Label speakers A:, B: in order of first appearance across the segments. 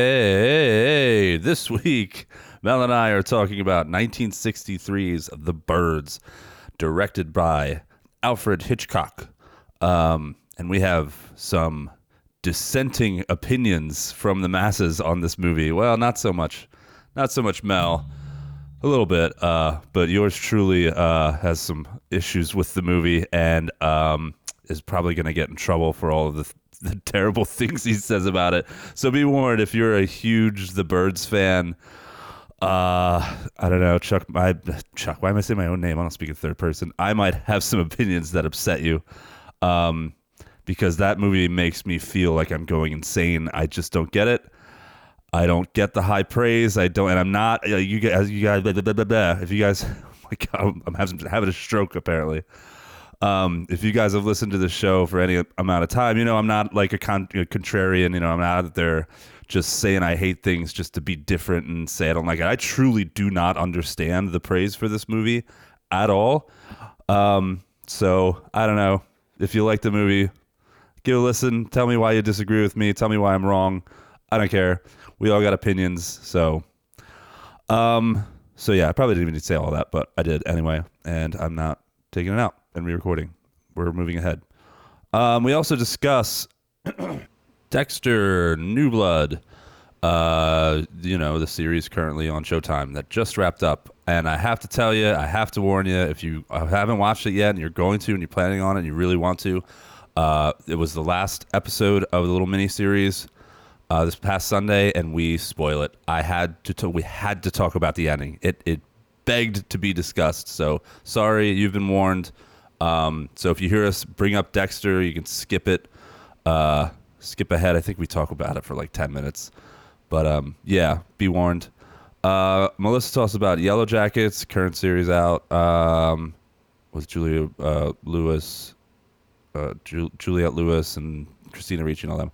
A: Hey, this week, Mel and I are talking about 1963's The Birds, directed by Alfred Hitchcock. Um, and we have some dissenting opinions from the masses on this movie. Well, not so much, not so much Mel. A little bit, uh, but yours truly uh, has some issues with the movie and um, is probably going to get in trouble for all of the, the terrible things he says about it. So be warned if you're a huge The Birds fan. Uh, I don't know, Chuck. I, Chuck, why am I saying my own name? I don't speak in third person. I might have some opinions that upset you, um, because that movie makes me feel like I'm going insane. I just don't get it. I don't get the high praise. I don't, and I'm not. uh, You guys, you guys, blah, blah, blah, blah, blah. if you guys, oh my God, I'm having having a stroke apparently. Um, if you guys have listened to the show for any amount of time, you know I'm not like a, con- a contrarian. You know I'm not out there just saying I hate things just to be different and say I don't like it. I truly do not understand the praise for this movie at all. Um, so I don't know if you like the movie, give a listen. Tell me why you disagree with me. Tell me why I'm wrong. I don't care. We all got opinions. So, um, so yeah, I probably didn't even need to say all that, but I did anyway. And I'm not taking it out and re-recording. We're moving ahead. Um, we also discuss Dexter, New Blood, uh, you know, the series currently on Showtime that just wrapped up. And I have to tell you, I have to warn you, if you haven't watched it yet and you're going to and you're planning on it and you really want to, uh, it was the last episode of the little mini series uh, this past Sunday, and we spoil it. I had to, to we had to talk about the ending. It it begged to be discussed. So sorry, you've been warned. Um, so if you hear us bring up Dexter, you can skip it. Uh, skip ahead. I think we talk about it for like ten minutes. But um, yeah, be warned. Uh, Melissa talks about Yellow Jackets, current series out um, with Julia uh, Lewis uh, Ju- Juliette Lewis and Christina Ricci and all them.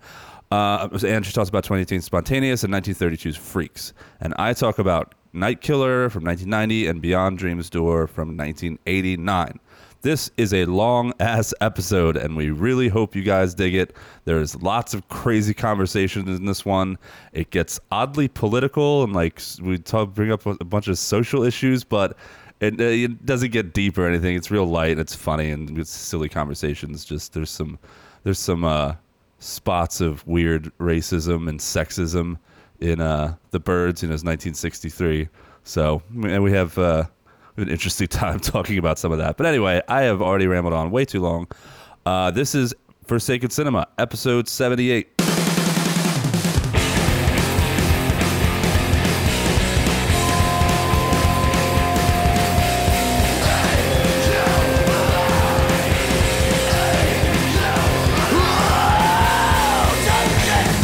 A: Uh, and she talks about 2018 Spontaneous and 1932's Freaks. And I talk about Night Killer from 1990 and Beyond Dream's Door from 1989. This is a long ass episode, and we really hope you guys dig it. There's lots of crazy conversations in this one. It gets oddly political, and like s- we talk, bring up a a bunch of social issues, but it, uh, it doesn't get deep or anything. It's real light. It's funny and it's silly conversations. Just there's some there's some uh, spots of weird racism and sexism in uh, the birds. You know, it's 1963. So and we have uh, an interesting time talking about some of that. But anyway, I have already rambled on way too long. Uh, this is Forsaken Cinema, episode 78.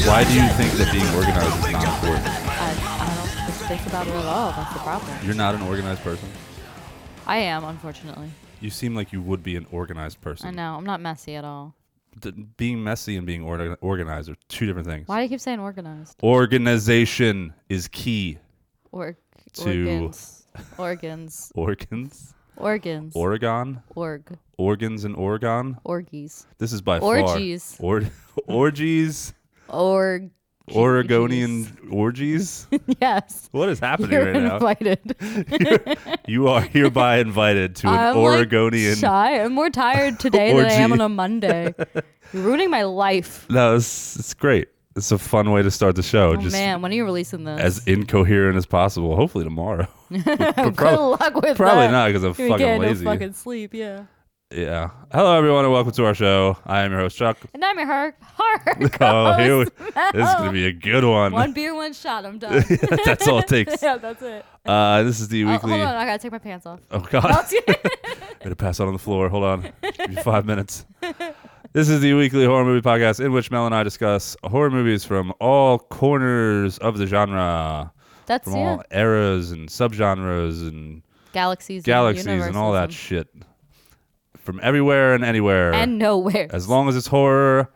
A: Why do you think that being organized is not important?
B: I, I don't think about it at all. That's the problem.
A: You're not an organized person.
B: I am, unfortunately.
A: You seem like you would be an organized person.
B: I know. I'm not messy at all.
A: D- being messy and being order- organized are two different things.
B: Why do you keep saying organized?
A: Organization is key.
B: Org.
A: To-
B: Organs. Organs.
A: Organs,
B: Organs.
A: Oregon,
B: Org.
A: organs in Oregon.
B: Orgies.
A: This is by
B: Orgies.
A: far or- orgies,
B: Org.
A: Oregonian orgies.
B: yes.
A: What is happening
B: You're
A: right
B: invited.
A: now? you are hereby invited to an
B: I'm
A: Oregonian.
B: Like shy. I'm more tired today than I am
A: Orgy.
B: on a Monday. You're ruining my life.
A: no, it's, it's great. It's a fun way to start the show.
B: Oh
A: just
B: man, when are you releasing this?
A: as incoherent as possible. Hopefully tomorrow.
B: Good
A: prob-
B: luck with
A: Probably
B: that.
A: not because I'm
B: You
A: fucking
B: get
A: lazy.
B: no fucking sleep. Yeah.
A: Yeah. Hello, everyone, and welcome to our show. I am your host, Chuck.
B: And I'm your hark. Hark.
A: Oh, here we, this is gonna be a good one.
B: One beer, one shot. I'm done.
A: That's all it takes.
B: yeah, that's it.
A: Uh, this is the
B: Oh,
A: weekly.
B: hold on, I gotta take my pants off.
A: Oh God! Better pass out on the floor. Hold on. Give me five minutes. This is the weekly horror movie podcast in which Mel and I discuss horror movies from all corners of the genre,
B: That's
A: from
B: yeah.
A: all eras and subgenres and
B: Galaxies,
A: galaxies
B: and,
A: and all that
B: universalism.
A: shit, from everywhere and anywhere.
B: and nowhere.
A: As long as it's horror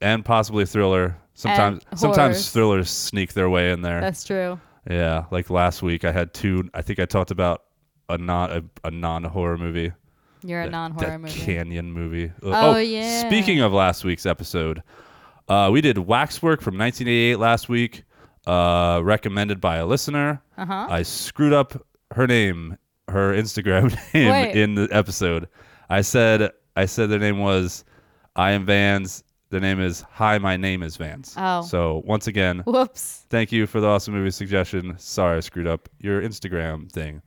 A: and possibly thriller. Sometimes
B: And
A: sometimes
B: horrors.
A: thrillers sneak their way in there.
B: that's true.
A: yeah, like last week I had two. I think I talked about a non a, a non horror movie.
B: You're a
A: That-
B: non-horror
A: that
B: movie.
A: Canyon movie. Uh, Ugh.
B: Oh, yeah.
A: Speaking of last week's episode, Uh, we did Waxwork from 1988 last week, uh, recommended by a listener.
B: Uh-huh.
A: I screwed up her name, her Instagram name
B: Wait.
A: in the episode. I said I said their name was I am Vans. Their name is Hi, my name is Vans.
B: Oh.
A: So once again,
B: Whoops.
A: thank you for the awesome movie suggestion. Sorry, I screwed up your Instagram thing.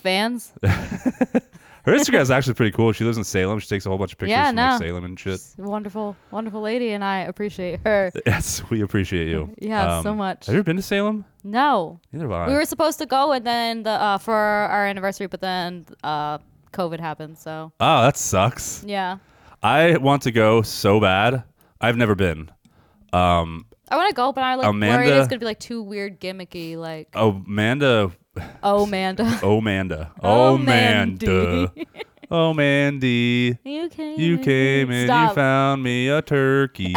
B: Vans.
A: Her Instagram's actually pretty cool. She lives in Salem. She takes a whole bunch of pictures
B: Yeah,
A: from like,
B: no.
A: Salem and shit.
B: wonderful, wonderful lady, and I appreciate her.
A: Yes, we appreciate you. Um,
B: Yeah, so much.
A: Have you ever been to Salem?
B: No,
A: Neither have I.
B: we were supposed to go, and then the uh, for our anniversary, but then uh, COVID happened. So
A: oh, that sucks.
B: yeah,
A: I want to go so bad. I've never been. Um,
B: I want to go, but I like worried
A: Amanda- Uh,
B: it's gonna be like too weird, gimmicky, like
A: Amanda,
B: oh, Amanda,
A: oh Amanda,
B: Oh,
A: oh Manda,
B: Mandy.
A: oh Mandy,
B: you came,
A: you came and you
B: Mm, Stop.
A: found me a turkey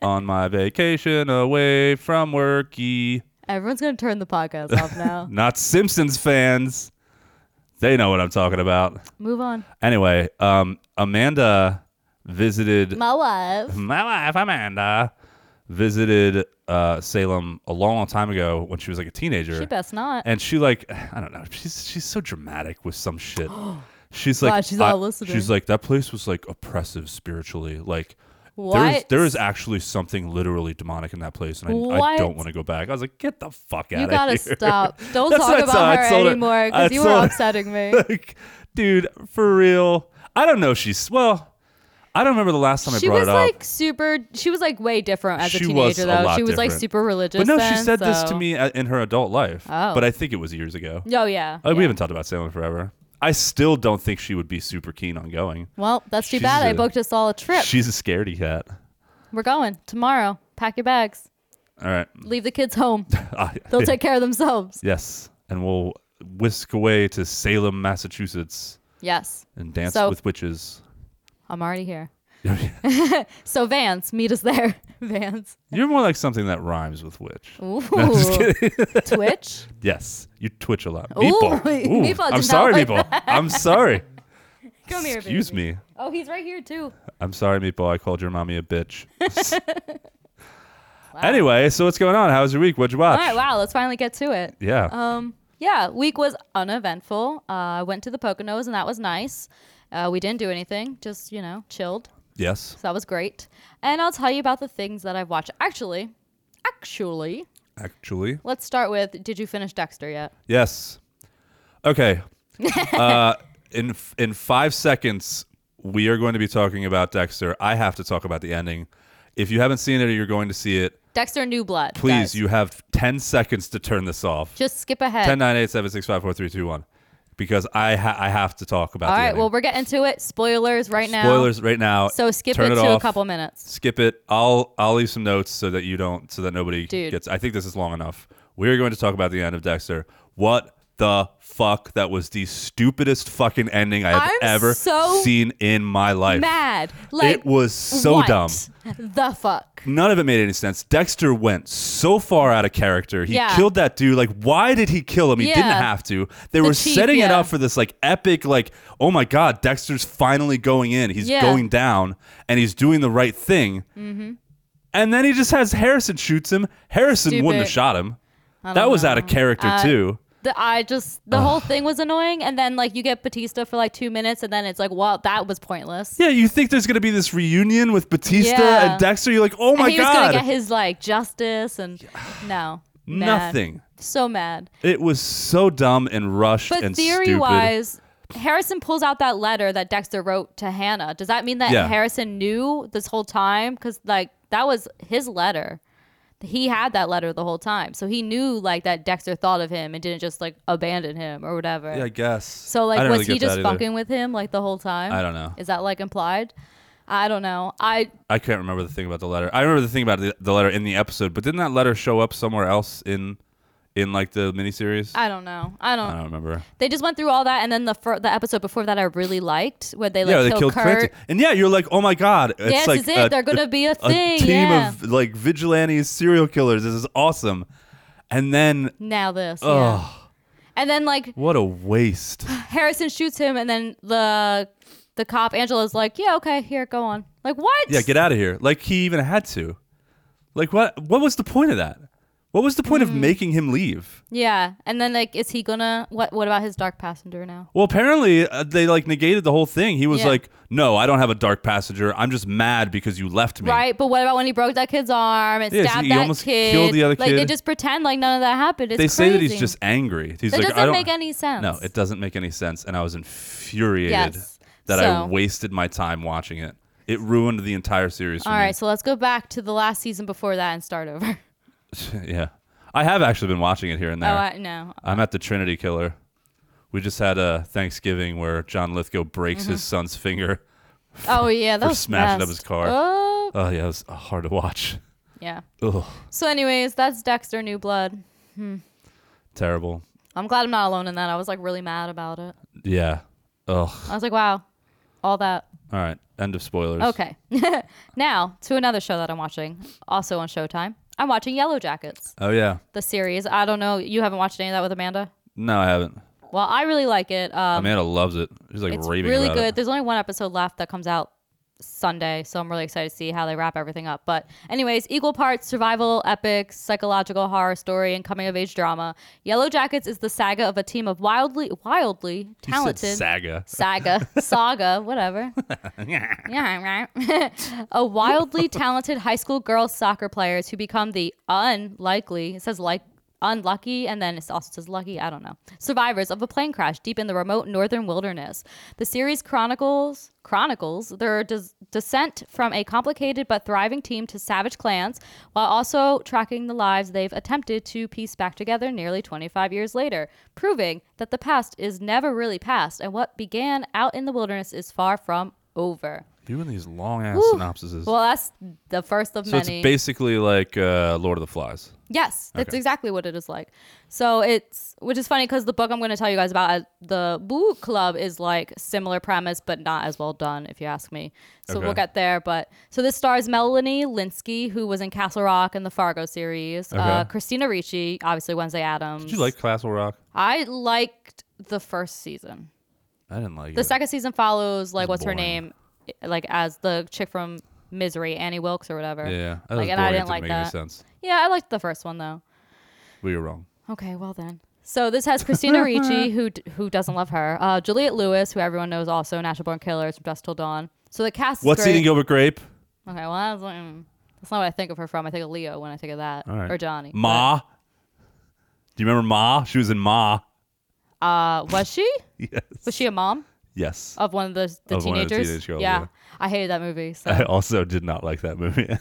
A: on my vacation away from worky.
B: Everyone's gonna turn the podcast off now.
A: Not Simpsons fans, they know what I'm talking about.
B: Move on.
A: Anyway, um, Amanda visited
B: My wife.
A: my wife Amanda visited uh, Salem a long, long time ago when she was like a teenager,
B: She best not.
A: and she like I don't know, she's she's so dramatic with some shit. She's like
B: Wow, she's
A: I-
B: all listening.
A: She's like that place was like oppressive spiritually, like. There is,
B: What?
A: there is actually something literally demonic in that place, and I, I
B: What?
A: don't want to go back. I was like, "Get the fuck out
B: you
A: of
B: gotta
A: here!"
B: stop. Don't
A: That's
B: talk
A: what I saw.
B: about
A: I
B: her
A: told her-
B: anymore
A: I
B: because you were
A: told her-
B: upsetting me.
A: like, dude, for real. I don't know. If she's well. I don't remember the last time
B: she
A: I brought
B: was
A: it up.
B: like super. She was like way different as a
A: She
B: teenager,
A: was a
B: though.
A: lot
B: she was like
A: different.
B: super religious.
A: But no, she
B: then,
A: said this to
B: so-
A: me a- in her adult life.
B: Oh.
A: But I think it was years ago.
B: Oh yeah.
A: Uh,
B: yeah.
A: We haven't talked about Salem forever. I still don't think she would be super keen on going.
B: Well, that's too
A: She's
B: bad. I
A: a-
B: booked us all a trip.
A: She's a scaredy cat.
B: We're going tomorrow. Pack your bags.
A: All right.
B: Leave the kids home.
A: Ah,
B: They'll take care of themselves.
A: yes. And we'll whisk away to Salem, Massachusetts
B: Yes,
A: and dance
B: So-
A: with witches.
B: I'm already here. So Vance, meet us there. Vance.
A: You're more like something that rhymes with witch.
B: Ooh.
A: just
B: Twitch.
A: Yes. You twitch a lot.
B: Ooh,
A: Meatball.
B: meatball
A: I'm
B: did not
A: sorry,
B: like
A: meatball. I'm sorry.
B: Come here,
A: Excuse
B: baby.
A: me.
B: Oh, he's right here too.
A: I'm sorry, meatball. I called your mommy a bitch. Anyway, so what's going on? How was your week? What'd you watch?
B: All right. Wow. Let's finally get to it.
A: Yeah.
B: Um, yeah, week was uneventful. Uh, I went to the Poconos and that was nice. Uh, we didn't do anything, just, you know, chilled.
A: yes.
B: So that was great. And I'll tell you about the things that I've watched. Actually, actually,
A: Actually.
B: let's start with Did you finish Dexter yet?
A: Yes. Okay. uh, in f- in five seconds, we are going to be talking about Dexter. I have to talk about the ending. If you haven't seen it or you're going to see it,
B: Dexter New Blood.
A: please,
B: guys.
A: you have ten seconds to turn this off.
B: Just skip ahead.
A: Ten, nine, eight, seven, six, five, four, three, two, one. Because I ha- I have to talk about.
B: All
A: the
B: right,
A: ending.
B: well, we're getting to it. Spoilers right now.
A: spoilers right now.
B: So skip
A: Turn
B: it,
A: it,
B: to
A: off.
B: a couple minutes.
A: skip it. I'll I'll leave some notes so that you don't so that nobody
B: Dude.
A: gets I think this is long enough. We're going to talk about the end of Dexter. What the fuck? That was the stupidest fucking ending I have
B: I'm
A: ever
B: so
A: seen in my life.
B: Mad. Like,
A: it was so
B: what
A: dumb.
B: The fuck?
A: None of it made any sense. Dexter went so far out of character. He
B: Yeah.
A: killed that dude. Like, why did he kill him? He didn't
B: Yeah.
A: have to. They were
B: chief,
A: setting it
B: yeah.
A: up for this like epic, like, oh my god, Dexter's finally going in. He's
B: Yeah. Mm-hmm.
A: going down, and he's doing the right thing. And then he just has Harrison shoots him. Harrison wouldn't have
B: Stupid.
A: shot him. That was out of character
B: Uh,
A: too.
B: the, I just the whole thing was annoying, and then like you get Batista for like two minutes, and then it's like, well, that was pointless.
A: Yeah, you think there's gonna be this reunion with Batista
B: Yeah.
A: and Dexter? You're like, oh my
B: and he was
A: god,
B: gonna get his like justice, and no, mad.
A: nothing.
B: So mad.
A: It was so dumb and rushed
B: But
A: and
B: theory
A: stupid.
B: wise, Harrison pulls out that letter that Dexter wrote to Hannah. Does that mean that
A: Yeah.
B: Harrison knew this whole time? Because like that was his letter. He had that letter the whole time, so he knew like that Dexter thought of him and didn't just like abandon him or whatever.
A: Yeah, I guess.
B: So
A: I
B: like
A: don't
B: was
A: really
B: he
A: get that
B: just
A: either.
B: fucking with him like the whole time?
A: I don't know.
B: Is that like implied? I don't know. I
A: I can't remember the thing about the letter. I remember the thing about the, the letter in the episode, but didn't that letter show up somewhere else in in like the miniseries? I,
B: I don't know. I don't.
A: I don't remember.
B: They just went through all that, and then the fir- the episode before that I really liked, where they like
A: yeah, they
B: killed,
A: killed
B: Kurt.
A: Clinton. And yeah, you're like, oh my god, it's
B: Yes,
A: like
B: is it?
A: a-
B: They're gonna be a
A: a
B: thing.
A: team
B: yeah.
A: of like vigilantes, serial killers. This is awesome. And then,
B: now this.
A: ugh,
B: Yeah. And then like
A: what a waste.
B: Harrison shoots him, and then the the cop Angela's like, "Yeah, okay, here, go on." Like what?
A: Yeah, get out of here. Like he even had to. Like what? What was the point of that? What was the point
B: Hmm.
A: of making him leave?
B: Yeah, and then like, is he gonna? What? What about his dark passenger now?
A: Well, apparently uh, they like negated the whole thing. He was
B: Yeah.
A: like, "No, I don't have a dark passenger. I'm just mad because you left me."
B: Right, but what about when he broke that kid's arm and
A: Yeah, so
B: stabbed
A: he
B: that
A: almost
B: kid?
A: killed the other
B: like they
A: kid.
B: just pretend like none of that happened. It's
A: They say that he's
B: crazy.
A: just angry. He's
B: That
A: like,
B: doesn't
A: "I don't."
B: make any sense.
A: no, it doesn't make any sense, and I was infuriated
B: Yes.
A: that I
B: So-
A: wasted my time watching it. It ruined the entire series. For
B: All
A: me.
B: right, so let's go back to the last season before that and start over.
A: yeah, I have actually been watching it here and
B: Oh,
A: there.
B: I, no.
A: I'm at the Trinity Killer. We just had a Thanksgiving where John Lithgow breaks his
B: Mm-hmm.
A: son's finger.
B: Oh, yeah, that
A: for
B: was
A: smashing up his
B: messed
A: car.
B: up.
A: Oh yeah, it was hard to watch.
B: Yeah.
A: Ugh,
B: So, anyways, that's Dexter New Blood.
A: terrible.
B: I'm glad I'm not alone in that. I was like really mad about it.
A: Yeah. Ugh.
B: I was like, wow, all that.
A: All right. End of spoilers.
B: Okay. now to another show that I'm watching, also on Showtime. I'm watching Yellow Jackets,
A: Oh yeah.
B: the series. I don't know. You haven't watched any of that with Amanda?
A: No, I haven't.
B: Well, I really like it. Um,
A: Amanda loves it. She's like
B: it's
A: raving
B: really
A: about
B: good.
A: it.
B: There's only one episode left that comes out Sunday, so I'm really excited to see how they wrap everything up. But anyways, equal parts survival epics, psychological horror story, and coming of age drama. Yellow Jackets is the saga of a team of wildly wildly
A: You said
B: talented
A: saga.
B: saga, saga, whatever. yeah, right. a wildly talented high school girls soccer players who become the unlikely, it says like unlucky and then it also says lucky, I don't know. Survivors of a plane crash deep in the remote northern wilderness. The series chronicles chronicles their des- descent from a complicated but thriving team to savage clans while also tracking the lives they've attempted to piece back together nearly 25 years later, proving that the past is never really past and what began out in the wilderness is far from over.
A: You and these long ass
B: Whew.
A: synopsises.
B: Well, that's the first of
A: so
B: many.
A: it's basically like uh, Lord of the Flies.
B: yes, that's
A: Okay.
B: exactly what it is like. So it's which is funny because the book I'm going to tell you guys about at the Book Club is like similar premise but not as well done, if you ask me. So we'll
A: Okay.
B: get there. But so this stars Melanie Linsky, who was in Castle Rock and the Fargo series. Uh,
A: Okay.
B: Christina Ricci, obviously Wednesday Adams.
A: Did you like Castle Rock?
B: I liked the first season.
A: I didn't like
B: The
A: it.
B: second season follows like
A: It's
B: what's her
A: boring.
B: name, like as the chick from Misery, Annie Wilkes or whatever.
A: yeah, that
B: Like,
A: was
B: and I
A: boring. It
B: didn't
A: didn't
B: like
A: make any
B: that.
A: sense.
B: Yeah, I liked the first one though.
A: We were wrong.
B: Okay, well then. So this has Christina Ricci, who d- who doesn't love her, uh, Juliet Lewis, who everyone knows also, Natural Born Killers, from Dust Till Dawn. So the cast is
A: What's
B: great.
A: eating Gilbert Grape?
B: okay, well that's, mm, that's not what I think of her from. I think of Leo when I think of that,
A: All right.
B: or Johnny.
A: Ma. Do you remember Ma? She was in Ma.
B: But, uh, was she?
A: Yes.
B: Was she a mom
A: Yes.
B: of one of the, the
A: Of one of
B: teenagers?
A: the teenage girls,
B: yeah.
A: yeah.
B: I hated that movie. So
A: I also did not like that movie.
B: and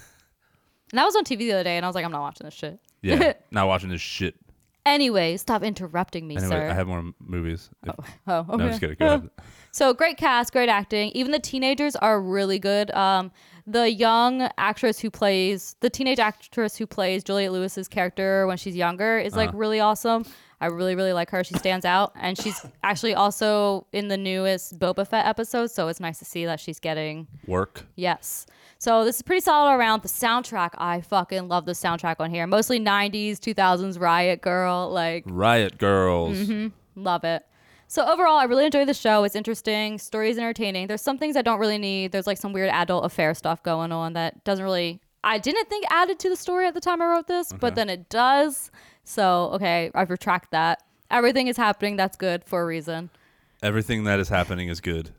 B: that was on TV the other day, and I was like, I'm not watching this shit.
A: yeah. Not watching this shit.
B: Anyway, stop interrupting me,
A: Anyway,
B: sir.
A: I have more m- movies. If-
B: oh, okay.
A: No, I'm just kidding. Go ahead.
B: So great cast, great acting. Even the teenagers are really good. Um, the young actress who plays the teenage actress who plays Juliet Lewis's character when she's younger is like really awesome. I really really like her. She stands out, and she's actually also in the newest Boba Fett episode. So it's nice to see that she's getting
A: Work.
B: Yes. So this is pretty solid all around. The soundtrack, I fucking love the soundtrack on here. Mostly 90s, 2000s, Riot Girl. Like,
A: Riot Girls.
B: Mm-hmm. Love it. So overall, I really enjoy the show. It's interesting. Story's entertaining. There's some things I don't really need. There's like some weird adult affair stuff going on that doesn't really I didn't think added to the story at the time I wrote this, but then it does. So okay, I retract that. Everything is happening. That's good for a reason.
A: Everything that is happening is good.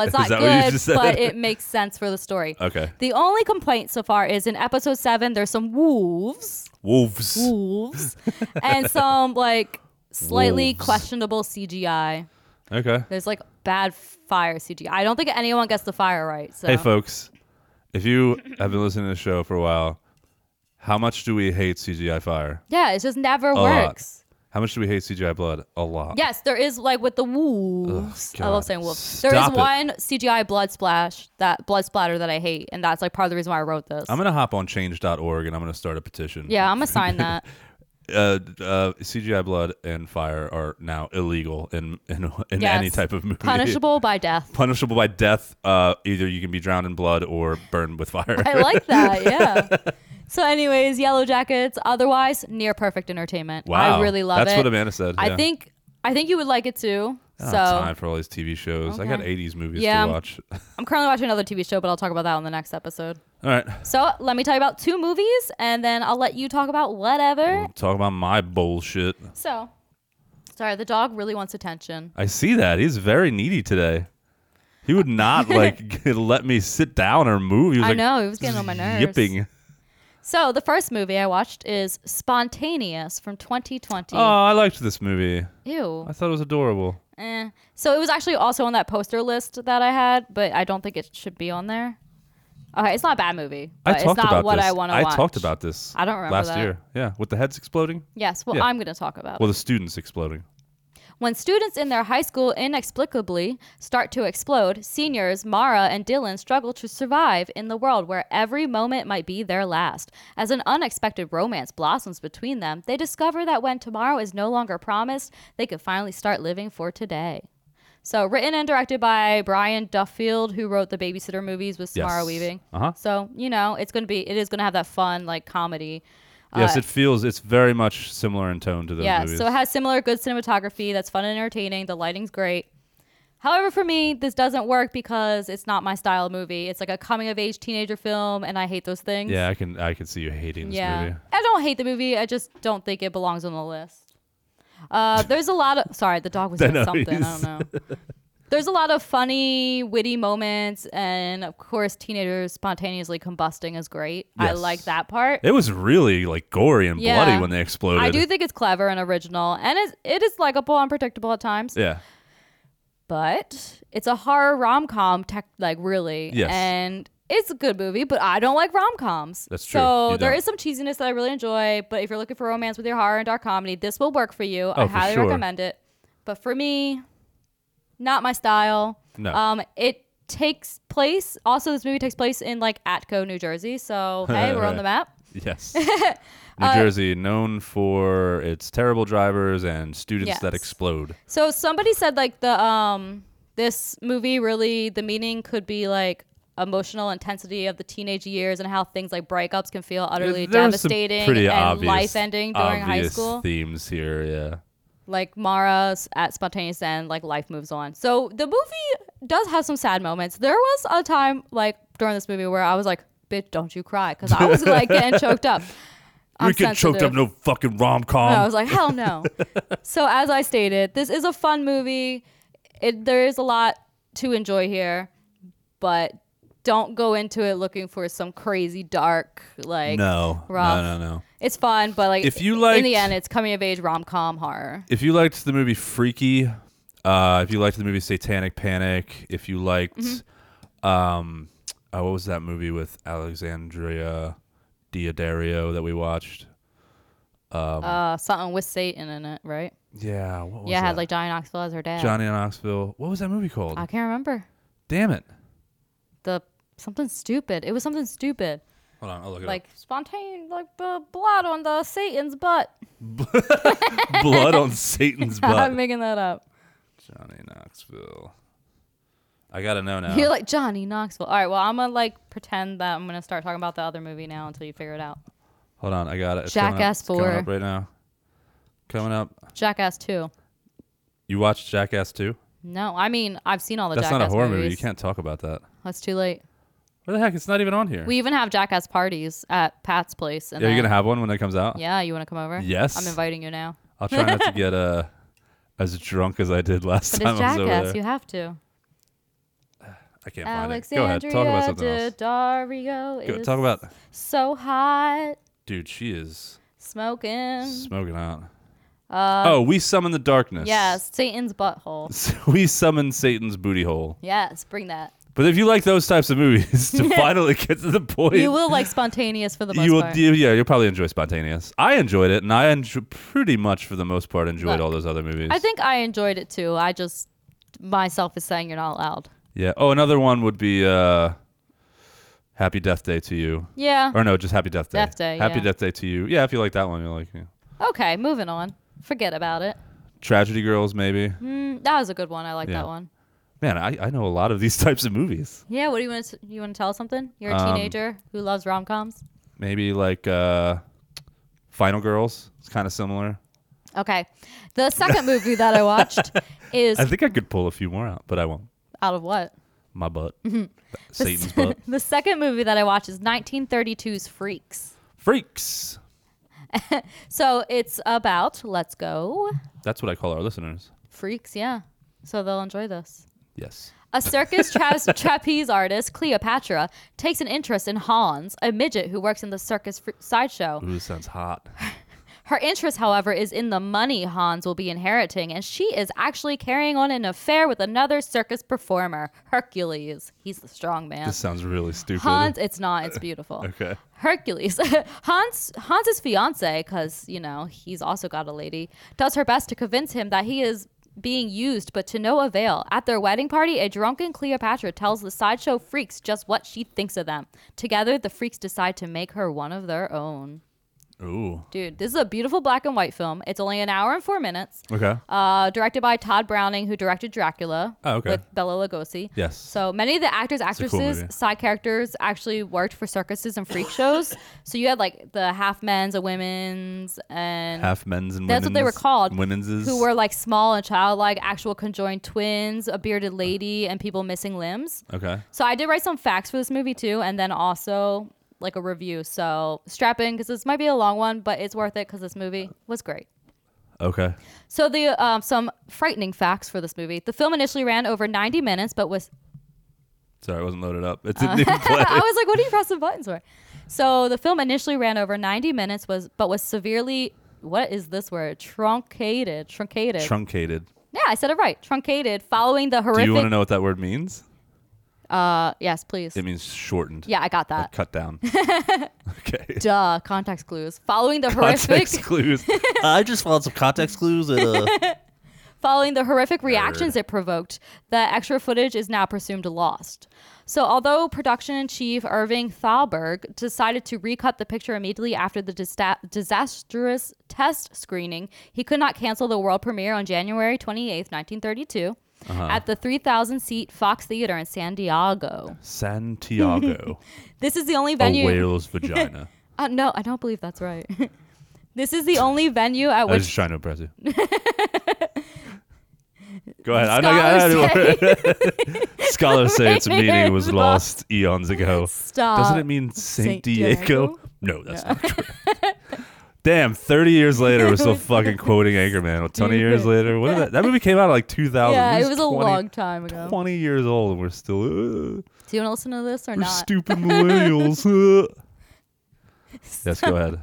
A: Is
B: it's not
A: that what you
B: good,
A: just said?
B: but it makes sense for the story.
A: Okay.
B: The only complaint so far is in episode seven. There's some wolves.
A: Wolves.
B: wolves and some like slightly
A: Wolves.
B: questionable CGI.
A: Okay.
B: There's like bad fire CGI. I don't think anyone gets the fire right. So
A: Hey, folks. If you have been listening to the show for a while, how much do we hate CGI fire?
B: yeah, it just never
A: lot.
B: works.
A: How much do we hate CGI blood? A lot.
B: Yes, there is like with the wolves. I
A: God.
B: love saying wolves. there is
A: Stop it.
B: one CGI blood splash that blood splatter that I hate, and that's like part of the reason why I wrote this.
A: I'm going to hop on change.org and I'm going to start a petition.
B: yeah, I'm gonna sign that.
A: uh, uh, CGI blood and fire are now illegal in in, in
B: Yes.
A: any type of movie.
B: Punishable by death.
A: Punishable by death. Uh, either you can be drowned in blood or burned with fire.
B: I like that. Yeah. So, anyways, Yellow Jackets. Otherwise, near perfect entertainment.
A: wow,
B: I really love
A: That's
B: it.
A: That's what Amanda said.
B: I
A: yeah.
B: think I think you would like it too.
A: I don't
B: so
A: have Ah, time for all these TV shows. I got
B: Okay.
A: 80s movies
B: Yeah.
A: to watch. all
B: I'm currently watching another TV show, but I'll talk about that on the next episode.
A: right.
B: So let me tell you about two movies, and then I'll let you talk about whatever.
A: Talk about my bullshit.
B: So, sorry, the dog really wants attention.
A: I see that. He's very needy today. He would not like let me sit down or move. He was
B: I
A: like,
B: know, he was getting on my nerves.
A: Yipping.
B: So the first movie I watched is Spontaneous from 2020.
A: Oh, I liked this movie.
B: Ew.
A: I thought it was adorable.
B: Eh. So it was actually also on that poster list that I had, but I don't think it should be on there. Okay, it's not a bad movie, but
A: I
B: it's
A: talked
B: not
A: about
B: what
A: this.
B: I want to
A: I
B: watch.
A: talked about this.
B: I don't remember
A: last
B: that.
A: year. Yeah, with the heads exploding.
B: Yes, well,
A: Yeah.
B: I'm going to talk about.
A: Well, the students exploding.
B: When students in their high school inexplicably start to explode, seniors Mara and Dylan struggle to survive in the world where every moment might be their last. As an unexpected romance blossoms between them, they discover that when tomorrow is no longer promised, they can finally start living for today. So, written and directed by Brian Duffield, who wrote the Babysitter movies with
A: Yes.
B: Samara Weaving.
A: Uh-huh.
B: So, you know, it's going to be, it is going to have that fun, like, comedy.
A: yes,
B: Uh,
A: it feels it's very much similar in tone to those
B: yeah,
A: movies.
B: so it has similar good cinematography that's fun and entertaining. The lighting's great. However, for me, this doesn't work because it's not my style of movie. It's like a coming of age teenager film, and I hate those things.
A: yeah, I can I can see you hating this
B: Yeah.
A: movie.
B: I don't hate the movie. I just don't think it belongs on the list. Uh, there's a lot of. Sorry, the dog was
A: I
B: doing
A: know,
B: something. I
A: he's-
B: don't know. There's a lot of funny, witty moments, and of course, teenagers spontaneously combusting is great. I
A: Yes.
B: like that part.
A: It was really like gory and
B: Yeah.
A: bloody when they exploded.
B: I do think it's clever and original, and it's, it is likable and predictable at times.
A: yeah.
B: but it's a horror rom com, tech like really.
A: Yes.
B: And it's a good movie, but I don't like rom coms.
A: That's true.
B: So
A: You
B: there
A: don't.
B: is some cheesiness that I really enjoy, but if you're looking for romance with your horror and dark comedy, this will work for you. I
A: Oh, for
B: highly
A: sure.
B: recommend it. But for me, not my style.
A: No.
B: Um, it takes place. Also, this movie takes place in like Atco, New Jersey. So hey, we're on the map.
A: Yes. New
B: Uh,
A: Jersey, known for its terrible drivers and students that
B: Yes.
A: explode.
B: So somebody said like the um this movie really the meaning could be like emotional intensity of the teenage years and how things like breakups can feel utterly
A: There are some
B: devastating
A: pretty
B: and
A: obvious-
B: life-ending during high
A: obvious
B: school.
A: themes here. Yeah.
B: like Mara's at spontaneous end, like life moves on. So the movie does have some sad moments. There was a time like during this movie where I was like, "Bitch, don't you cry," because I was like getting choked up. I'm
A: we get choked up
B: sensitive.
A: no fucking rom
B: I
A: com.
B: was like, hell no. so as I stated, this is a fun movie. It, there is a lot to enjoy here, but don't go into it looking for some crazy dark like.
A: no.
B: rough.
A: No, no, no.
B: It's fun, but like
A: If you
B: in the
A: liked-
B: end, it's coming of age rom com horror.
A: If you liked the movie Freaky, uh, if you liked the movie Satanic Panic, if you liked,
B: Mm-hmm.
A: um, oh, what was that movie with Alexandria Diodario that we watched?
B: Uh, something with Satan in it, right?
A: Yeah. Um, What was
B: yeah, it had
A: that?
B: like Johnny Knoxville as her dad.
A: Johnny Knoxville. What was that movie called?
B: I can't remember
A: Damn it.
B: the something stupid. It was something stupid,
A: Hold on, I'll look it
B: like spontaneous, like the blood on the Satan's butt.
A: up. Blood on Satan's butt.
B: I'm making that up.
A: Johnny Knoxville. I gotta know now.
B: You're like Johnny Knoxville. All right, well, I'm gonna like pretend that I'm gonna start talking about the other movie now until you figure it out.
A: Hold on, I got it. It's coming up-
B: Jackass
A: it's coming
B: 4.
A: up right now. Coming up.
B: Jackass 2.
A: You watched Jackass 2?
B: No, I mean I've seen all the
A: That's
B: Oh, Jackass
A: not a horror
B: movies.
A: movie. You can't talk about that.
B: That's too late.
A: Where the heck? It's not even on here.
B: We even have Jackass parties at Pat's place. And
A: Are you
B: then-
A: gonna have one when it comes out?
B: Yeah, you want to come over?
A: Yes.
B: I'm inviting you now.
A: I'll try not to get uh, as drunk as I did last
B: But
A: time
B: it's
A: I was over
B: Jackass.
A: there.
B: You have to.
A: I can't find it. Go
B: Alexandria
A: ahead. Talk about something else.
B: Daddario
A: Go,
B: is
A: talk about.
B: so hot,
A: Dude, she is
B: smoking. uh,
A: smoking out. oh, we summon the darkness.
B: Yes, Satan's butthole.
A: we summon Satan's booty hole.
B: Yes, bring that.
A: But if you like those types of movies, to finally get to the point,
B: You will like spontaneous for the most
A: you will-
B: part.
A: you- yeah, you'll probably enjoy Spontaneous. I enjoyed it, and I enjo- pretty much for the most part enjoyed
B: Look,
A: all those other movies.
B: I think I enjoyed it too. I just myself is saying you're not allowed.
A: yeah. Oh, another one would be uh, Happy Death Day to you,
B: Yeah.
A: or no, just Happy Death Day.
B: Death Day,
A: Happy
B: yeah.
A: Death Day to you. Yeah, if you like that one, you'll like yeah.
B: Okay, moving on. Forget about it.
A: Tragedy Girls, maybe.
B: Mm, that was a good one. I like
A: Yeah.
B: that one.
A: Man, I, I know a lot of these types of movies.
B: Yeah. What do you want? To, you want to tell something? You're a
A: Um,
B: teenager who loves rom coms.
A: Maybe like uh, Final Girls. It's kind of similar.
B: Okay. The second movie that I watched is
A: I think I could pull a few more out, but I won't.
B: out of what?
A: My butt.
B: Mm-hmm.
A: Satan's
B: The
A: butt.
B: s- the second movie that I watched is 1932's Freaks.
A: Freaks.
B: So it's about, let's go,
A: That's what I call our listeners.
B: freaks, yeah. So they'll enjoy this.
A: Yes.
B: A circus tra- trapeze artist, Cleopatra, takes an interest in Hans, a midget who works in the circus fr- sideshow.
A: Ooh, sounds hot.
B: Her interest, however, is in the money Hans will be inheriting, and she is actually carrying on an affair with another circus performer, Hercules. He's the strong man.
A: This sounds really stupid.
B: Hans, it's not. It's beautiful.
A: Okay.
B: Hercules, Hans, Hans's fiance, because you know he's also got a lady, does her best to convince him that he is being used, but to no avail. At their wedding party, a drunken Cleopatra tells the sideshow freaks just what she thinks of them. Together, the freaks decide to make her one of their own.
A: Ooh.
B: Dude, this is a beautiful black and white film. It's only an hour and four minutes.
A: Okay.
B: Uh, directed by Todd Browning, who directed Dracula
A: Oh, okay.
B: with Bella Lugosi.
A: Yes.
B: So many of the actors,
A: a cool
B: actresses,
A: movie.
B: side characters actually worked for circuses and freak shows. so you had like the half men's and women's and
A: Half men's and
B: that's what they were
A: women's-
B: called.
A: Women's is
B: who were like small and childlike, actual conjoined twins, a bearded lady, and people missing limbs.
A: okay.
B: So I did write some facts for this movie too, and then also like a review. So strap in because this might be a long one, but it's worth it because this movie was great.
A: Okay.
B: So the um, some frightening facts for this movie. The film initially ran over 90 minutes, but was
A: Sorry, I wasn't loaded up. It didn't even play.
B: I was like, what are you pressing buttons for? So the film initially ran over 90 minutes, was but was severely what is this word? Truncated, truncated.
A: Truncated.
B: yeah, I said it right. Truncated, following the
A: Do
B: horrific.
A: you want to know what that word means?
B: uh, yes, please.
A: It means shortened.
B: yeah, I got
A: Or
B: that.
A: cut down. okay.
B: Duh, context clues. Following the horrific,
A: Context clues.
C: I just found some context clues. And, uh,
B: following the horrific reactions it provoked, the extra footage is now presumed lost. So, although production in chief Irving Thalberg decided to recut the picture immediately after the dista- disastrous test screening, he could not cancel the world premiere on January 28, 1932,
A: Uh-huh.
B: at the 3,000 seat Fox Theater in San Diego.
A: Santiago.
B: This is the only
A: a
B: venue.
A: whale's vagina.
B: Uh, no, I don't believe that's right. this is the only venue at
A: I was just
B: which
A: trying to impress you. Go ahead. I know, I
B: scholars
A: know-
B: say,
A: Scholars say its meaning was
B: Lost.
A: lost eons ago.
B: Stop.
A: Doesn't it mean Saint,
B: Saint
A: Diego?
B: Diego?
A: No, that's not correct. Damn, 30 years later, we're still fucking quoting Anchorman. Well, 20 years
B: Stupid.
A: later, what is that? that movie came out like 2000.
B: Yeah,
A: This
B: it
A: is
B: was a
A: 20
B: long time ago.
A: 20 years old, and we're still, uh,
B: Do you want to listen to this or
A: we're
B: not?
A: stupid millennials. uh. yes, go ahead.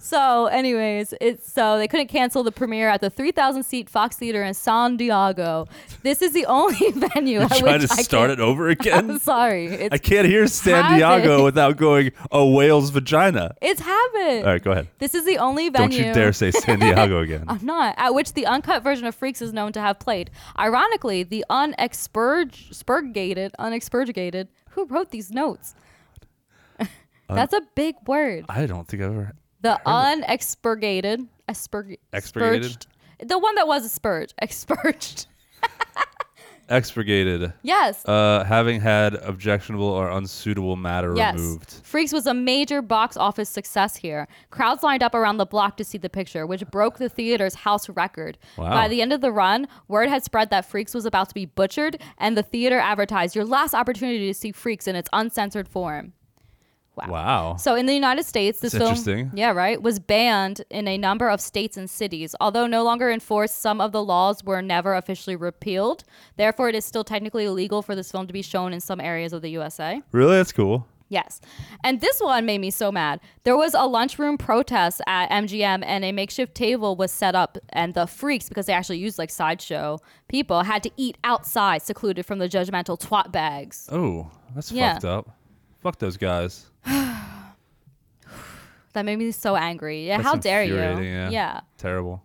B: So, anyways, it's so they couldn't cancel the premiere at the 3,000 seat Fox Theater in San Diego. This is the only venue at
A: Trying
B: which
A: to
B: I
A: start
B: can-
A: it over again?
B: I'm sorry, it's
A: I can't hear San
B: Have
A: Diego
B: it.
A: without going a whale's vagina.
B: it's happened.
A: All right, go ahead.
B: This is the only
A: Don't
B: venue.
A: you dare say San Diego again.
B: I'm not at which the uncut version of Freaks is known to have played. Ironically, the unexpurgated, unexpurgated. Who wrote these notes? That's a big word.
A: I don't think I've ever.
B: The unexpurgated, asperg-
A: Expurgated?
B: spurged- The one that was a spurge, expurged.
A: Expurgated.
B: Yes.
A: Uh, having had objectionable or unsuitable matter
B: Yes.
A: removed.
B: Freaks was a major box office success here. Crowds lined up around the block to see the picture, which broke the theater's house record.
A: Wow.
B: By the end of the run, word had spread that Freaks was about to be butchered, and the theater advertised your last opportunity to see Freaks in its uncensored form.
A: Wow.
B: So in the United States, this
A: That's
B: film,
A: interesting.
B: yeah, right, was banned in a number of states and cities. Although no longer enforced, some of the laws were never officially repealed. Therefore, it is still technically illegal for this film to be shown in some areas of the USA.
A: Really? That's cool.
B: Yes. And this one made me so mad. There was a lunchroom protest at MGM and a makeshift table was set up and the freaks, because they actually used like sideshow people, had to eat outside secluded from the judgmental twat bags.
A: Oh, that's
B: Yeah.
A: fucked up. Fuck those guys.
B: That made me so angry. Yeah,
A: That's
B: how dare you?
A: infuriating, Yeah.
B: yeah.
A: Terrible.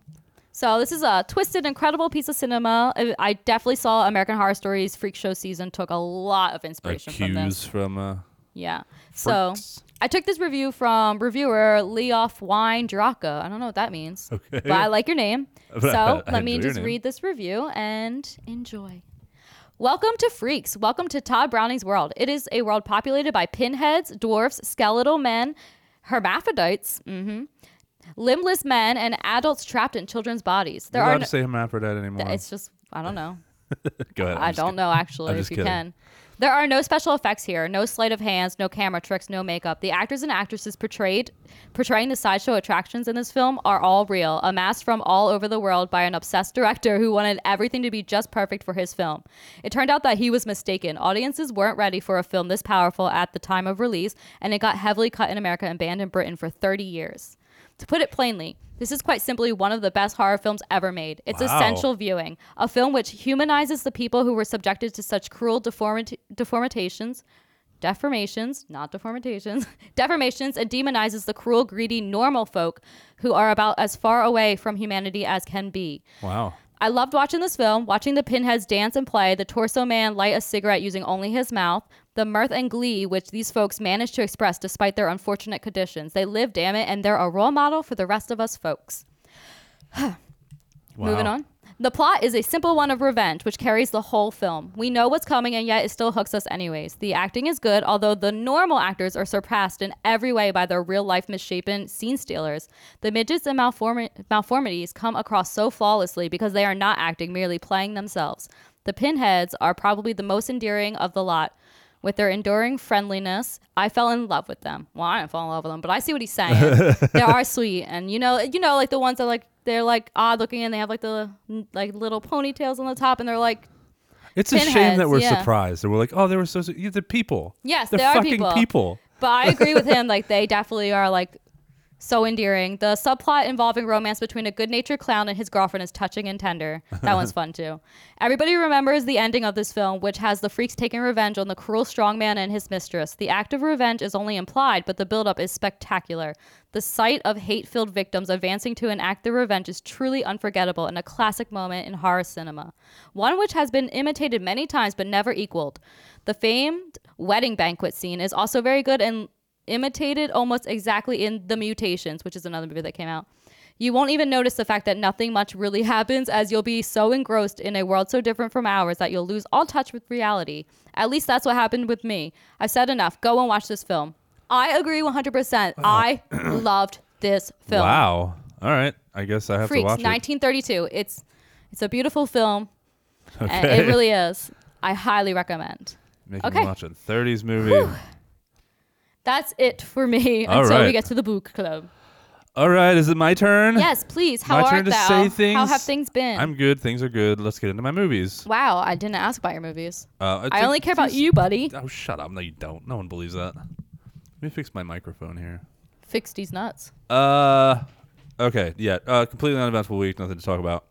B: So this is a twisted, incredible piece of cinema. I- I definitely saw American Horror Stories Freak Show season took a lot of inspiration from this.
A: Cues from. Uh,
B: Yeah. So
A: Freaks.
B: I took this review from reviewer Leof Wine Draka. I don't know what that means,
A: Okay.
B: but I like your name.
A: But
B: So
A: I
B: let me
A: enjoy your
B: just
A: name.
B: read this review and enjoy. Welcome to Freaks. Welcome to Todd Browning's world. It is a world populated by pinheads, dwarfs, skeletal men, hermaphrodites, hmm Limbless men and adults trapped in children's bodies. There
A: You're
B: are
A: allowed
B: no,
A: to say hermaphrodite anymore.
B: it's just I don't know.
A: Go ahead. I'm
B: I
A: just
B: don't
A: kidding.
B: know actually
A: I'm
B: if
A: just
B: you
A: kidding.
B: can. There are no special effects here, no sleight of hands, no camera tricks, no makeup. The actors and actresses portrayed portraying the sideshow attractions in this film are all real, amassed from all over the world by an obsessed director who wanted everything to be just perfect for his film. It turned out that he was mistaken. Audiences weren't ready for a film this powerful at the time of release, and it got heavily cut in America and banned in Britain for 30 years. To put it plainly, this is quite simply one of the best horror films ever made. It's
A: Wow.
B: essential viewing, a film which humanizes the people who were subjected to such cruel deformit- deformitations, deformations, not deformitations, deformations, and demonizes the cruel, greedy, normal folk who are about as far away from humanity as can be.
A: Wow.
B: I loved watching this film, watching the pinheads dance and play, the torso man light a cigarette using only his mouth, the mirth and glee which these folks managed to express despite their unfortunate conditions. They live, damn it, and they're a role model for the rest of us folks.
A: wow.
B: Moving on. The plot is a simple one of revenge, which carries the whole film. We know what's coming, and yet it still hooks us, anyways. The acting is good, although the normal actors are surpassed in every way by their real life misshapen scene stealers. The midgets and malform- malformities come across so flawlessly because they are not acting, merely playing themselves. The pinheads are probably the most endearing of the lot. With their enduring friendliness, I fell in love with them. Well, I didn't fall in love with them, but I see what he's saying. they are sweet, and you know, you know, like the ones that like they're like odd looking, and they have like the like little ponytails on the top, and they're like,
A: It's a shame
B: Pinheads,
A: that we're
B: yeah.
A: surprised. And we're like, oh, they were so. you the people.
B: Yes,
A: They're
B: they are
A: fucking
B: people.
A: people.
B: but I agree with him. Like they definitely are like so endearing. The subplot involving romance between a good-natured clown and his girlfriend is touching and tender. That one's fun too. Everybody remembers the ending of this film, which has the freaks taking revenge on the cruel strongman and his mistress. The act of revenge is only implied, but the build-up is spectacular. The sight of hate-filled victims advancing to an act of revenge is truly unforgettable and a classic moment in horror cinema, one which has been imitated many times but never equaled. The famed wedding banquet scene is also very good and imitated almost exactly in The Mutations, which is another movie that came out. You won't even notice the fact that nothing much really happens as you'll be so engrossed in a world so different from ours that you'll lose all touch with reality. At least that's what happened with me. I've said enough. Go and watch this film. I agree 100%. I loved this film.
A: Wow. All right. I guess I have
B: Freaks,
A: to watch it.
B: 1932. It's it's a beautiful film. And
A: Okay.
B: it really is. I highly recommend.
A: Making
B: okay.
A: me watch a 30s movie.
B: That's it for me
A: All
B: until
A: right.
B: we get to the book club.
A: All right. Is it my turn?
B: Yes, please. How
A: my
B: are
A: turn to
B: thou?
A: say things.
B: How have things been?
A: I'm good. Things are good. Let's get into my movies.
B: wow, I didn't ask about your movies.
A: Uh,
B: I
A: think-
B: only care about
A: things-
B: you, buddy.
A: Oh, shut up. No, you don't. No one believes that. Let me fix my microphone here.
B: Fix these nuts.
A: Uh, okay, yeah. Uh, completely uneventful week. Nothing to talk about.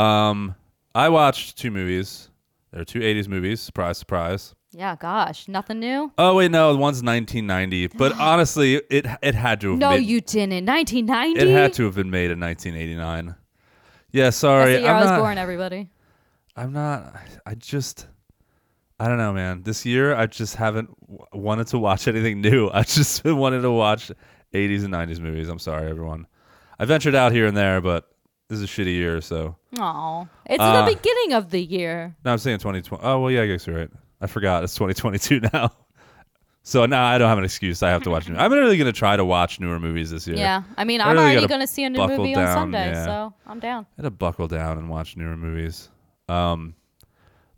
A: Um, I watched two movies. There are two '80s movies. Surprise, surprise.
B: Yeah, gosh, nothing new.
A: Oh wait, no, one's 1990. But honestly, it it had to have
B: No,
A: been,
B: you didn't. 1990.
A: it had to have been made in 1989. Yeah,
B: That's
A: sorry.
B: the year
A: I'm
B: I was
A: not,
B: born. Everybody.
A: I'm not. I just. I don't know, man. This year, I just haven't w- wanted to watch anything new. I just wanted to watch 80s and 90s movies. I'm sorry, everyone. I ventured out here and there, but this is a shitty year, so.
B: Oh, it's
A: Uh,
B: the beginning of the year.
A: No, I'm saying 2020. Oh, well, yeah, I guess you're right. I forgot. It's 2022 now. So now I don't have an excuse. I have to watch new. I'm really going to try to watch newer movies this year.
B: Yeah, I mean,
A: I
B: I'm
A: really
B: already
A: gotta
B: gonna see a new
A: buckle
B: movie
A: down,
B: on Sunday,
A: yeah.
B: so I'm down.
A: I had to buckle down and watch newer movies. Um,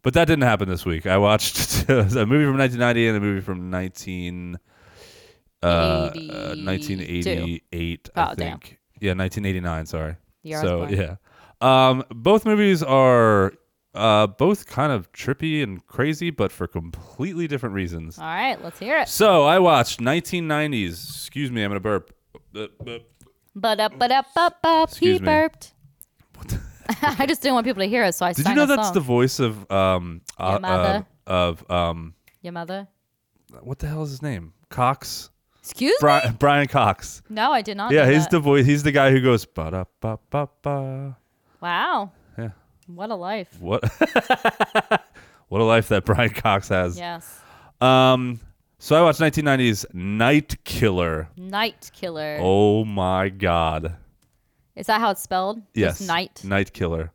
A: but that didn't happen this week. I watched a movie from 1990 and a movie from 19, uh, uh,
B: 82.
A: 1988, I
B: Oh, damn.
A: think. Yeah, 1989, sorry.
B: The year I was
A: so,
B: born.
A: yeah. Um, both movies are uh, both kind of trippy and crazy, but for completely different reasons.
B: All right, let's hear it.
A: So I watched 1990s. Excuse me, I'm going to burp. Uh, uh,
B: But up, but up, up, up. He
A: Excuse me.
B: burped. I just didn't want people to hear us, so I
A: Did
B: sang
A: you know
B: a
A: that's
B: song.
A: the voice of um uh, uh,
B: mother.
A: of um
B: your mother?
A: what the hell is his name? Cox?
B: Excuse me.
A: Brian, Brian Cox.
B: No, I did not.
A: Yeah,
B: know
A: he's
B: that.
A: the voice. He's the guy who goes ba da ba ba ba.
B: Wow.
A: Yeah.
B: What a life.
A: What? what a life that Brian Cox has.
B: Yes.
A: Um. So I watched 1990s Night Killer.
B: Night Killer.
A: Oh my God.
B: Is that how it's spelled?
A: Yes.
B: Just night.
A: Night Killer.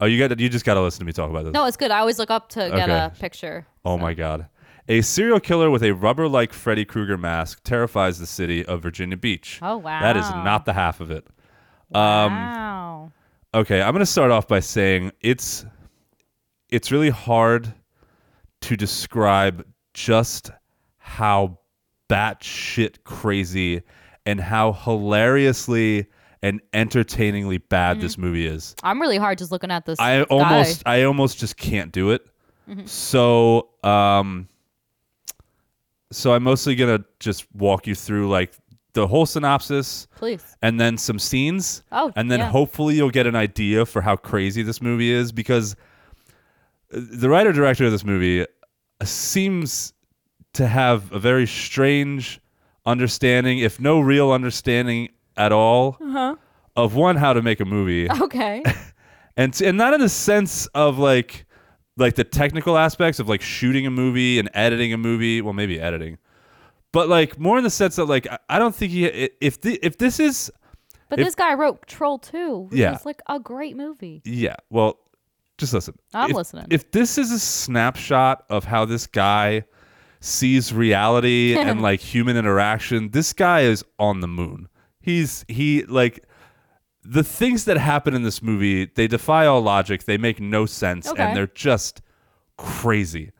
A: Oh, you got. You just got to listen to me talk about this.
B: No, it's good. I always look up to get
A: Okay.
B: a picture.
A: Oh my god. A serial killer with a rubber like Freddy Krueger mask terrifies the city of Virginia Beach.
B: Oh, wow.
A: That is not the half of it. Um,
B: wow.
A: Okay, I'm going to start off by saying it's it's really hard to describe just how batshit crazy and how hilariously and entertainingly bad this
B: Mm-hmm.
A: movie is.
B: I'm really hard just looking at this.
A: I
B: guy.
A: almost I almost just can't do it.
B: Mm-hmm.
A: So um so I'm mostly gonna just walk you through like the whole synopsis
B: Please.
A: and then some scenes.
B: Oh,
A: and then
B: yeah.
A: hopefully you'll get an idea for how crazy this movie is because uh, the writer director of this movie uh, seems to have a very strange understanding, if no real understanding at all,
B: Uh-huh.
A: of one how to make a movie
B: Okay.
A: and t- and not in the sense of like like the technical aspects of like shooting a movie and editing a movie well maybe editing but like more in the sense that like I- i don't think he i- if the, if this is
B: But
A: If-
B: this guy wrote Troll 2, which
A: Yeah.
B: is like a great movie.
A: yeah well just listen
B: I'm
A: If-
B: listening.
A: if this is a snapshot of how this guy sees reality and like human interaction this guy is on the moon he's he like the things that happen in this movie they defy all logic they make no sense
B: Okay.
A: and they're just crazy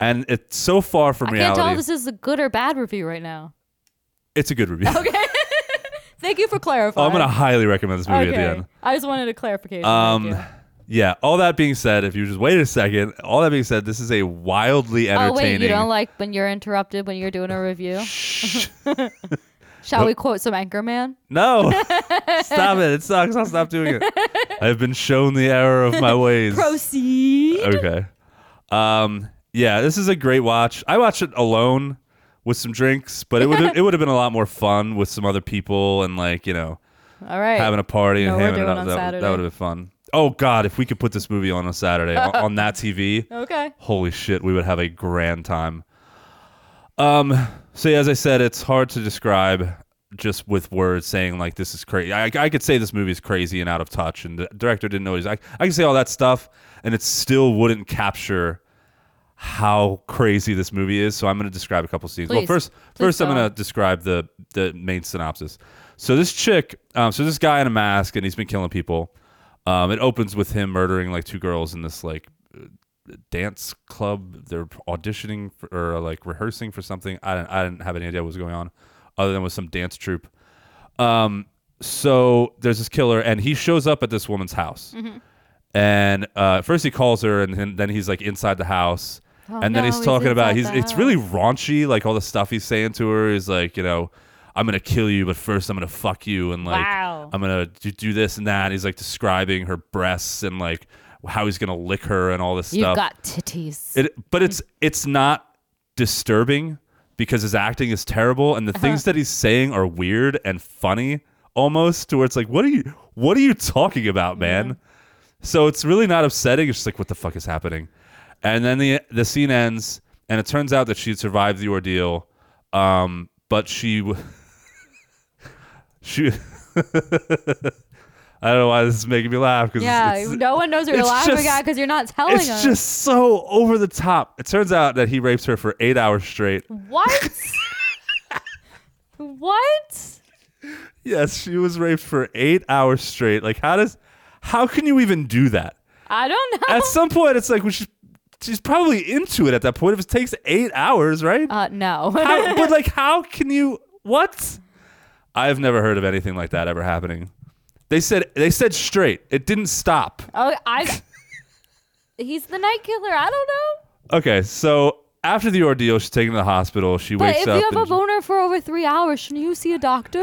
A: and it's so far from
B: I can't
A: reality
B: tell if this is a good or bad review right now.
A: it's a good review
B: Okay. Thank you for clarifying.
A: Oh, i'm gonna highly recommend this movie
B: okay.
A: at the end
B: I just wanted a clarification.
A: Um,
B: Thank you. Oh,
A: yeah all that being said if you just wait a second all that being said this is a wildly
B: Oh,
A: entertaining
B: wait, you don't like when you're interrupted when you're doing a review?
A: Shh.
B: Shall we quote some Anchorman?
A: No. stop it. It sucks. I'll stop doing it. I've been shown the error of my ways.
B: Proceed.
A: Okay. Um yeah, this is a great watch. I watched it alone with some drinks, but it would it would have been a lot more fun with some other people and like, you know,
B: Uh, All right.
A: having a party and
B: No, we're
A: hamming it
B: doing
A: up.
B: on
A: That,
B: Saturday.
A: that would have been fun. Oh god, if we could put this movie on on Saturday on, on that TV
B: okay.
A: holy shit, we would have a grand time. Um, so yeah, as I said, it's hard to describe just with words saying like this is crazy. I, I could say this movie is crazy and out of touch, and the director didn't know he's. I I could say all that stuff, and it still wouldn't capture how crazy this movie is. So I'm going to describe a couple scenes. Well,
B: Please.
A: first,
B: Please
A: first I'm
B: go
A: going
B: on.
A: to describe the the main synopsis. So this chick, um, so this guy in a mask, and he's been killing people. Um, it opens with him murdering like two girls in this like dance club. They're auditioning for, or like rehearsing for something. I didn't, I didn't have any idea what was going on, other than with some dance troupe. Um, so there's this killer, and he shows up at this woman's house.
B: Mm-hmm.
A: And uh, first he calls her, and, then- then he's like inside the house,
B: Oh,
A: and then
B: no,
A: he's
B: he's
A: talking about he's
B: inside the
A: it's really raunchy, like all the stuff he's saying to her is like you know. I'm gonna kill you, but first I'm gonna fuck you, and like
B: Wow.
A: I'm gonna do, do this and that. He's like describing her breasts and like how he's gonna lick her and all this
B: You've
A: stuff.
B: got titties.
A: It, but it's it's not disturbing because his acting is terrible and the things that he's saying are weird and funny almost to where it's like what are you what are you talking about man so it's really not upsetting it's just like what the fuck is happening and then the the scene ends and it turns out that she had survived the ordeal um but she w- she I don't know why this is making me laugh because
B: yeah, no one knows what you're
A: it's
B: laughing
A: just-
B: at because you're not telling
A: it's
B: us.
A: just so over the top. It turns out that he rapes her for eight hours straight.
B: What? what?
A: Yes, she was raped for eight hours straight. Like, how does, how can you even do that?
B: I don't know.
A: At some point, it's like, well, she's, she's probably into it at that point. If it takes eight hours, right?
B: uh, no.
A: How- but like, how can you? What? I've never heard of anything like that ever happening. They said they said straight. It didn't stop.
B: oh, I. He's the night killer. I don't know.
A: Okay, so after the ordeal, she's taken to the hospital. She
B: But
A: wakes
B: if
A: up.
B: you have a
A: and-
B: boner for over three hours, shouldn't you see a doctor?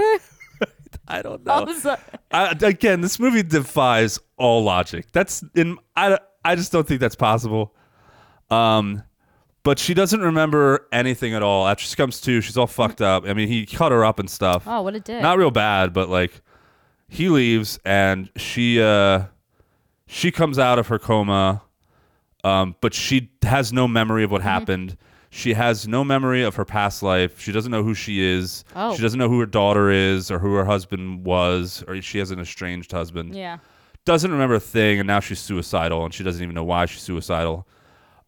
A: I don't know.
B: I'm sorry.
A: I, again, this movie defies all logic. That's in I, I just don't think that's possible. Um, but she doesn't remember anything at all. After she comes to, she's all fucked up. I mean, he cut her up and stuff.
B: Oh, what a dick.
A: Not real bad, but like he leaves and she uh she comes out of her coma um but she has no memory of what
B: Mm-hmm.
A: happened. She has no memory of her past life. She doesn't know who she is.
B: Oh.
A: She doesn't know who her daughter is or who her husband was or she has an estranged husband
B: yeah.
A: doesn't remember a thing, and now she's suicidal, and she doesn't even know why she's suicidal.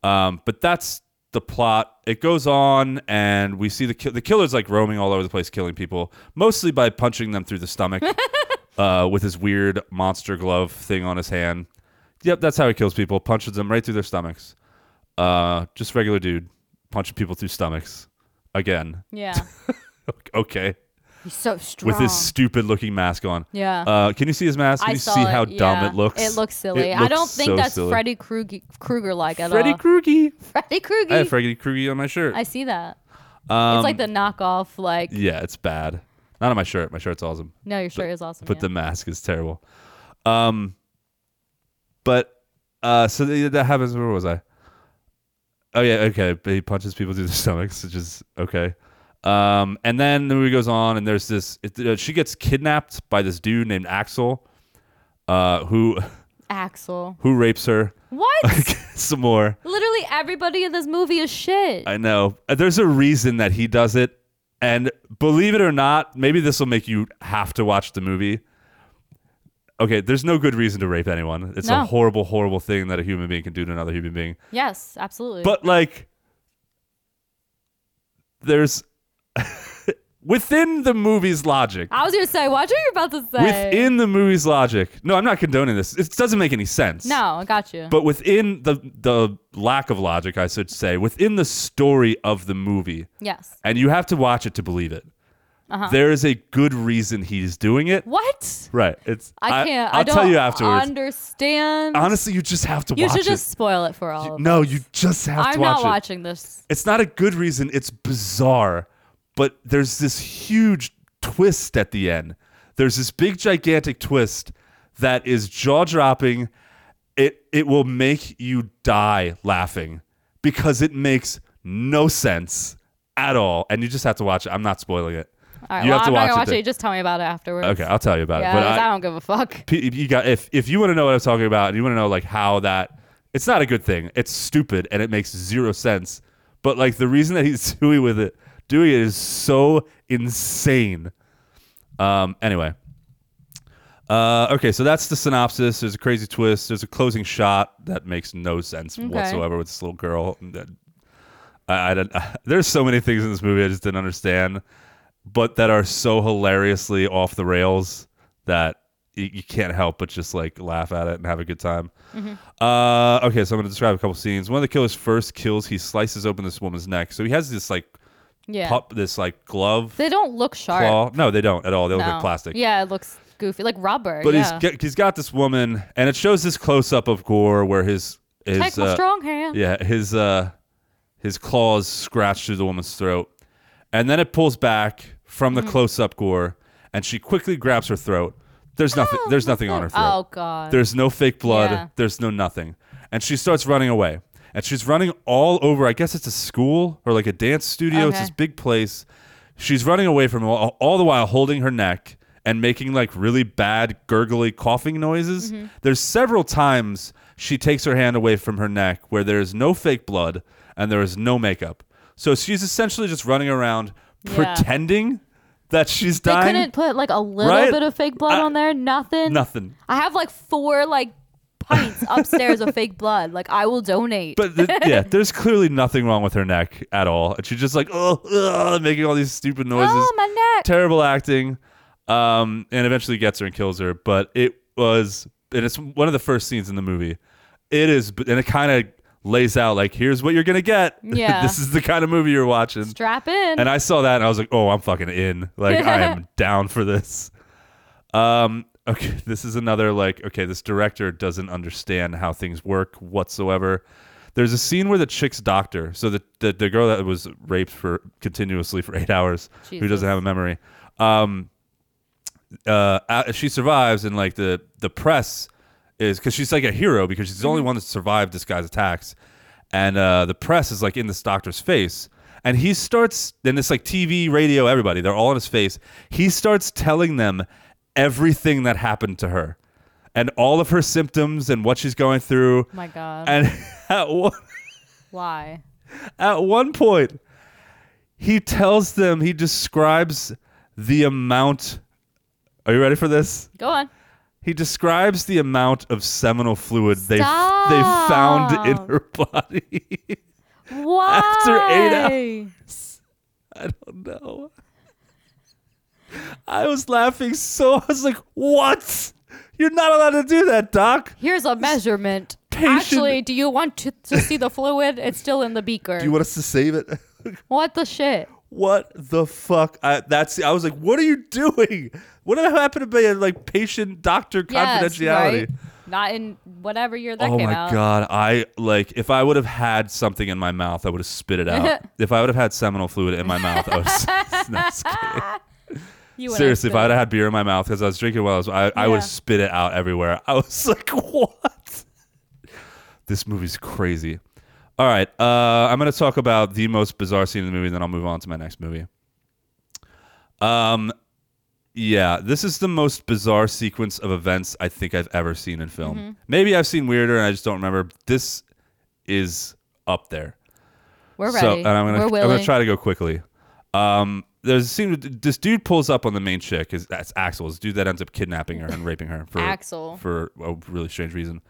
A: Um, but that's the plot. It goes on, and we see the ki- the killer's like roaming all over the place, killing people, mostly by punching them through the stomach uh, with his weird monster glove thing on his hand. Yep, that's how he kills people. Punches them right through their stomachs. Uh, just regular dude punching people through stomachs. Again,
B: Yeah.
A: okay,
B: He's so strong.
A: with his stupid looking mask on.
B: Yeah.
A: Uh, can you see his mask? Can
B: I
A: you
B: saw
A: see
B: it,
A: how dumb
B: yeah.
A: it looks?
B: It looks silly.
A: It
B: I
A: looks
B: don't think
A: so
B: that's
A: silly.
B: Freddy Krueger like at
A: Freddy
B: all.
A: Krueger.
B: Freddy
A: I have
B: Krueger.
A: Freddy Krueger on my shirt.
B: I see that.
A: Um,
B: it's like the knockoff. Like
A: Yeah, it's bad. Not on my shirt. My shirt's awesome,
B: no, your shirt is awesome.
A: but
B: yeah.
A: the mask is terrible. Um, but uh, so th- that happens. Where was I? Oh yeah, okay. But he punches people through the stomachs, which is okay. Um, and then the movie goes on, and there's this. It, uh, she gets kidnapped by this dude named Axel, uh, who
B: Axel.
A: who rapes her
B: What?
A: some more.
B: Literally everybody in this movie is shit.
A: I know. Uh, There's a reason that he does it. And believe it or not, maybe this will make you have to watch the movie. Okay, there's no good reason to rape anyone. It's a
B: No.
A: horrible, horrible thing that a human being can do to another human being.
B: yes, absolutely.
A: But like there's within the movie's logic.
B: I was gonna say, watch what you're about to say.
A: Within the movie's logic. No, I'm not condoning this. It doesn't make any sense.
B: no, I got you.
A: But within the the lack of logic, I should say, within the story of the movie,
B: yes.
A: and you have to watch it to believe it.
B: Uh-huh.
A: There is a good reason he's doing it.
B: What?
A: Right. It's
B: I can't.
A: I'll
B: don't
A: tell you afterwards.
B: Understand?
A: Honestly, you just have to
B: you
A: watch
B: should
A: it.
B: just spoil it for all of us.
A: no, you just have to
B: I'm
A: watch
B: not
A: it.
B: watching this.
A: It's not a good reason. It's bizarre, but there's this huge twist at the end. There's this big gigantic twist that is jaw dropping. It it will make you die laughing because it makes no sense at all, and you just have to watch it. I'm not spoiling it.
B: All right,
A: you
B: well,
A: have to
B: I'm
A: watch
B: not gonna
A: it.
B: watch
A: to-
B: it. You Just tell me about it afterwards.
A: Okay, I'll tell you about
B: Yeah,
A: it. But
B: 'cause
A: I,
B: I don't give a fuck.
A: P- if you got if if you want to know what I'm talking about and you want to know like how that it's not a good thing. It's stupid and it makes zero sense. But like the reason that he's doing with it doing it is so insane. Um anyway. Uh okay, so that's the synopsis. There's a crazy twist. There's a closing shot that makes no sense whatsoever with this little girl. I, I don't, there's so many things in this movie I just didn't understand, but that are so hilariously off the rails that you, you can't help but just like laugh at it and have a good time.
B: Mm-hmm.
A: Uh, okay, so I'm going to describe a couple scenes. One of the killer's first kills, he slices open this woman's neck. So he has this like
B: Yeah.
A: pop, this like glove
B: They don't look sharp.
A: claw. No, they don't at all. They look
B: no.
A: like plastic.
B: Yeah, it looks goofy, like rubber.
A: But
B: yeah.
A: he's get, he's got this woman, and it shows this close up of gore where his
B: Take
A: his
B: my
A: uh,
B: strong hand.
A: yeah, his uh his claws scratch through the woman's throat. And then it pulls back from
B: Mm-hmm.
A: the close up gore and she quickly grabs her throat. There's nothing
B: Oh,
A: there's
B: my
A: nothing on her
B: throat.
A: throat.
B: Oh, God.
A: There's no fake blood.
B: Yeah.
A: There's no nothing. And she starts running away. And she's running all over, I guess it's a school or like a dance studio. It's
B: Okay.
A: this big place. She's running away from him all, all the while holding her neck and making like really bad gurgly coughing noises.
B: Mm-hmm.
A: There's several times she takes her hand away from her neck where there is no fake blood and there is no makeup. So she's essentially just running around
B: Yeah.
A: pretending that she's
B: They
A: dying.
B: couldn't put like a little
A: Right?
B: bit of fake blood
A: I-
B: on there. Nothing.
A: Nothing.
B: I have like four like pints upstairs of fake blood. Like I will donate.
A: But th- yeah, there's clearly nothing wrong with her neck at all. And she's just like, oh, ugh," making all these stupid noises.
B: oh my neck.
A: Terrible acting. Um, and eventually gets her and kills her. But it was, and it's one of the first scenes in the movie. It is, and it kind of lays out like, here's what you're going to get.
B: Yeah.
A: this is the kind of movie you're watching.
B: Strap in.
A: And I saw that and I was like, oh, I'm fucking in. Like, I am down for this. Um, okay, this is another like, okay, this director doesn't understand how things work whatsoever. There's a scene where the chick's doctor, so the the, the girl that was raped for continuously for eight hours, who
B: Jesus.
A: doesn't have a memory, um, uh, uh, she survives, and like the the press is because she's like a hero because she's the only one that survived this guy's attacks, and uh, the press is like in this doctor's face, and he starts then it's like TV, radio, everybody, they're all in his face. He starts telling them everything that happened to her, and all of her symptoms and what she's going through,
B: Oh, my God.
A: and at one
B: Why?
A: at one point he tells them he describes the amount. Are you ready for this?
B: Go on.
A: He describes the amount of seminal fluid they they
B: Stop.
A: found in her body.
B: Why?
A: eight I don't know. I was laughing so I was like, "What? You're not allowed to do that, Doc."
B: Here's a measurement.
A: patient-
B: Actually, do you want to, to see the fluid? It's still in the beaker.
A: Do you want us to save it?
B: what the shit?
A: what the fuck? I, that's I was like, "What are you doing? What happened to be like patient doctor
B: Yes,
A: confidentiality?"
B: right? Not in whatever year that
A: oh
B: came
A: my
B: out.
A: god! I like if I would have had something in my mouth, I would have spit it out. if I would have had seminal fluid in my mouth, I would have, no, just kidding.
B: You would've
A: seriously, if
B: been-
A: I would have had beer in my mouth because I was drinking while I was, I, I would
B: Yeah.
A: have spit it out everywhere. I was like, what? This movie's crazy. All right, uh, I'm going to talk about the most bizarre scene in the movie, and then I'll move on to my next movie. Um, yeah, this is the most bizarre sequence of events I think I've ever seen in film.
B: Mm-hmm.
A: Maybe I've seen weirder, and I just don't remember. This is up there.
B: We're
A: So,
B: ready.
A: and I'm gonna,
B: We're
A: I'm
B: willing.
A: gonna try to go quickly. Um, there's a scene. with- This dude pulls up on the main chick. Is that's Axel? This dude that ends up kidnapping her and raping her for
B: Axel.
A: for a really strange reason.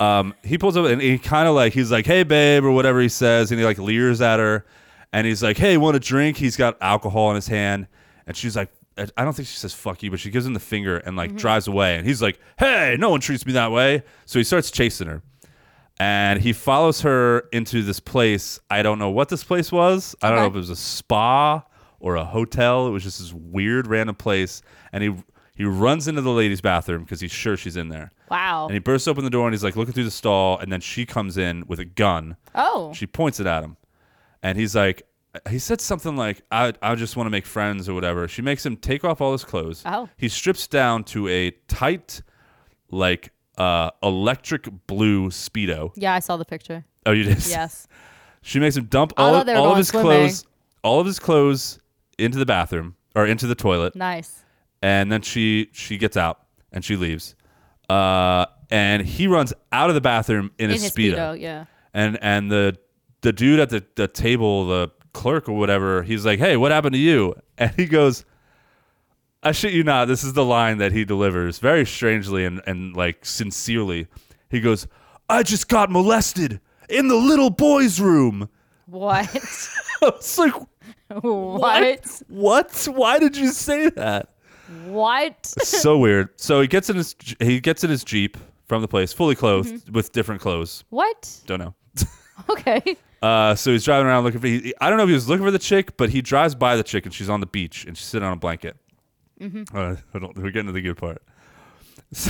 A: Um, he pulls up and he kind of like he's like, "Hey, babe," or whatever he says, and he like leers at her, and he's like, "Hey, want a drink?" He's got alcohol in his hand, and she's like, "I don't think she says fuck you," but she gives him the finger and
B: Mm-hmm.
A: like drives away, and he's like, "Hey, no one treats me that way," so he starts chasing her and he follows her into this place. I don't know what this place was. I don't know
B: Okay.
A: if it was a spa or a hotel. It was just this weird random place. And he he runs into the ladies' bathroom because he's sure she's in there.
B: wow.
A: And he bursts open the door and he's like looking through the stall. And then she comes in with a gun.
B: oh.
A: She points it at him, and he's like, he said something like, "I I just want to make friends or whatever." She makes him take off all his clothes.
B: Oh.
A: He strips down to a tight, like uh, electric blue speedo.
B: yeah, I saw the picture.
A: Oh, you did.
B: Yes.
A: She makes him dump
B: I
A: all,
B: thought they were
A: all of
B: going
A: his
B: swimming.
A: clothes, all of his clothes into the bathroom or into the toilet,
B: nice.
A: and then she she gets out and she leaves. Uh, and he runs out of the bathroom in,
B: In
A: his
B: his
A: speedo.
B: speedo, yeah.
A: And and the the dude at the, the table, the clerk or whatever, he's like, "Hey, what happened to you?" And he goes, "I shit you not. This is the line that he delivers very strangely and and like sincerely. He goes, "I just got molested in the little boys' room."
B: What?
A: I was like,
B: what?
A: What? Why did you say that?
B: What?
A: so weird. So he gets in his he gets in his jeep from the place, fully clothed with different clothes.
B: What?
A: Don't know.
B: Okay.
A: Uh, so he's driving around looking for. He, I don't know if he was looking for the chick, but he drives by the chick and she's on the beach and she's sitting on a blanket. Uh, I don't- we're getting to the good part.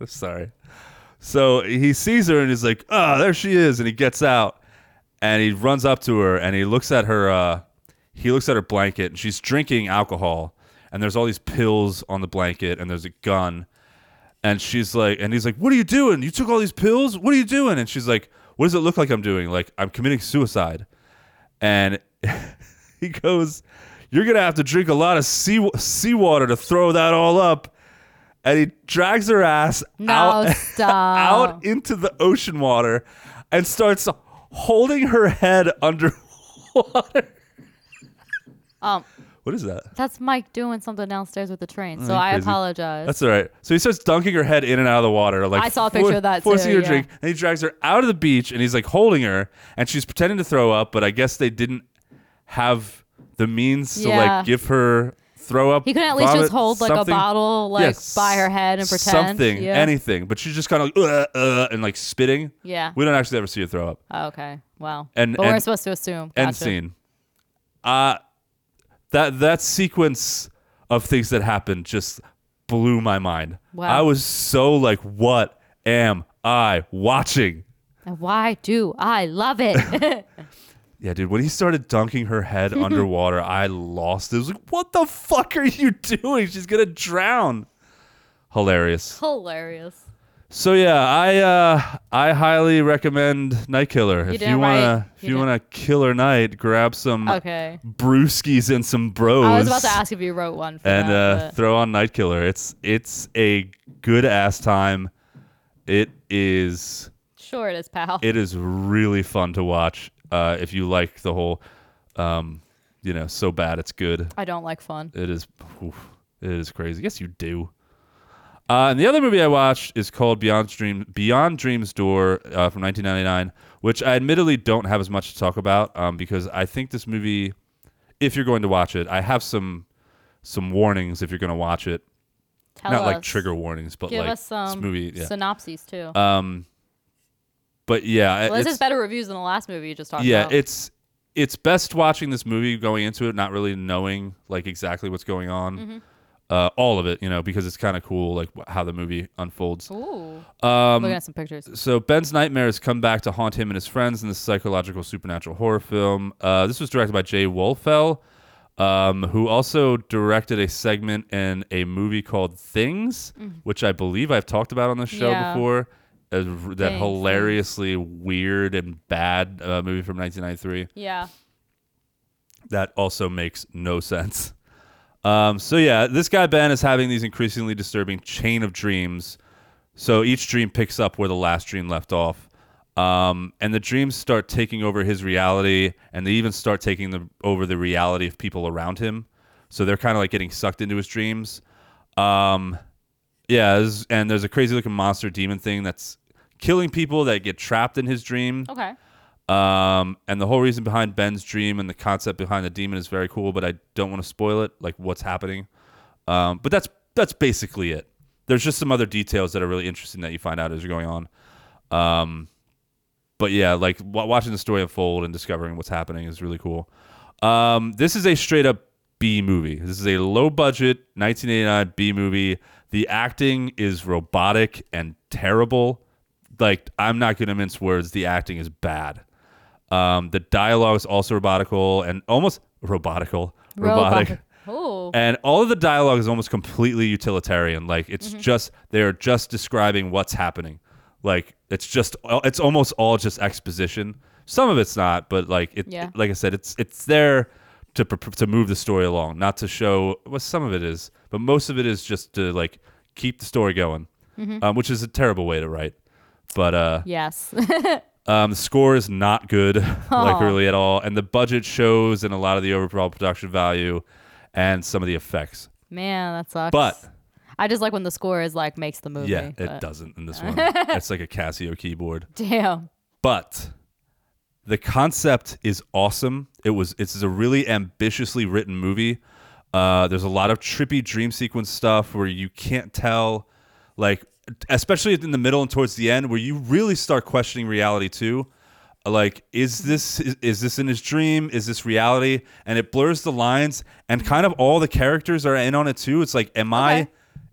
A: I'm Sorry. So he sees her and he's like, "Oh, there she is!" And he gets out and he runs up to her and he looks at her. Uh, he looks at her blanket and she's drinking alcohol and there's all these pills on the blanket and there's a gun and she's like, and he's like, "What are you doing? You took all these pills. What are you doing?" And she's like, "What does it look like I'm doing? Like I'm committing suicide." And he goes, "You're gonna have to drink a lot of sea seawater to throw that all up." And he drags her ass
B: No,
A: out
B: stop.
A: out
B: Oh.
A: into the ocean water and starts holding her head underwater.
B: Um,
A: What is that?
B: that's Mike doing something downstairs with the train, so
A: you
B: I
A: crazy.
B: apologize.
A: That's all right. So he starts dunking her head in and out of the water. Like
B: I saw a picture of that too,
A: Forcing her to
B: yeah.
A: drink, and he drags her out of the beach, and he's like holding her, and she's pretending to throw up, but I guess they didn't have the means to
B: Yeah.
A: like give her throw up.
B: He couldn't at least
A: vomit,
B: just hold, like, a
A: something.
B: bottle, like,
A: Yes,
B: by her head and pretend.
A: something,
B: Yeah.
A: anything. But she's just kind of like, uh, uh, and like spitting.
B: Yeah.
A: we don't actually ever see her throw up.
B: Oh, okay. Wow.
A: And-
B: but we're
A: and-
B: supposed to assume.
A: End
B: Gotcha.
A: scene. Uh that that sequence of things that happened just blew my mind.
B: Wow.
A: I was so like, what am I watching?
B: And Why do I love it?
A: Yeah, dude, when he started dunking her head underwater, I lost it. I was like, what the fuck are you doing? She's gonna drown. Hilarious.
B: Hilarious.
A: So yeah, I uh I highly recommend Night Killer. If
B: did it
A: you wanna
B: right.
A: if
B: You
A: you
B: did-
A: wanna kill her night, grab some
B: Okay.
A: brewskis and some bros.
B: I was about to ask if you wrote one. For
A: and
B: that,
A: uh,
B: but-
A: throw on Night Killer. It's it's a good ass time. It is
B: sure it is, pal.
A: it is really fun to watch. Uh, if you like the whole, um, you know, so bad it's good.
B: I don't like fun.
A: It is oof, it is crazy. Yes, you do. Uh, and the other movie I watched is called Beyond Dream Beyond Dream's Door uh, from 1999, which I admittedly don't have as much to talk about um, because I think this movie, if you're going to watch it, I have some some warnings if you're going to watch it.
B: Tell
A: Not
B: us.
A: like trigger warnings, but
B: Give
A: like
B: us some
A: this movie. Yeah.
B: synopses too.
A: um, but yeah,
B: well, this
A: it's-
B: is better reviews than the last movie you just talked
A: yeah
B: about.
A: it's it's best watching this movie going into it not really knowing like exactly what's going on
B: Mm-hmm.
A: uh, all of it you know because it's kind of cool like wh- how the movie unfolds
B: Ooh.
A: um,
B: Looking at some pictures.
A: so ben's nightmares come back to haunt him and his friends in this psychological supernatural horror film uh, this was directed by jay wolfell um, who also directed a segment in a movie called things which i believe i've talked about on this show
B: Mm. Yeah.
A: before as r- that
B: Things,
A: hilariously weird and bad uh, movie from 1993
B: Yeah.
A: that also makes no sense. Um, so yeah, this guy Ben is having these increasingly disturbing chain of dreams. So each dream picks up where the last dream left off, um, and the dreams start taking over his reality, and they even start taking the, over the reality of people around him. So they're kind of like getting sucked into his dreams. Um, yeah, this- and there's a crazy looking monster demon thing that's killing people that get trapped in his dream.
B: Okay.
A: Um, and the whole reason behind Ben's dream and the concept behind the demon is very cool, but I don't want to spoil it, like what's happening. Um, but that's that's basically it. There's just some other details that are really interesting that you find out as you're going on. Um, but yeah, like w- watching the story unfold and discovering what's happening is really cool. Um, this is a straight up B movie. This is a low budget 1989 B movie. The acting is robotic and terrible. Like I'm not gonna mince words. The acting is bad. Um, the dialogue is also robotical and almost robotical, robotic. Eh.
B: Ooh.
A: And all of the dialogue is almost completely utilitarian. Like it's
B: Mm-hmm.
A: just they're just describing what's happening. Like it's just uh, it's almost all just exposition. Some of it's not, but like it,
B: Yeah.
A: like I said, it's it's there to pr- to move the story along, not to show well, some of it is, but most of it is just to like keep the story going,
B: Mm-hmm.
A: um, which is a terrible way to write. But uh,
B: Yes.
A: um, the score is not good, like
B: Aw.
A: really at all, and the budget shows in a lot of the overall production value and some of the effects.
B: Man, that sucks.
A: But
B: I just like when the score is like makes the movie.
A: yeah, it
B: but-
A: doesn't in this one. it's like a Casio keyboard.
B: Damn.
A: But the concept is awesome. It was it's a really ambitiously written movie. Uh, there's a lot of trippy dream sequence stuff where you can't tell, like especially in the middle and towards the end, where you really start questioning reality too. Like, is this is, is this in his dream? Is this reality? And it blurs the lines, and kind of all the characters are in on it too. It's like, am I
B: Okay.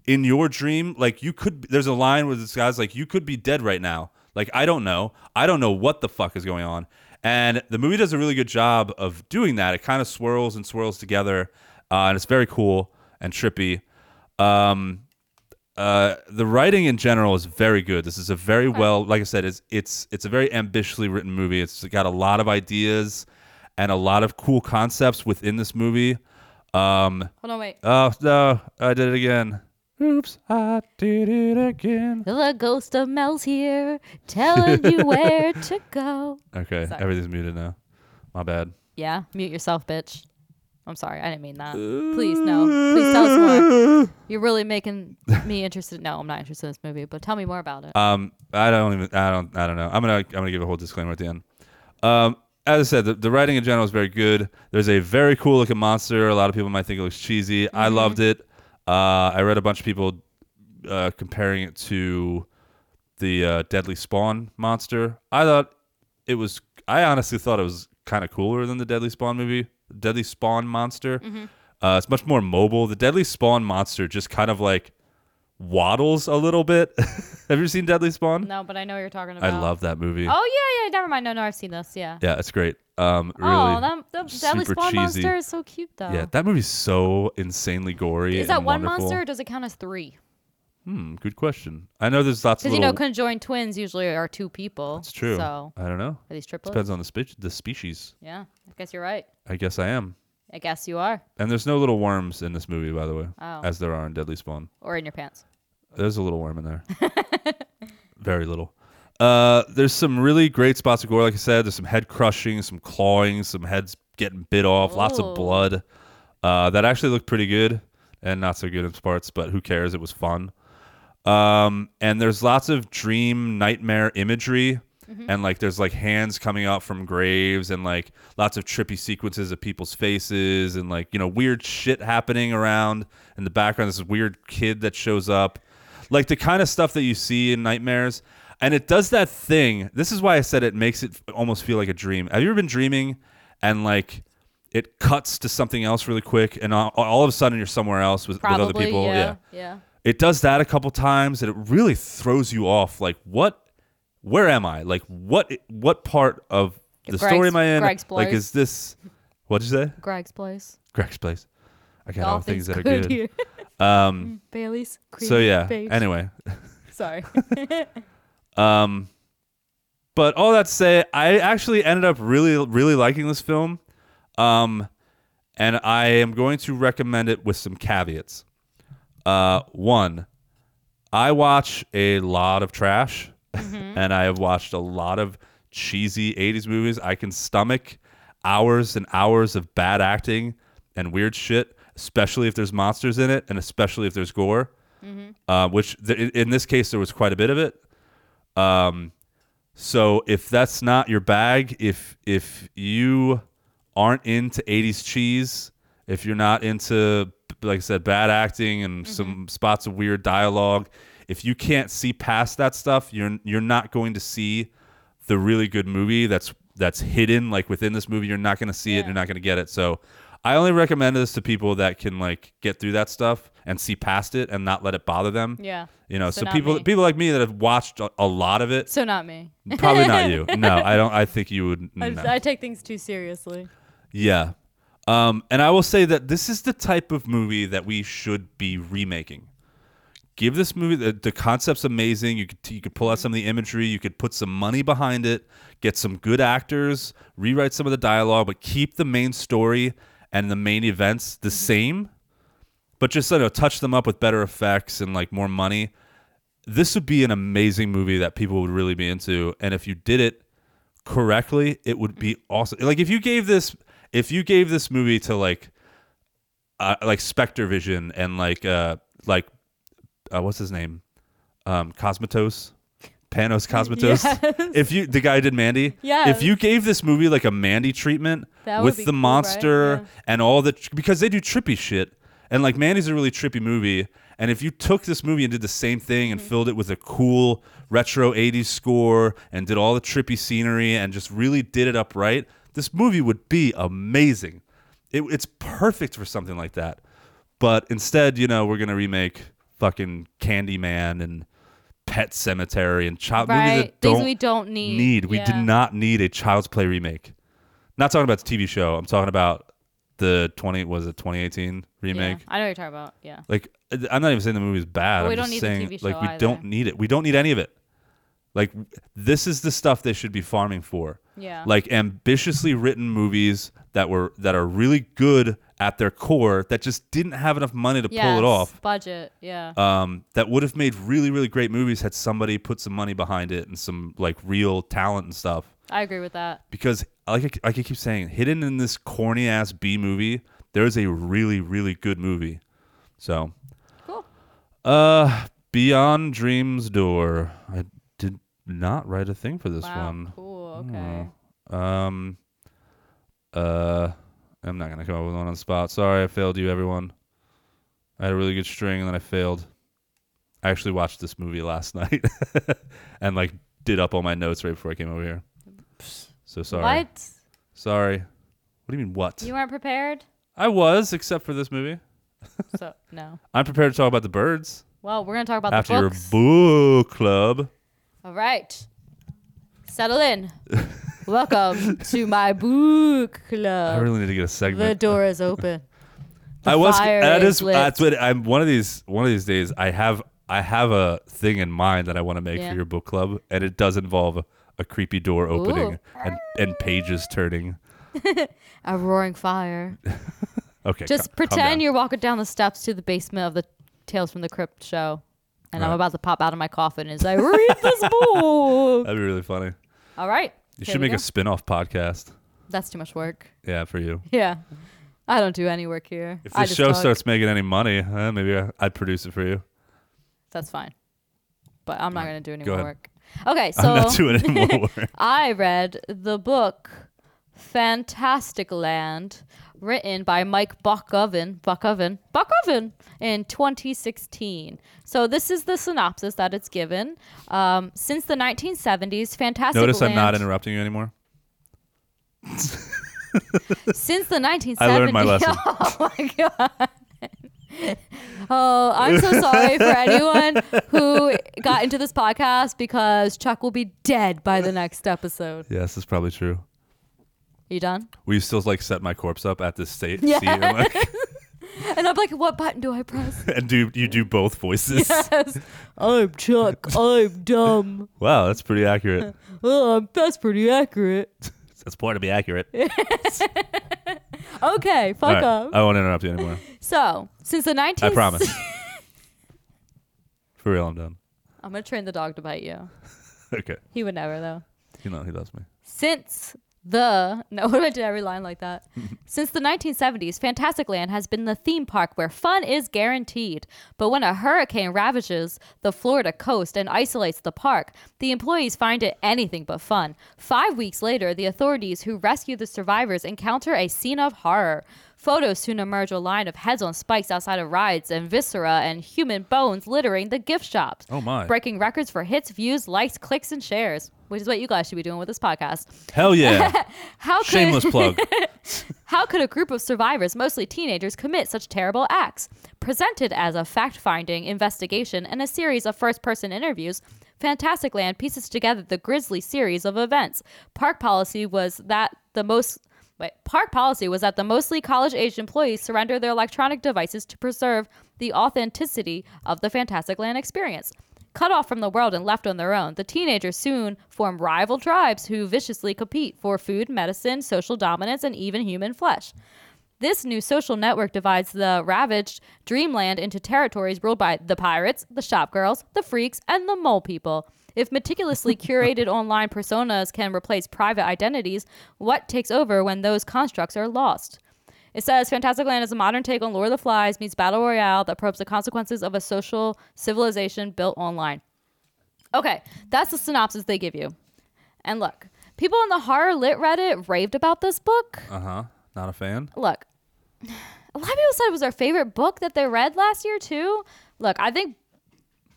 A: in your dream? Like, you could. There's a line where this guy's like, you could be dead right now. Like, I don't know. I don't know what the fuck is going on. And the movie does a really good job of doing that. It kind of swirls and swirls together, uh, and it's very cool and trippy. Um, uh, the writing in general is very good. This is a very well, like I said, it's it's it's a very ambitiously written movie. It's got a lot of ideas and a lot of cool concepts within this movie. Um,
B: Hold on, wait.
A: oh no, I did it again. Oops, I did it again.
B: The ghost of Mel's here, telling you where to go.
A: Okay,
B: Sorry.
A: everything's muted now. My bad.
B: Yeah, mute yourself, bitch. I'm sorry, I didn't mean that. Please no. Please tell us more. You're really making me interested. No, I'm not interested in this movie, but tell me more about it.
A: Um, I don't even. I don't. I don't know. I'm gonna. I'm gonna give a whole disclaimer at the end. Um, as I said, the, the writing in general is very good. There's a very cool looking monster. A lot of people might think it looks cheesy.
B: Mm-hmm.
A: I loved it. Uh, I read a bunch of people uh, comparing it to the uh, Deadly Spawn monster. I thought it was. I honestly thought it was kind of cooler than the Deadly Spawn movie. Deadly Spawn monster.
B: Mm-hmm.
A: Uh, it's much more mobile. The Deadly Spawn monster just kind of like waddles a little bit. Have you seen Deadly Spawn?
B: no, but I know what you're talking
A: I
B: about.
A: love that movie.
B: Oh yeah, yeah. Never mind. No, no, I've seen this. Yeah.
A: Yeah, it's great. Um, really.
B: oh, that the Deadly
A: super
B: Spawn
A: cheesy.
B: monster is so cute though.
A: yeah, that movie's so insanely gory.
B: Oh. is that
A: and
B: one
A: wonderful.
B: monster or does it count as three?
A: Hmm, good question. I know there's lots of
B: Because
A: little.
B: you know, conjoined twins usually are two people.
A: it's true.
B: So
A: I don't know.
B: are these triplets?
A: Depends on the spe- the species.
B: Yeah, I guess you're right.
A: I guess I am.
B: I guess you are,
A: And there's no little worms in this movie, by the way,
B: Oh.
A: as there are in Deadly Spawn.
B: or in your pants.
A: There's a little worm in there. Very little. Uh, there's some really great spots of gore, like I said. There's some head crushing, some clawing, some heads getting bit off, lots
B: Ooh.
A: of blood. Uh, that actually looked pretty good and not so good in parts, but who cares? It was fun. Um, and there's lots of dream nightmare imagery.
B: Mm-hmm.
A: And like, there's like hands coming up from graves, and like lots of trippy sequences of people's faces, and like you know weird shit happening around in the background. This weird kid that shows up, like the kind of stuff that you see in nightmares. And it does that thing. This is why I said it makes it almost feel like a dream. Have you ever been dreaming and like it cuts to something else really quick, and all, all of a sudden you're somewhere else with, with
B: Probably.
A: other people?
B: yeah.
A: yeah
B: Yeah.
A: it does that a couple times and it really throws you off like what where am i like what what part of the
B: Greg's-
A: story am i in
B: Greg's
A: like
B: place.
A: is this what'd you say
B: Greg's place.
A: greg's place i got all
B: Golf
A: things
B: is
A: that are
B: good
A: good
B: here. Mm,
A: um
B: Bailey's cream.
A: so yeah
B: Bake.
A: anyway
B: Sorry.
A: um but all that to say i actually ended up really really liking this film um and i am going to recommend it with some caveats uh one I watch a lot of trash, and I have watched a lot of cheesy '80s movies. I can stomach hours and hours of bad acting and weird shit, especially if there's monsters in it, and especially if there's gore. Uh, which th- in- in this case there was quite a bit of it. Um, so if that's not your bag, if if you aren't into 80s cheese, if you're not into like I said bad acting
B: Mm-hmm.
A: and some spots of weird dialogue, if you can't see past that stuff, you're you're not going to see the really good movie that's that's hidden like within this movie you're not going to see it
B: Yeah.
A: you're not going to get it so i only recommend this to people that can like get through that stuff and see past it and not let it bother them
B: yeah.
A: you know
B: So
A: so,
B: not
A: people
B: me.
A: people like me that have watched a, a lot of it
B: So not me.
A: Probably not you. No, I don't. I think you would.
B: I,
A: no. Uh,
B: I take things too seriously.
A: yeah. Um, and I will say that this is the type of movie that we should be remaking. Give this movie the, the concept's amazing. You could you could pull out some of the imagery. You could put some money behind it. Get some good actors. Rewrite some of the dialogue, but keep the main story and the main events the same. But just you know, touch them up with better effects and like more money. This would be an amazing movie that people would really be into. And if you did it correctly, it would be awesome. Like if you gave this, if you gave this movie to like, uh, like Spectre Vision and like, uh, like, uh, what's his name, um, Cosmatos, Panos Cosmatos.
B: Yes.
A: If you, the guy who did Mandy.
B: Yes.
A: If you gave this movie like a Mandy treatment
B: That would
A: with
B: be
A: the
B: cool, right?
A: monster
B: Yeah.
A: and all the because they do trippy shit and like mandy's a really trippy movie and if you took this movie and did the same thing
B: Mm-hmm.
A: and filled it with a cool retro 80s score and did all the trippy scenery and just really did it up right this movie would be amazing it, it's perfect for something like that but instead you know we're gonna remake fucking candyman and pet cemetery and child movies
B: Right.
A: that
B: Things
A: don't
B: we don't need.
A: need. We did
B: Yeah.
A: not need a Child's Play remake. Not talking about the TV show. I'm talking about the 20 was it 2018
B: Yeah.
A: remake.
B: I know what you're talking about. Yeah.
A: Like I'm not even saying the movie's bad.
B: But we
A: I'm
B: don't
A: just
B: need the
A: saying
B: TV
A: like
B: show
A: we
B: either.
A: don't need it. We don't need any of it. Like this is the stuff they should be farming for.
B: Yeah.
A: Like ambitiously written movies that were that are really good at their core that just didn't have enough money to pull
B: Yes.
A: it off.
B: Budget. Yeah.
A: Um, that would have made really really great movies had somebody put some money behind it and some like real talent and stuff
B: I agree with that.
A: because like I, like I keep saying, hidden in this corny ass B movie, there is a really really good movie. So,
B: Cool.
A: uh, Beyond Dreams Door. I did not write a thing for this
B: Wow.
A: one. Mm,
B: Cool. Okay.
A: Um, uh, I'm not gonna come up with one on the spot. Sorry, I failed you, everyone. I had a really good string and then I failed. I actually watched this movie last night and like did up all my notes right before I came over here. So sorry.
B: What?
A: Sorry. What do you mean what?
B: You weren't prepared?
A: I was, except for this movie.
B: So no.
A: I'm prepared to talk about the birds
B: Well, we're gonna talk about
A: after
B: the
A: your
B: books.
A: book club.
B: All right. Settle in. Welcome to my book
A: I
B: club.
A: really need to get a
B: the
A: segment.
B: door is open. Uh, The
A: I was.
B: fire
A: That
B: is
A: is.
B: lit.
A: That's what I'm. One of these. One of these days, I have. I have a thing in mind that I want to make
B: Yeah.
A: for your book club, and it does involve a, a creepy door opening
B: Ooh.
A: and and pages turning.
B: A roaring fire.
A: Okay.
B: Just
A: cal- calm down.
B: pretend you're walking down the steps to the basement of the Tales from the Crypt show, and I'm
A: Right.
B: about to pop out of my coffin as I read this book.
A: That'd be really funny.
B: All right.
A: You
B: here
A: should
B: we
A: make
B: go.
A: a spin-off podcast.
B: That's too much work.
A: Yeah, for you.
B: Yeah. I don't do any work here.
A: If
B: I
A: the
B: just
A: show
B: talk.
A: eh, starts making any money, uh, maybe I, I'd produce it for you.
B: that's fine. but I'm not going to do any
A: Go
B: more
A: ahead.
B: work. Okay, so
A: I'm not doing any more work.
B: I read the book Fantastic Land, written by Mike Buckoven, Buckoven, Buckoven in 2016. So this is the synopsis that it's given. Um, since the 1970s, Fantastic
A: Notice
B: Land.
A: I'm not interrupting you anymore.
B: Since the 1970s.
A: I learned my lesson.
B: Oh my god. Oh, I'm so sorry for anyone who got into this podcast because Chuck will be dead by the next episode.
A: Yes, this is probably true.
B: You done?
A: Will you still like set my corpse up at this state
B: Yes.
A: seat and, like,
B: And I'm like, what button do I press?
A: and do you do both voices?
B: I'm Chuck. I'm dumb.
A: Wow, that's pretty accurate.
B: Oh, that's pretty accurate.
A: That's more to be accurate.
B: Okay, fuck
A: All right,
B: up.
A: I won't interrupt you anymore.
B: so, since the 19th.
A: I promise. For real, I'm done.
B: I'm going to train the dog to bite you.
A: Okay.
B: He would never, though.
A: You know, he loves me.
B: Since the no, what do I do every line like that? Since the 1970s, Fantastic Land has been the theme park where fun is guaranteed. But when a hurricane ravages the Florida coast and isolates the park, the employees find it anything but fun. Five weeks later, the authorities who rescue the survivors encounter a scene of horror. Photos soon emerge a line of heads on spikes outside of rides and viscera and human bones littering the gift shops
A: Oh, my.
B: breaking records for hits, views, likes, clicks, and shares, which is what you guys should be doing with this podcast.
A: Hell yeah.
B: How could
A: Shameless plug.
B: how could a group of survivors, mostly teenagers, commit such terrible acts? Presented as a fact-finding investigation and a series of first-person interviews, Fantastic Land pieces together the grisly series of events. Park policy was that the most wait, park policy was that the mostly college-aged employees surrender their electronic devices to preserve the authenticity of the Fantastic Land experience. Cut off from the world and left on their own, the teenagers soon form rival tribes who viciously compete for food, medicine, social dominance, and even human flesh. This new social network divides the ravaged dreamland into territories ruled by the pirates, the shopgirls, the freaks, and the mole people. If meticulously curated online personas can replace private identities, what takes over when those constructs are lost? It says Fantastic Land is a modern take on Lord of the Flies meets Battle Royale that probes the consequences of a social civilization built online. Okay, that's the synopsis they give you. And look, people on the horror lit Reddit raved about this book.
A: Uh huh. Not a fan.
B: Look, a lot of people said it was their favorite book that they read last year too. Look, I think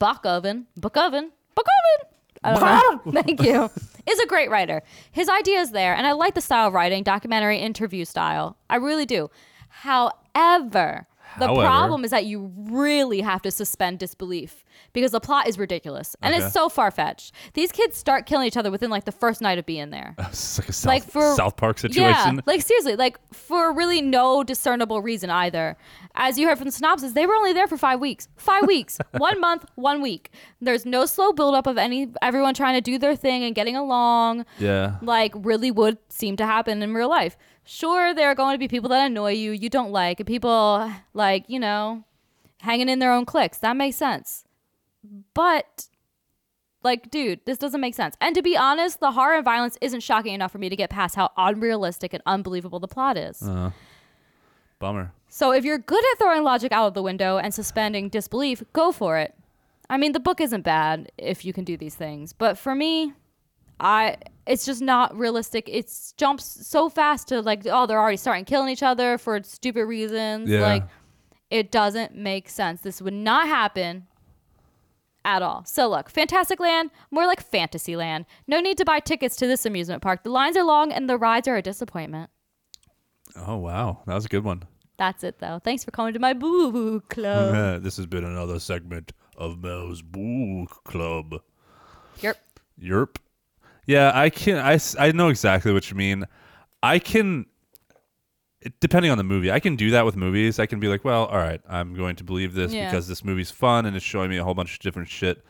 B: Buck Oven, Book Oven, Book Oven. I don't know. Thank you. Is a great writer. His ideas there, and I like the style of writing, documentary interview style. I really do. However, the
A: However.
B: problem is that you really have to suspend disbelief because the plot is ridiculous and
A: Okay.
B: it's so far fetched. These kids start killing each other within like the first night of being there.
A: It's like a South,
B: Like for-
A: South Park
B: Yeah,
A: situation.
B: like seriously, like for really no discernible reason either. As you heard from the synopsis, they were only there for five weeks. Five weeks, one month, one week. There's no slow buildup of any everyone trying to do their thing and getting along.
A: Yeah.
B: Like really would seem to happen in real life. Sure, there are going to be people that annoy you, you don't like, and people like you know, hanging in their own cliques. That makes sense, but like, dude, this doesn't make sense. And to be honest, the horror and violence isn't shocking enough for me to get past how unrealistic and unbelievable the plot is.
A: Bummer.
B: So if you're good at throwing logic out of the window and suspending disbelief, go for it. I mean, the book isn't bad if you can do these things, but for me, I it's just not realistic. It jumps so fast to like, oh, they're already starting killing each other for stupid reasons.
A: Yeah.
B: Like, it doesn't make sense. This would not happen at all. So look, Fantastic Land, more like Fantasy Land. No need to buy tickets to this amusement park. The lines are long and the rides are a disappointment.
A: Oh, wow. That was a good one.
B: That's it though. Thanks for coming to my boo boo club.
A: this has been another segment of Mel's Book Club.
B: Yep.
A: Yerp. Yeah, I can. I, s- I know exactly what you mean. I can, it- depending on the movie, I can do that with movies. I can be like, well, all right, I'm going to believe this
B: Yeah.
A: because this movie's fun and it's showing me a whole bunch of different shit.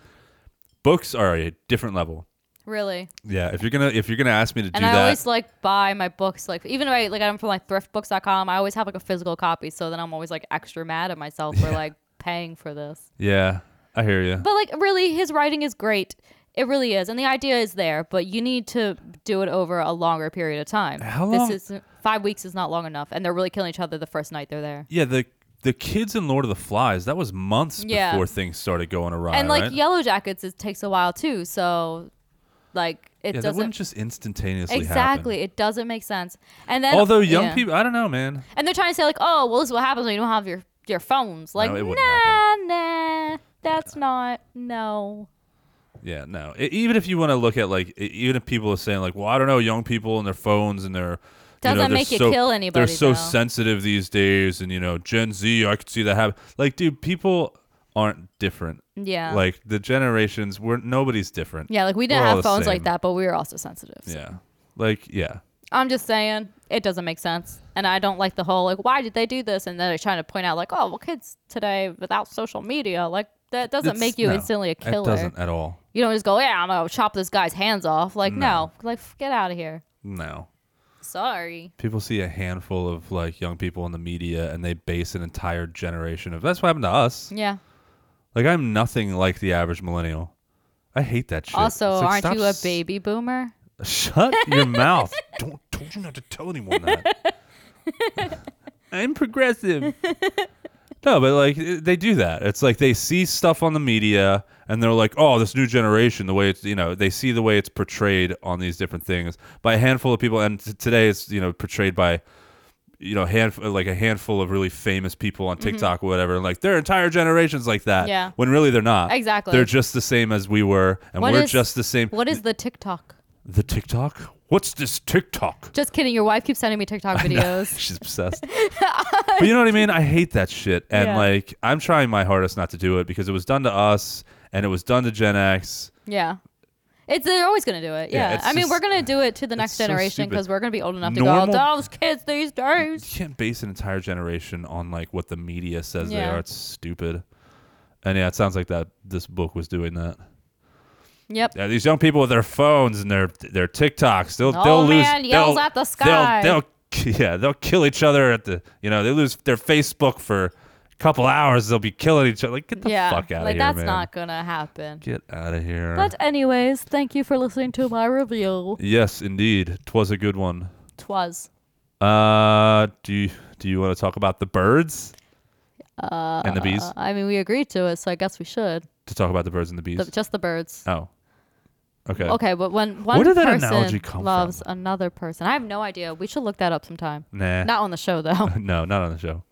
A: Books are a different level.
B: Really.
A: Yeah, if you're gonna if you're gonna ask me to
B: And
A: do
B: I
A: that,
B: always like buy my books like even if I like I'm from like thriftbooks.com, I always have like a physical copy so then I'm always like extra mad at myself for like paying for this.
A: yeah, I hear you.
B: But like really his writing is great. It really is. And the idea is there, but you need to do it over a longer period of time.
A: How long-
B: This is 5 weeks is not long enough and they're really killing each other the first night they're there.
A: Yeah, the the kids in Lord of the Flies, that was months
B: Yeah.
A: before things started going awry.
B: and like
A: right?
B: Yellow Jackets, it takes a while too. So, like it
A: yeah, that
B: doesn't
A: wouldn't just instantaneously
B: exactly.
A: happen.
B: It doesn't make sense. And then
A: Although young
B: yeah.
A: people, I don't know, man.
B: and they're trying to say like, oh, well, this is what happens when you don't have your your phones. Like,
A: it
B: nah,
A: wouldn't happen.
B: nah, that's not no.
A: Yeah, no. E- even if you want to look at like, e- even if people are saying like, well, I don't know, young people and their phones and their you know,
B: Doesn't
A: they're
B: make you
A: so-
B: kill anybody,
A: They're so
B: though.
A: sensitive these days, and you know, Gen Z. I could see that happen. Like, dude, people aren't different.
B: Yeah.
A: Like the generations, we're nobody's different.
B: Yeah, like we
A: We're
B: didn't
A: all
B: have
A: the
B: phones
A: same.
B: like that, but we were also sensitive. so.
A: Yeah. Like yeah.
B: I'm just saying it doesn't make sense, and I don't like the whole like why did they do this, and then they're trying to point out like oh well kids today without social media like that doesn't
A: It's-
B: make you
A: no,
B: instantly a
A: It
B: killer.
A: doesn't at all.
B: You don't just go yeah I'm gonna chop this guy's hands off like no, like f- get out of here.
A: No.
B: Sorry.
A: people see a handful of like young people in the media and they base an entire generation of that's what happened to us
B: Yeah.
A: like i'm nothing like the average millennial i hate that shit
B: Also,
A: It's like,
B: aren't
A: stop
B: you a
A: s-
B: baby boomer?
A: shut your mouth don't told you not to tell anyone that i'm progressive no but like i- they do that it's like they see stuff on the media and they're like oh this new generation the way it's you know they see the way it's portrayed on these different things by a handful of people and t- today it's you know portrayed by you know, hand uh, like a handful of really famous people on TikTok or whatever, and like their entire generations like that.
B: Mm-hmm. Yeah.
A: When really they're not.
B: Exactly.
A: They're just the same as we were, and
B: What
A: we're
B: is-
A: just the same.
B: What is the TikTok?
A: the TikTok? What's this TikTok?
B: Just kidding. Your wife keeps sending me TikTok videos.
A: She's obsessed. but you know what I mean? I hate that shit. And
B: Yeah.
A: like, I'm trying my hardest not to do it because it was done to us and it was done to Gen X.
B: yeah. It's they're always gonna do it.
A: Yeah,
B: Yeah.
A: it's
B: I mean, we're
A: just-
B: gonna do it to the next
A: so
B: generation
A: stupid.
B: because we're gonna be old enough to go.
A: Normal-
B: Those kids these days.
A: You can't base an entire generation on like what the media says they
B: Yeah.
A: are. It's stupid. And yeah, it sounds like that this book was doing that.
B: Yep.
A: Yeah, these young people with their phones and their their TikToks, they'll
B: Oh,
A: they'll lose.
B: man, yells
A: they'll,
B: at the sky.
A: They'll, they'll yeah, they'll kill each other at the you know they lose their Facebook for a couple hours. They'll be killing each other. Like get the
B: yeah.
A: fuck out
B: like
A: of here,
B: that's
A: man.
B: not gonna happen.
A: Get out of here.
B: But anyways, thank you for listening to my review.
A: yes, indeed, twas a good one.
B: Twas.
A: Uh, do you do you want to talk about the birds uh, and the bees?
B: Uh, I mean, we agreed to it, so I guess we should.
A: To talk about the birds and the bees.
B: The, just the birds.
A: oh, okay.
B: Okay, but when one
A: did that
B: person
A: analogy come
B: loves
A: from?
B: another person, I have no idea. We should look that up sometime.
A: Nah.
B: Not on the show though.
A: no, not on the show.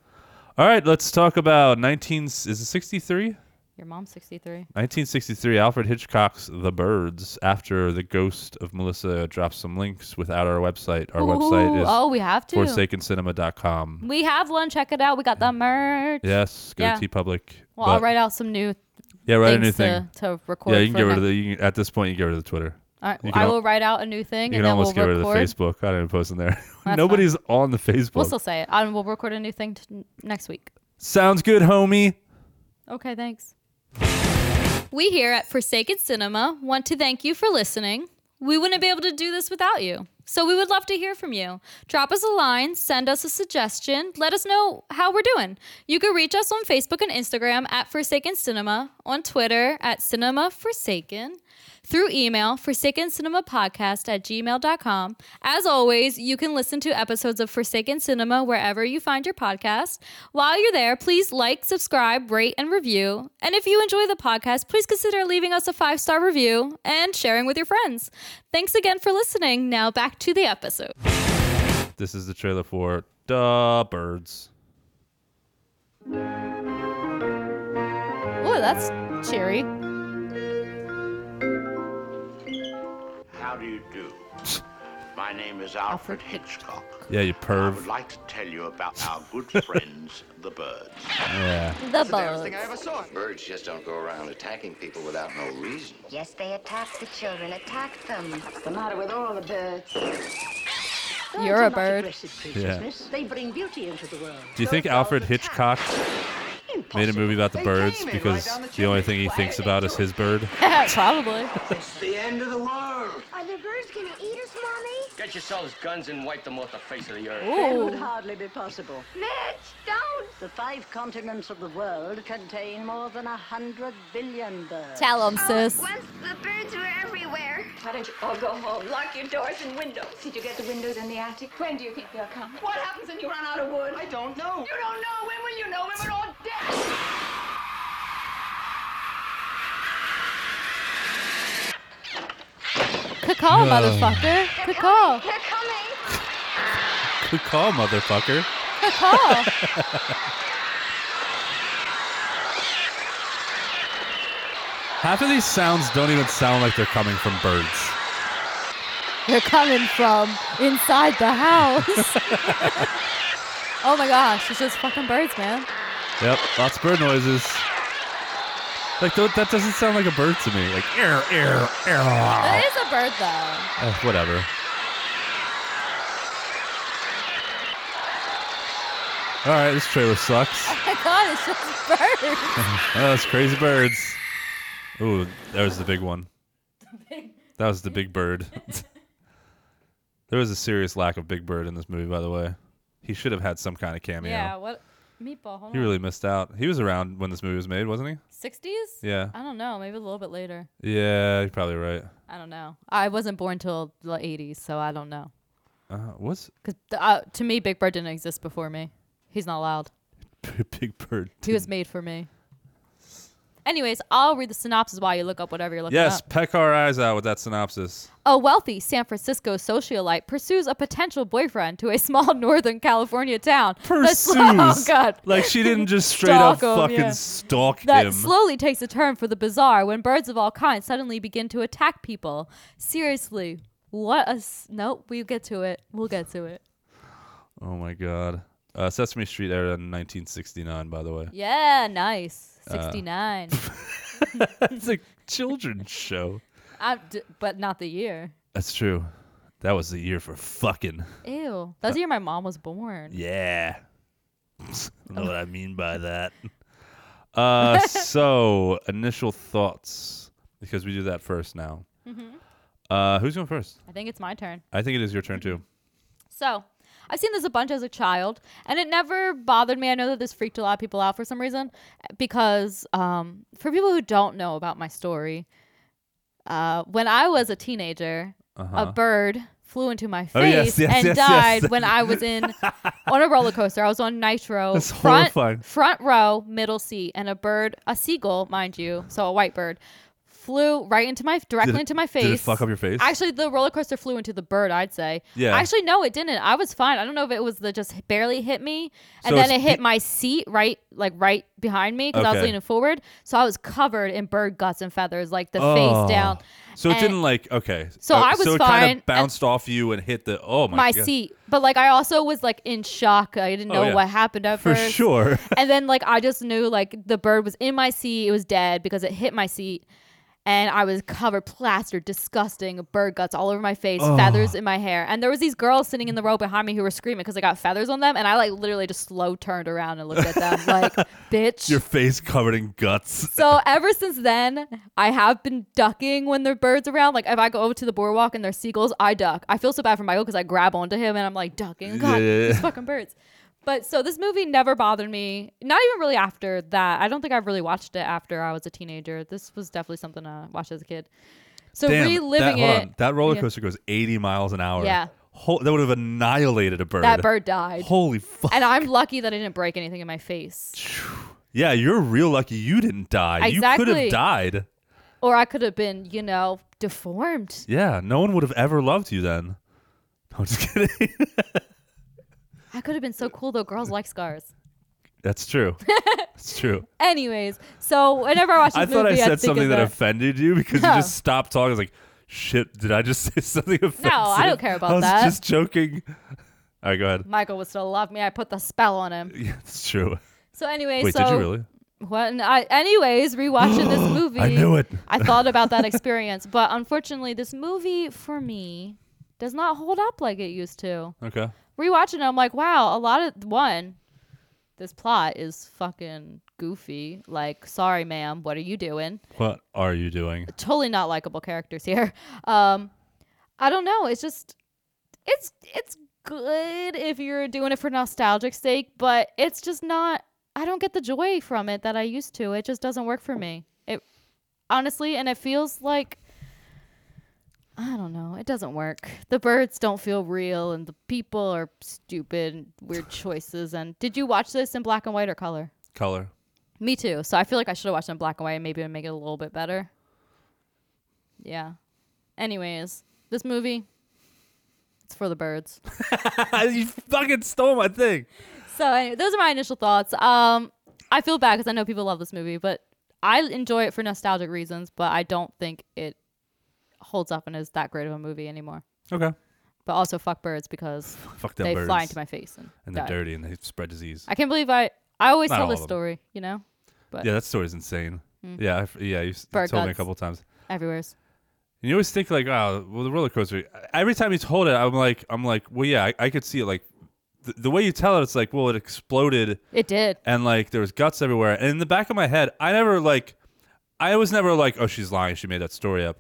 A: All right, let's talk about 19 is it 63?
B: Your mom's 63.
A: 1963, Alfred Hitchcock's The Birds, after the ghost of Melissa drops some links without our website. Our website
B: Ooh,
A: is
B: oh, we have to.
A: forsakencinema.com.
B: We have one. Check it out. We got the merch.
A: Yes, go
B: Yeah.
A: to T-Public.
B: Well,
A: But-
B: I'll write out some new
A: yeah, write a new
B: things
A: thing.
B: To, to record.
A: Yeah, you can
B: for
A: get rid of
B: next-
A: the, you can, at this point, you can get rid of the Twitter.
B: All right,
A: you can
B: I
A: al-
B: will write out a new thing,
A: You
B: and
A: can
B: then
A: almost
B: we'll
A: get rid of the
B: record.
A: Facebook. I didn't post in there.
B: fine.
A: Nobody's on the Facebook.
B: We'll still say it, and we'll record a new thing t- next week.
A: Sounds good, homie.
B: Okay, thanks. We here at Forsaken Cinema want to thank you for listening. We wouldn't be able to do this without you. So we would love to hear from you. Drop us a line, send us a suggestion, let us know how we're doing. You can reach us on Facebook and Instagram at Forsaken Cinema, on Twitter at Cinema Forsaken, through email, Forsaken Cinema Podcast at gmail.com. As always, you can listen to episodes of Forsaken Cinema wherever you find your podcast. While you're there, please like, subscribe, rate, and review. And if you enjoy the podcast, please consider leaving us a five star review and sharing with your friends. Thanks again for listening. Now back to the episode.
A: This is the trailer for The Birds.
B: Oh, that's cheery.
D: How do you do? My name is Alfred Hitchcock.
A: Yeah, you
D: I would
A: perv.
D: like to tell you about our good friends, the birds.
A: Yeah.
B: The buzz.
E: Birds just don't go around attacking people without no reason.
F: Yes, they attack the children. Attack them. What's the matter with all the birds?
B: You're a bird.
A: Yeah.
F: They bring beauty into the world.
A: Do you think Alfred Hitchcock made a movie about the birds because the only thing he thinks about is his bird?
B: Probably.
F: Are the birds gonna eat us, mommy?
G: Get yourselves guns and wipe them off the face of the earth.
F: It would
B: Ooh.
F: hardly be possible.
H: Mitch, don't.
F: The five continents of the world contain more than a hundred billion birds.
B: Tell him, sis.
H: Once the birds were everywhere.
I: Why don't you all go home? Lock your doors and windows.
H: Did you get the windows in the attic?
I: When do you think they'll come?
H: What happens when you run out of wood?
I: I don't know.
H: You don't know. When will you know? When we're all dead.
B: Cacao,
A: Uh,
B: motherfucker. Cacao.
H: They're coming.
A: Good call, motherfucker.
B: Cacao.
A: Half of these sounds don't even sound like they're coming from birds.
B: They're coming from inside the house. oh my gosh, it's just fucking birds, man.
A: Yep, lots of bird noises. Like tho- that doesn't sound like a bird to me. Like air, air, air.
B: It is a bird though.
A: Uh, whatever. All right, this trailer sucks.
B: My god, it's just birds.
A: Oh, it's crazy birds. Ooh, that was the big one. That was the big bird. there was a serious lack of big bird in this movie, by the way. He should have had some kind of cameo.
B: Yeah, what? Meatball, hold
A: He
B: on.
A: really missed out. He was around when this movie was made, wasn't
B: 60s?
A: he? Yeah.
B: I don't know, maybe a little bit later.
A: Yeah, you're probably right.
B: I don't know. I wasn't born till the 80s, so I don't know.
A: Uh, what's
B: Cause th- uh, to me, Big Bird didn't exist before me. He's not allowed.
A: Big Bird?
B: He was made for me. Anyways, I'll read the synopsis while you look up whatever you're looking
A: Yes,
B: up.
A: peck our eyes out with that synopsis.
B: A wealthy San Francisco socialite pursues a potential boyfriend to a small Northern California town. that
A: Pursues.
B: sl- oh, God.
A: Like she didn't just straight up
B: Stalk him,
A: fucking
B: yeah.
A: stalk
B: That
A: him.
B: slowly takes a turn for the bizarre when birds of all kinds suddenly begin to attack people. Seriously, what a. S- nope, we get to it. We'll get to it.
A: oh my god. Uh, Sesame Street aired in 1969, by the way.
B: Yeah, nice.
A: Uh.
B: 69.
A: It's a children's show.
B: I'm d- but not the year.
A: That's true. That was the year for fucking.
B: Ew. That's
A: Uh.
B: the year my mom was born.
A: Yeah. know what I mean by that. Uh, so initial thoughts because we do that first now.
B: Mm-hmm.
A: Uh, who's going first?
B: I think it's my turn.
A: I think it is your turn too.
B: Mm-hmm. So I've seen this a bunch as a child, and it never bothered me. I know that this freaked a lot of people out for some reason, because um, for people who don't know about my story, uh, when I was a teenager, a bird flew into my face
A: Uh-huh. Oh, yes, yes,
B: and
A: yes, yes.
B: died when I was in on a roller coaster. I was on Nitro,
A: That's
B: front
A: horrifying.
B: front row, middle seat, and a bird, a seagull, mind you, so a white bird. Flew right into my directly
A: it-
B: into my face.
A: did it fuck up your face?
B: Actually, the roller coaster flew into the bird. I'd say.
A: Yeah.
B: Actually, no, it didn't. I was fine. I don't know if it was the just barely hit me, and
A: So
B: then
A: it's
B: it hit
A: pe-
B: my seat right, like right behind me, because I was
A: Okay.
B: leaning forward. So I was covered in bird guts and feathers, like the
A: Oh.
B: face down.
A: So it
B: And
A: didn't like okay.
B: Uh, So
A: Uh,
B: I was
A: so it
B: fine,
A: Kind of bounced off you and hit the oh my,
B: my
A: God.
B: seat, but like I also was like in shock. I didn't
A: Oh,
B: know
A: yeah.
B: what happened at
A: for
B: first.
A: sure.
B: and then like I just knew like the bird was in my seat. It was dead because it hit my seat. And I was covered, plastered, disgusting, bird guts all over my face, feathers in my hair. And there was these girls sitting in the row behind me who were screaming because I got feathers on them. And I like literally just slow turned around and looked at them like, bitch.
A: your face covered in guts.
B: so ever since then, I have been ducking when there are birds around. Like if I go over to the boardwalk and there's seagulls, I duck. I feel so bad for Michael because I grab onto him and I'm like ducking. God,
A: Yeah.
B: these fucking birds. But so this movie never bothered me. Not even really after that. I don't think I really watched it after I was a teenager. This was definitely something I watched as a kid. So
A: Damn,
B: reliving
A: that, hold
B: it,
A: on. that roller
B: yeah.
A: coaster goes 80 miles an hour.
B: Yeah.
A: Ho- that would have annihilated a bird.
B: that bird died.
A: Holy fuck.
B: and I'm lucky that I didn't break anything in my face.
A: yeah, you're real lucky you didn't die. You could
B: Exactly.
A: have died.
B: Or I could have been, you know, deformed.
A: Yeah, no one would have ever loved you then. No, I'm just kidding.
B: I could have been so cool though. Girls like scars.
A: That's true. That's true.
B: Anyways, so whenever I watch this
A: I thought I
B: movie,
A: said
B: I'd think of
A: something that
B: that.
A: offended you because you
B: No.
A: just stopped talking. I was like, shit, did I just say something offensive?
B: I don't care about
A: I was
B: that.
A: just joking. All right, go ahead.
B: Michael would still love me. I put the spell on him.
A: Yeah, it's true.
B: So anyway,
A: Wait,
B: so
A: did you really?
B: what? and I, anyways, rewatching this movie,
A: I knew it.
B: I thought about that experience, but unfortunately, this movie for me does not hold up like it used to.
A: Okay.
B: Rewatching it, I'm like, wow, a lot of one, this plot is fucking goofy. Like, sorry, ma'am, what are you doing?
A: What are you doing?
B: totally not likable characters here. Um, I don't know. It's just it's it's good if you're doing it for nostalgic sake, but it's just not. I don't get the joy from it that I used to. It just doesn't work for me. It honestly, and it feels like I don't know. It doesn't work. The birds don't feel real, and the people are stupid and weird choices. And did you watch this in black and white or color?
A: Color.
B: Me too. So I feel like I should have watched it in black and white. and Maybe it would make it a little bit better. Yeah. Anyways, this movie, it's for the birds.
A: you fucking stole my thing.
B: so anyway, those are my initial thoughts. Um, I feel bad because I know people love this movie, but I enjoy it for nostalgic reasons. But I don't think it holds up and is that great of a movie anymore.
A: Okay.
B: But also, fuck birds because
A: Fuck them
B: they
A: birds.
B: fly into my face and,
A: and they're
B: die.
A: dirty and they spread disease.
B: I can't believe I. I always
A: Not
B: tell
A: all
B: this
A: of 'em.
B: story. You know,
A: yeah, that story's insane. Yeah, I f yeah, you, s- you
B: Mm. Bird
A: told me a
B: guts.
A: couple times.
B: everywhere's. And
A: And you always think like, oh, well, the roller coaster. Every time you told it, I'm like, I'm like, well, yeah, I, I could see it. Like, the, the way you tell it, it's like, well, it exploded
B: It did.
A: and like there was guts everywhere. And in the back of my head, I never like, I was never like, oh, she's lying. She made that story up.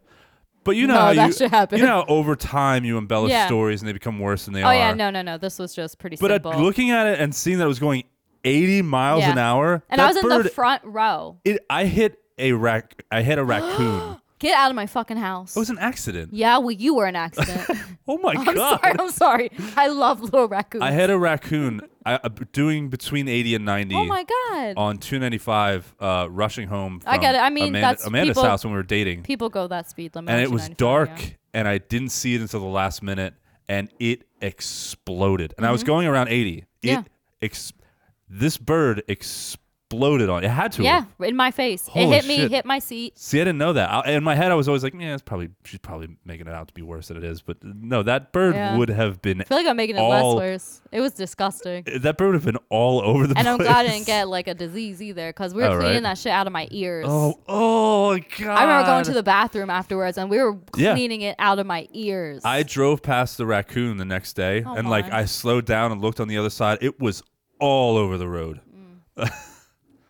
A: But you know,
B: No,
A: how
B: that
A: you,
B: shit happened.
A: you know, how over time you embellish
B: Yeah.
A: stories and they become worse than they
B: Oh
A: are.
B: yeah, no, no, no. This was just pretty
A: But
B: simple.
A: at looking at it and seeing that it was going 80 miles
B: Yeah.
A: an hour,
B: and
A: that
B: I was in
A: bird,
B: the front row.
A: It, I hit a rac- I hit a raccoon.
B: Get out of my fucking house.
A: It was an accident.
B: yeah, well, you were an accident.
A: Oh my
B: I'm
A: god!
B: sorry. I'm sorry. I love little raccoons.
A: I had a raccoon I, uh, b- doing between 80 and 90
B: oh my god.
A: on 295 uh, rushing home from
B: I get it. I mean,
A: Amanda,
B: that's
A: Amanda's
B: people-
A: house when we were dating.
B: People go that speed limit.
A: and
B: on
A: it was
B: 295,
A: dark
B: yeah.
A: and I didn't see it until the last minute and it exploded. And I was going around 80. It
B: Mm-hmm. Yeah.
A: ex- this bird exploded on. It had to.
B: Yeah,
A: have.
B: in my face. it
A: Holy
B: hit me.
A: shit.
B: Hit my seat.
A: See, I didn't know that. I, in my head, I was always like, "Yeah, it's probably she's probably making it out to be worse than it is." But no, that bird
B: Yeah.
A: would have been
B: I feel like I'm making it
A: All-
B: less worse. It was disgusting.
A: that bird would have been all over the place.
B: And I'm glad I didn't get like a disease either, because we were
A: All
B: cleaning
A: right.
B: that shit out of my ears.
A: Oh, oh god!
B: I remember going to the bathroom afterwards, and we were
A: Yeah.
B: cleaning it out of my ears.
A: I drove past the raccoon the next day,
B: Oh,
A: and
B: my.
A: like I slowed down and looked on the other side. It was all over the road.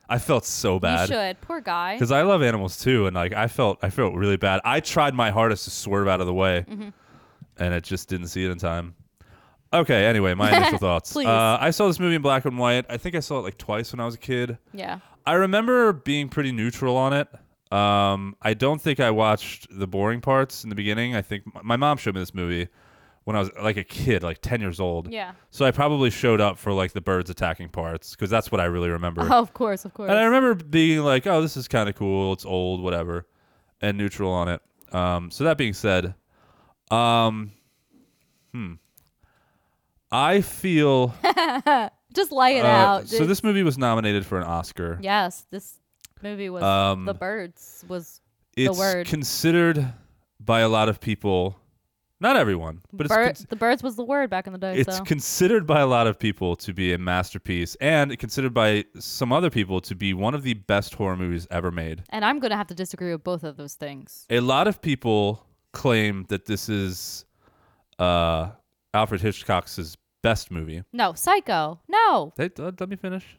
A: I felt so
B: Mm. you
A: bad
B: should. Poor guy.
A: because I love animals too, and like I felt I felt really bad. I tried my hardest to swerve out of the way,
B: Mm-hmm.
A: and it just didn't see it in time. Okay. Anyway, my initial thoughts.
B: Please.
A: Uh, I saw this movie in black and white. I think I saw it like twice when I was a kid.
B: Yeah.
A: I remember being pretty neutral on it. Um, I don't think I watched the boring parts in the beginning. I think my, my mom showed me this movie when I was like a kid, like 10 years old.
B: Yeah.
A: So I probably showed up for like the birds attacking parts because that's what I really remember.
B: Oh, of course, of course.
A: And I remember being like, oh, this is kind of cool. It's old, whatever, and neutral on it. Um, so that being said, um, hmm. I feel.
B: Just lay it
A: uh,
B: out.
A: so this movie was nominated for an Oscar.
B: Yes, this movie was
A: Um,
B: the birds was the
A: it's
B: word.
A: considered by a lot of people not everyone but
B: Bir-
A: it's cons-
B: the birds was the word back in the day.
A: it's
B: so
A: considered by a lot of people to be a masterpiece and considered by some other people to be one of the best horror movies ever made
B: and I'm gonna have to disagree with both of those things.
A: a lot of people claim that this is uh alfred hitchcock's best movie
B: No, Psycho. No,
A: Hey, let let me finish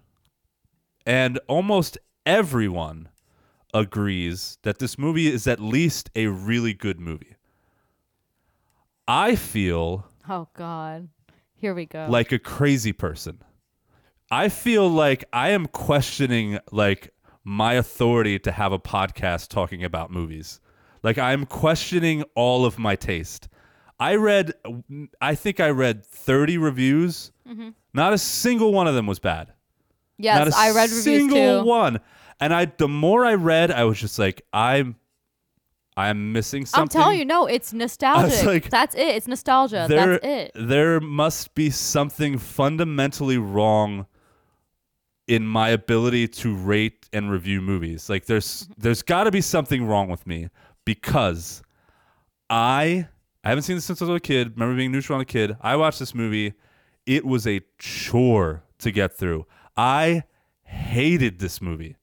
A: and almost everyone agrees that this movie is at least a really good movie. I feel
B: oh God, here we go.
A: like a crazy person. I feel like I am questioning like my authority to have a podcast talking about movies. Like I'm questioning all of my taste. I read I think I read 30 reviews. Not a single one of them was bad.
B: Mm-hmm. yes,
A: Not a
B: I read reviews
A: single
B: too.
A: one. And I, the more I read, I was just like, I'm, I'm missing
B: I'm
A: something.
B: telling you, no, it's nostalgic.
A: like,
B: that's it. It's nostalgia.
A: there,
B: that's it.
A: there must be something fundamentally wrong in my ability to rate and review movies. Like, there's, there's got to be something wrong with me because I, I haven't seen this since I was a kid. Remember being neutral on a kid. I watched this movie. It was a chore to get through. I hated this movie.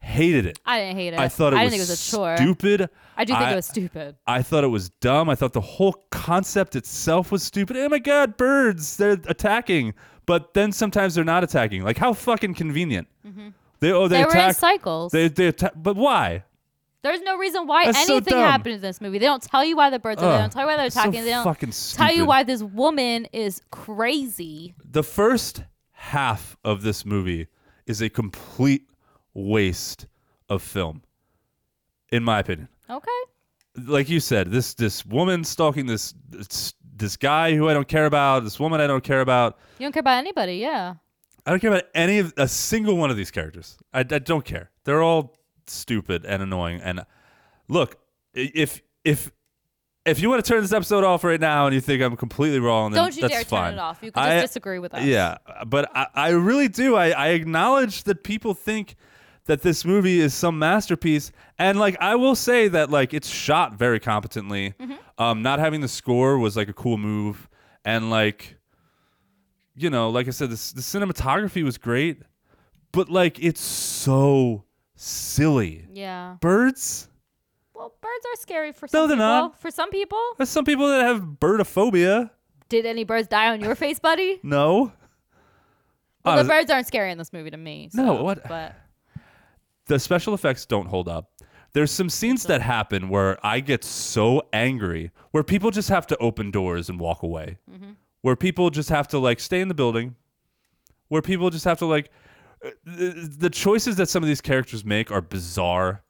A: Hated it.
B: I didn't hate it.
A: I thought it,
B: I
A: was,
B: didn't think it was a chore.
A: stupid.
B: I do think it was stupid.
A: I thought it was dumb. I thought the whole concept itself was stupid. Oh my god, birds! They're attacking, but then sometimes they're not attacking. Like how fucking convenient. They oh they,
B: Mm-hmm. They, were in
A: attack.
B: cycles.
A: They they attack, but why?
B: There's no reason why
A: That's so
B: anything
A: dumb.
B: happened in this movie. They don't tell you why the birds are there.
A: Ugh,
B: They don't tell you why they're
A: it's so
B: attacking. they don't
A: fucking
B: tell you
A: stupid.
B: why this woman is crazy.
A: the first half of this movie is a complete waste of film, in my opinion.
B: Okay.
A: Like you said, this this woman stalking this this, this guy who I don't care about, this woman I don't care about.
B: You don't care about anybody, yeah.
A: I don't care about any of a single one of these characters. I, I don't care. They're all stupid and annoying. And look, i- if if if you want to turn this episode off right now and you think I'm completely wrong, then
B: Don't you
A: that's
B: dare turn
A: fine.
B: it off. You can
A: I-
B: just disagree with us.
A: Yeah, but I, I really do. I, I acknowledge that people think that this movie is some masterpiece, and like I will say that like it's shot very competently.
B: Mm-hmm.
A: Um, not having the score was like a cool move, and like you know, like I said, this, the cinematography was great, but like it's so silly.
B: Yeah.
A: Birds.
B: Well, birds are scary for some
A: No, they're
B: people.
A: not.
B: For some people.
A: There's some people that have birdophobia.
B: Did any birds die on your face, buddy?
A: No.
B: Well, the
A: Honest-
B: birds aren't scary in this movie to me.
A: Uh, No,
B: so-
A: what-
B: But
A: the special effects don't hold up. There's some scenes that happen where I get so angry, where people just have to open doors and walk away,
B: Mm-hmm.
A: where people just have to like stay in the building, where people just have to like. uh, The the choices that some of these characters make are bizarre.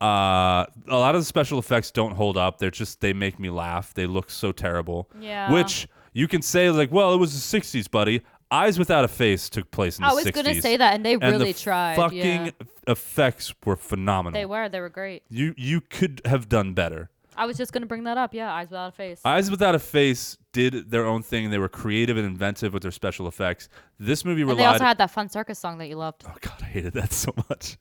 A: Uh, a lot of the special effects don't hold up. They're just they make me laugh. They look so terrible.
B: Yeah.
A: Which you can say like, well, it was the '60s, buddy. Eyes Without a Face took place in
B: I
A: the
B: was
A: 60s.
B: gonna say that, and they
A: And
B: really
A: the
B: tried.
A: Fucking
B: yeah.
A: effects were phenomenal.
B: They were. They were great.
A: You you could have done better.
B: I was just gonna bring that up. Yeah, eyes without a face.
A: Eyes Without a Face did their own thing. They were creative and inventive with their special effects. This movie
B: and
A: relied.
B: they also had that fun circus song that you loved.
A: oh god, I hated that so much.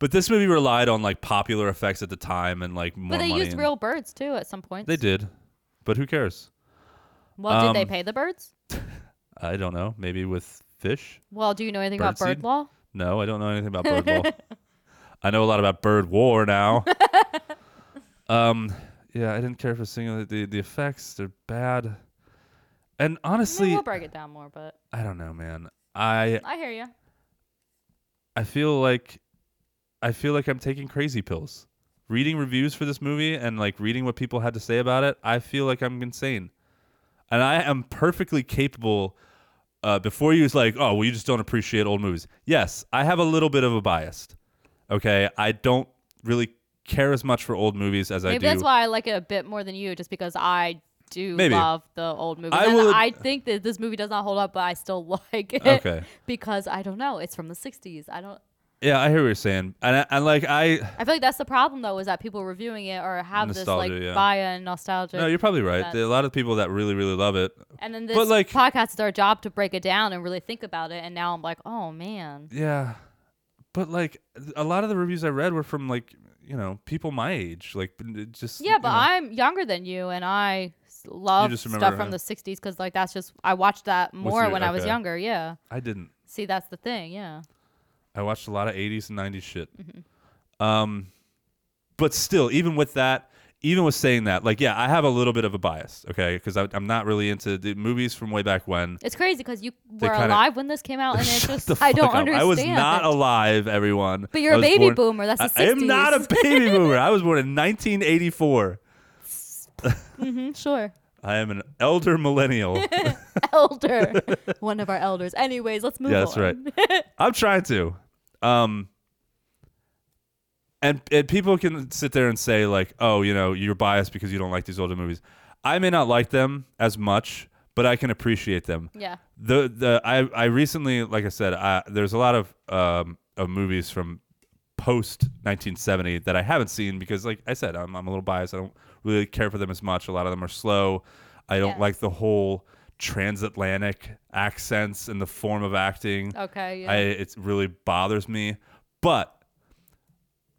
A: But this movie relied on like popular effects at the time and like more
B: But they
A: money
B: used
A: and-
B: real birds too at some point.
A: They did, but who cares?
B: Well, did they
A: Um,
B: pay the birds?
A: I don't know. Maybe with fish.
B: Well, do you know anything about
A: Birdseed?
B: bird law?
A: No, I don't know anything about bird law. I know a lot about bird war now. um, yeah, I didn't care for single the the effects. They're bad, and
B: Maybe
A: honestly,
B: we'll break it down more, but
A: I don't know, man. I
B: I hear you.
A: I feel like I feel like I'm taking crazy pills. Reading reviews for this movie and like reading what people had to say about it, I feel like I'm insane. And I am perfectly capable uh, before you was like, oh, well, you just don't appreciate old movies. Yes, I have a little bit of a bias. Okay, I don't really care as much for old movies as I
B: Maybe
A: do.
B: that's why I like it a bit more than you, just because I do
A: Maybe.
B: love the old movie.
A: I
B: and
A: will ad-
B: I think that this movie does not hold up, but I still like it.
A: Okay.
B: Because I don't know, it's from the '60s. I don't.
A: yeah, I hear what you're saying, and I, and like I,
B: I feel like that's the problem though, is that people reviewing it or have this
A: Nostalgia,
B: like
A: yeah.
B: bias and nostalgia.
A: no, you're probably right. There are a lot of people that really, really love it.
B: and then
A: but,
B: this
A: like-
B: podcast is our job to break it down and really think about it. And now I'm like, oh man,
A: Yeah. But like a lot of the reviews I read were from like, you know, people my age. Like n- just
B: yeah,
A: you
B: but
A: know.
B: I'm younger than you, and I s- love
A: just
B: stuff
A: remember,
B: from
A: huh?
B: the '60s because like that's just I watched that more
A: your-
B: when I was
A: okay.
B: younger. Yeah.
A: I didn't.
B: See, that's the thing. Yeah.
A: I watched a lot of 80s and 90s shit.
B: Mm-hmm.
A: Um but still even with that even with saying that, like, yeah, I have a little bit of a bias, okay, because I'm not really into the movies from way back when.
B: It's crazy because you were
A: kinda-
B: alive when this came out, and it's
A: Shut
B: just
A: the
B: I don't
A: fuck up.
B: understand.
A: I was not
B: it.
A: alive, everyone.
B: But you're
A: I
B: a
A: was
B: baby
A: born-
B: boomer. That's the
A: I am not a
B: 60s.
A: baby boomer. I was born in 1984.
B: Mm, sure.
A: I am an elder millennial.
B: Elder, one of our elders. Anyways, let's move
A: Yeah,
B: on.
A: that's right. I'm trying to. Um and and people can sit there and say like, "Oh, you know, you're biased because you don't like these older movies." I may not like them as much, but I can appreciate them.
B: Yeah.
A: The the I I recently, like I said, I, there's a lot of um of movies from post 1970 that I haven't seen because like I said, I'm I'm a little biased. I don't really care for them as much. A lot of them are slow. I don't
B: Yes.
A: like the whole transatlantic accents and the form of acting.
B: Okay. Yeah.
A: I it really bothers me. But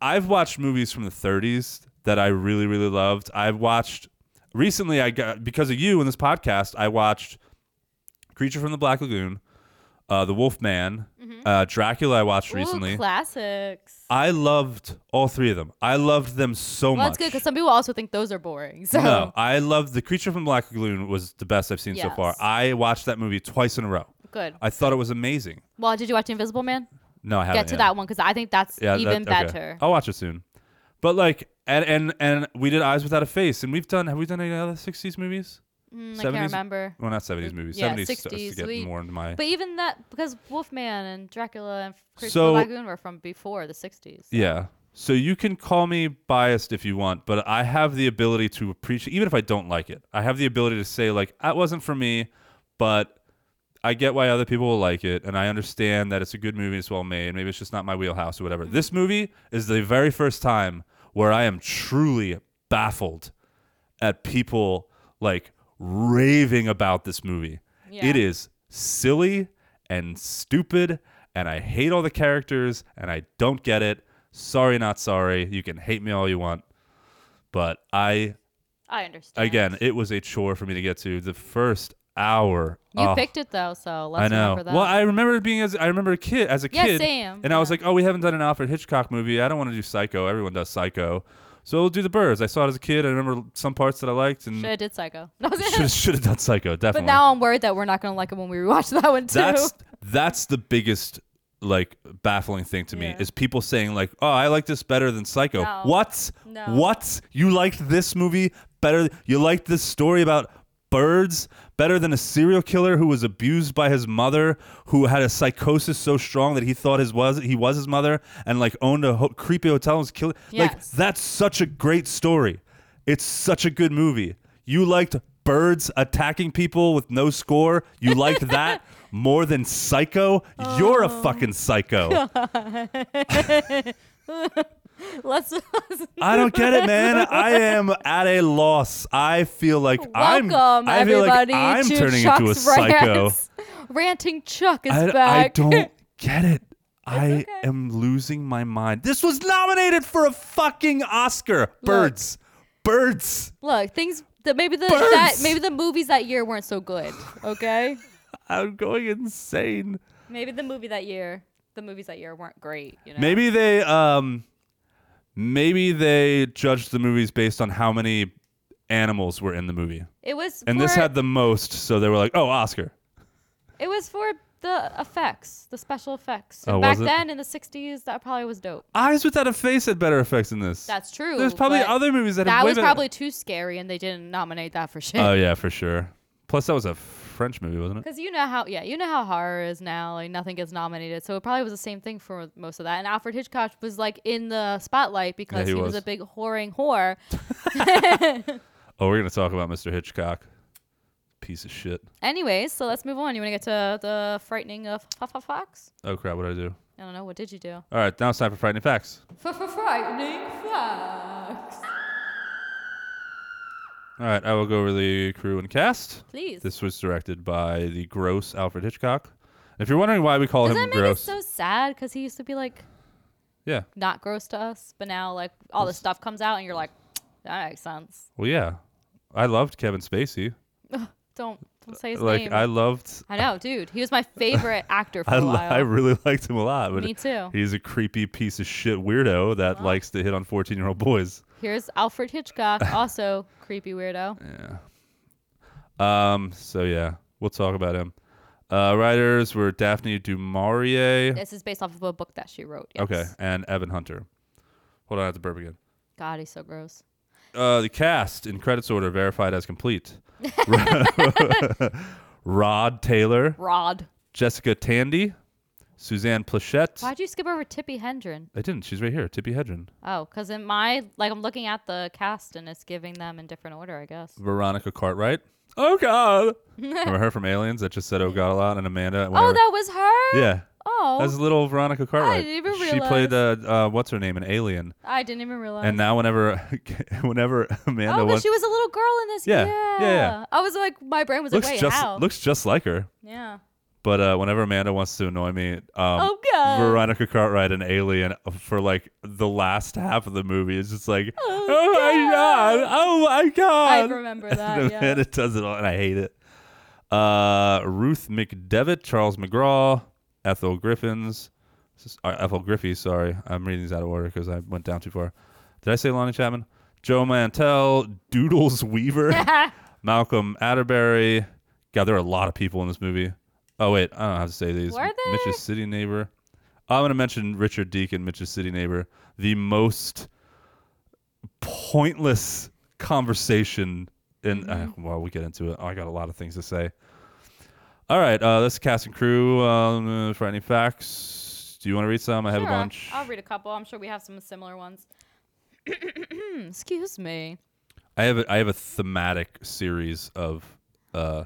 A: I've watched movies from the 30s that I really really loved. I've watched recently. I got because of you in this podcast. I watched Creature from the Black Lagoon, uh, The Wolf Man, uh, Dracula. I watched
B: Mm-hmm. Ooh,
A: recently.
B: classics.
A: I loved all three of them. I loved them so
B: Well,
A: much.
B: that's good because some people also think those are boring. So
A: no, I loved the Creature from the Black Lagoon was the best I've seen so
B: Yes.
A: far. I watched that movie twice in a row.
B: good.
A: I thought it was amazing.
B: well, did you watch Invisible Man?
A: No, I haven't.
B: Get to
A: yet.
B: that one because I think that's
A: Yeah,
B: even
A: that- okay.
B: better.
A: I'll watch it soon. But like, and and and we did Eyes Without a Face, and we've done. Have we done any other '60s movies?
B: Mm, I
A: 70s?
B: can't remember.
A: Well, not '70s movies.
B: Yeah,
A: '70s starts to
B: 60s,
A: get
B: we-
A: more into my.
B: But even that, because Wolfman and Dracula and Creature
A: So-
B: of the Lagoon were from before the 60s.
A: yeah. So you can call me biased if you want, but I have the ability to appreciate, even if I don't like it. I have the ability to say like, that wasn't for me, but I get why other people will like it, and I understand that it's a good movie, it's well made. Maybe it's just not my wheelhouse or whatever. This movie is the very first time where I am truly baffled at people like raving about this movie.
B: Yeah.
A: It is silly and stupid, and I hate all the characters, and I don't get it. Sorry, not sorry. You can hate me all you want, but I
B: I understand.
A: again, it was a chore for me to get to the first hour.
B: You
A: oh,
B: picked it though, so let's
A: I know.
B: remember that.
A: Well, I remember it being as I remember a kid as a
B: Yeah,
A: kid,
B: same,
A: and I was
B: yeah.
A: like, "Oh, we haven't done an Alfred Hitchcock movie. I don't want to do Psycho. Everyone does Psycho, so we'll do The Birds." I saw it as a kid. I remember some parts that I liked, and
B: Should have did Psycho. No, I'm kidding.
A: should should have done Psycho
B: but
A: definitely.
B: now I'm worried that we're not gonna like it when we rewatch that one too.
A: that's that's the biggest like baffling thing to me
B: Yeah.
A: is people saying like, "Oh, I like this better than Psycho."
B: No.
A: What?
B: No.
A: What? You liked this movie better? th- You liked this story about birds better than a serial killer who was abused by his mother, who had a psychosis so strong that he thought his was he was his mother, and like owned a ho- creepy hotel and was killing. Like
B: Yes.
A: that's such a great story. It's such a good movie. You liked birds attacking people with no score. You liked that more than Psycho. You're
B: Oh.
A: a fucking psycho.
B: let's, let's
A: I don't get it, man. I am at a loss. I feel like I'm.
B: welcome
A: I feel like
B: everybody
A: I'm
B: to
A: turning
B: Chuck's
A: into a psycho.
B: Rants. Ranting Chuck is
A: I, I
B: back.
A: don't get it. I am losing my mind. This was nominated for a fucking Oscar. Birds. Birds.
B: Look, things that maybe the
A: Birds.
B: that maybe the movies that year weren't so good. Okay,
A: I'm going insane.
B: maybe the movie that year, the movies that year weren't great. You know,
A: Maybe they um maybe they judged the movies based on how many animals were in the movie.
B: it was
A: And
B: for,
A: this had the most, so they were like, "Oh, Oscar."
B: it was for the effects, the special effects. And
A: Oh,
B: back
A: was it?
B: then in the '60s, that probably was dope.
A: Eyes without a face had better effects than this.
B: That's true.
A: There's probably
B: but
A: other movies that, had
B: That
A: way
B: was
A: better-
B: probably too scary, and they didn't nominate that for shit.
A: Oh yeah, for sure. Plus that was a French movie, wasn't it?
B: Because you know how, yeah, you know how horror is now. Like nothing gets nominated, so it probably was the same thing for most of that. And Alfred Hitchcock was like in the spotlight because
A: he
B: he, was.
A: was.
B: a big whoring whore,
A: Oh, we're going to talk about Mr. Hitchcock. Piece of shit.
B: Anyways, so let's move on. You want to get to the frightening of Huff Huff Fox?
A: Oh crap, what did I do?
B: I don't know. What did you do?
A: All right, now it's time for frightening facts.
B: Frightening Fox.
A: All right, I will go over the crew and cast.
B: Please.
A: This was directed by the gross Alfred Hitchcock. If you're wondering why we call
B: Does
A: him
B: that make
A: gross,
B: it so sad? Because he used to be like
A: yeah,
B: not gross to us, but now like all this stuff comes out, and you're like, that makes sense.
A: well, yeah, I loved Kevin Spacey.
B: Don't, don't say his
A: like
B: name.
A: I loved,
B: I know, dude. He was my favorite actor for
A: I,
B: a
A: li-
B: while.
A: I really liked him a lot. But
B: Me too.
A: He's a creepy piece of shit weirdo that likes to hit on 14 year old boys.
B: Here's Alfred Hitchcock, also creepy weirdo.
A: Um, so yeah, we'll talk about him. Uh, writers were Daphne du Maurier,
B: This is based off of a book that she wrote. Yes.
A: okay, and Evan Hunter. Hold on, I have to burp again.
B: God, he's so gross.
A: uh, the cast in credits order verified as complete. Rod Taylor,
B: Rod.
A: Jessica Tandy, Suzanne Plachette.
B: Why'd you skip over Tippy Hendren?
A: I didn't. She's right here. Tippi Hedren.
B: Oh, because in my like I'm looking at the cast and it's giving them in different order, I guess.
A: Veronica Cartwright. Oh God. Remember her from Aliens? That just said "Oh God" a lot. And Amanda.
B: Oh,
A: whenever-
B: that was her.
A: Yeah.
B: Oh,
A: That's little Veronica Cartwright.
B: didn't even
A: She played uh, uh, what's her name in Alien.
B: I didn't even realize.
A: And now whenever, whenever Amanda
B: oh,
A: wants-
B: because she was a little girl in this.
A: Yeah,
B: Yeah.
A: yeah, yeah.
B: I was like, my brain was
A: looks
B: like, wait,
A: just
B: how?
A: looks just like her.
B: yeah.
A: But uh, whenever Amanda wants to annoy me, um,
B: Oh, God.
A: Veronica Cartwright and Alien uh, for like the last half of the movie is just like, oh, my
B: God.
A: god, oh my
B: I
A: god.
B: remember
A: and
B: that. yeah.
A: Amanda does it all, and I hate it. Uh, Ruth McDevitt, Charles McGraw, Ethel Griffins, this is- uh, Ethel Griffey. Sorry, I'm reading these out of order because I went down too far. Did I say Lonnie Chapman? Joe Mantell, Doodles Weaver. Malcolm Atterbury. God, there are a lot of people in this movie. Oh wait, I don't have to say these.
B: Were there?
A: Mitch's City Neighbor. I'm gonna mention Richard Deacon, Mitch's City Neighbor, the most pointless conversation. And
B: Mm-hmm.
A: uh, well, we get into it. I got a lot of things to say. All right, uh, this is cast and crew. Um, uh, for any facts, do you want to read some? I have
B: Sure,
A: a bunch.
B: I'll read a couple. I'm sure we have some similar ones. Excuse me.
A: I have a, I have a thematic series of uh,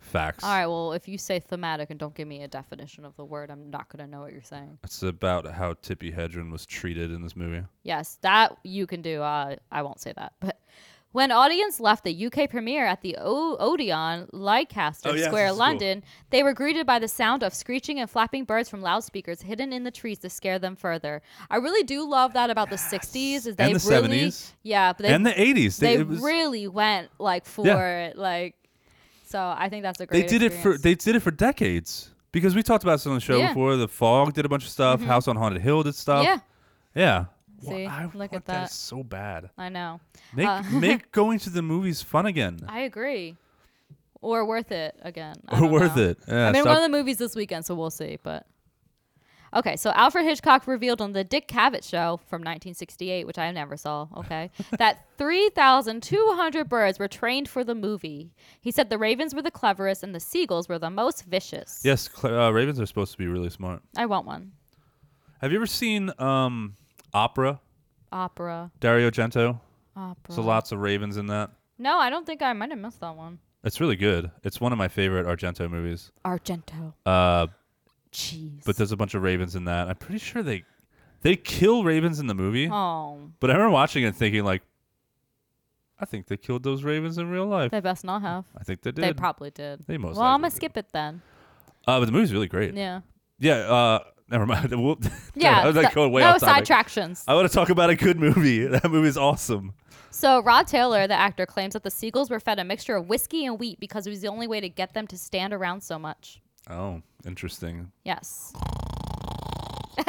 A: facts.
B: All right. Well, if you say thematic and don't give me a definition of the word, I'm not gonna know what you're saying.
A: It's about how Tippi Hedren was treated in this movie.
B: Yes, that you can do. Uh, I won't say that. But when audience left the UK premiere at the o- Odeon, Leicester
A: Oh, yes, this
B: Square,
A: is cool.
B: London, they were greeted by the sound of screeching and flapping birds from loudspeakers hidden in the trees to scare them further. I really do love that about the '60s. Is they
A: And the
B: really,
A: 70s.
B: yeah, but they,
A: and the 80s.
B: they
A: it was-
B: really went like for
A: Yeah.
B: it, like. So I think that's a
A: they
B: great.
A: did it for
B: experience.
A: they did it for decades because we talked about this on the show
B: Yeah. Mm-hmm.
A: before. The Fog did a bunch of stuff. House on Haunted Hill did stuff.
B: yeah,
A: Yeah.
B: See, look at
A: want
B: that.
A: so bad.
B: I know.
A: Make make going to the movies fun again.
B: I agree. Or worth it again. I
A: Or
B: don't
A: worth
B: know.
A: it. Yeah,
B: I mean,
A: stop-
B: one of the movies this weekend, so we'll see. But okay, so Alfred Hitchcock revealed on the Dick Cavett Show from 1968, which I never saw. Okay, that 3,200 birds were trained for the movie. He said the ravens were the cleverest and the seagulls were the most vicious.
A: Yes, cl- uh, Ravens are supposed to be really smart.
B: I want one
A: Have you ever seen um, Opera?
B: opera.
A: Dario Argento.
B: Opera.
A: So lots of ravens in that.
B: No, I don't think I might have missed that one.
A: It's really good. It's one of my favorite Argento movies.
B: Argento.
A: Uh,
B: Jeez.
A: but there's a bunch of ravens in that. I'm pretty sure they they kill ravens in the movie.
B: oh,
A: But I remember watching it and thinking like, I think they killed those ravens in real life.
B: they best not have.
A: I think they did.
B: They probably did.
A: They most
B: well, I'm
A: likely
B: gonna
A: did.
B: skip it then.
A: uh, but the movie's really great.
B: Yeah.
A: Yeah. Uh, never mind. We'll-
B: Yeah.
A: I was like
B: so-
A: going way
B: no
A: off topic.
B: sidetractions.
A: I want to talk about a good movie. That movie's awesome.
B: So Rod Taylor, the actor, claims that the seagulls were fed a mixture of whiskey and wheat because it was the only way to get them to stand around so much.
A: Oh, interesting.
B: Yes.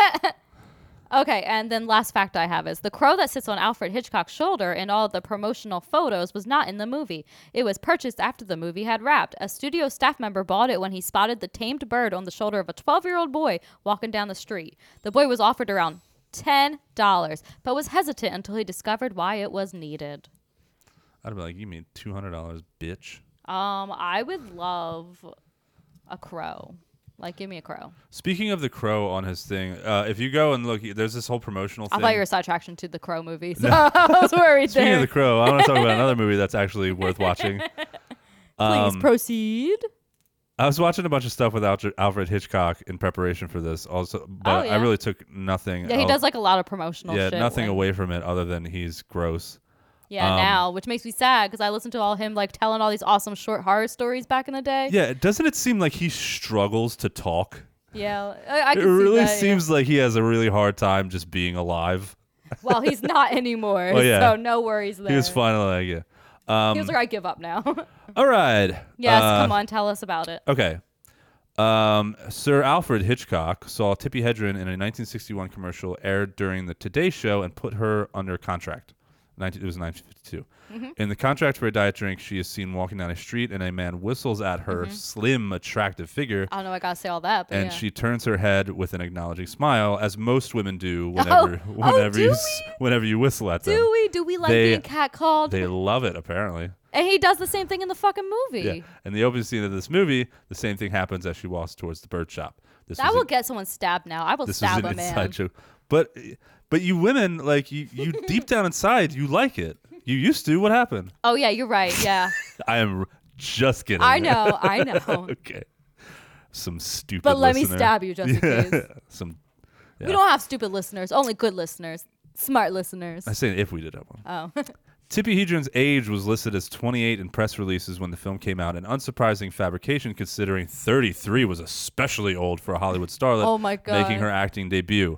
B: okay, and then last fact I have is the crow that sits on Alfred Hitchcock's shoulder in all the promotional photos was not in the movie. It was purchased after the movie had wrapped. A studio staff member bought it when he spotted the tamed bird on the shoulder of a 12 year old boy walking down the street. The boy was offered around $10, but was hesitant until he discovered why it was needed.
A: I'd be like, you mean two hundred dollars, bitch.
B: Um, I would love a crow. Like, give me a crow.
A: Speaking of the crow on his thing, uh, if you go and look, there's this whole promotional
B: I
A: thing.
B: thought you were a side attraction to the Crow movie, so I was worried
A: Speaking
B: there.
A: of the crow, I want to talk about another movie that's actually worth watching. um,
B: Please proceed.
A: I was watching a bunch of stuff with Alfred, Alfred Hitchcock in preparation for this, also, but I
B: Oh, yeah.
A: really took nothing.
B: Yeah, he
A: el-
B: does like a lot of promotional
A: oh. yeah,
B: shit.
A: nothing
B: like-
A: away from it other than he's gross.
B: Yeah,
A: um,
B: now, which makes me sad because I listened to all him like telling all these awesome short horror stories back in the day.
A: Yeah, doesn't it seem like he struggles to talk?
B: Yeah, I, I
A: It
B: can see
A: really
B: that, yeah.
A: seems like he has a really hard time just being alive.
B: Well, he's not anymore,
A: Oh, yeah.
B: so no worries there.
A: He was finally like, yeah. Um,
B: He was like, I give up now.
A: all right.
B: yes,
A: uh,
B: come on, tell us about it.
A: Okay. Um, Sir Alfred Hitchcock saw Tippi Hedren in a 1961 commercial aired during the Today Show and put her under contract. 19, it was 1952.
B: Mm-hmm.
A: In the contract for a diet drink, she is seen walking down a street and a man whistles at her slim, attractive figure,
B: I don't know, I gotta say all that, but
A: and
B: Mm-hmm. Oh, yeah.
A: she turns her head with an acknowledging smile, as most women do whenever
B: Oh, oh,
A: whenever you
B: do
A: s- whenever you whistle at them.
B: do we do we like
A: They-
B: being catcalled?
A: They love it, apparently.
B: and he does the same thing in the fucking movie.
A: Yeah. In the opening scene of this movie, the same thing happens as she walks towards the bird shop. This
B: That
A: was
B: will
A: an-
B: get someone stabbed now. I will
A: this is
B: stab
A: an
B: a
A: inside
B: man.
A: joke. But but you women like you you deep down inside you like it. You used to. What happened?
B: Oh yeah, you're right. Yeah,
A: I am r- just kidding.
B: I know, I know.
A: okay. Some stupid.
B: But let me
A: listener.
B: stab you just in
A: Yeah.
B: case.
A: Some.
B: We don't have stupid listeners, only good listeners, smart listeners.
A: I say if we did have one.
B: Oh,
A: Tippi Hedren's age was listed as 28 in press releases when the film came out, an unsurprising fabrication considering 33 was especially old for a Hollywood starlet
B: Oh my
A: making
B: God.
A: her acting debut.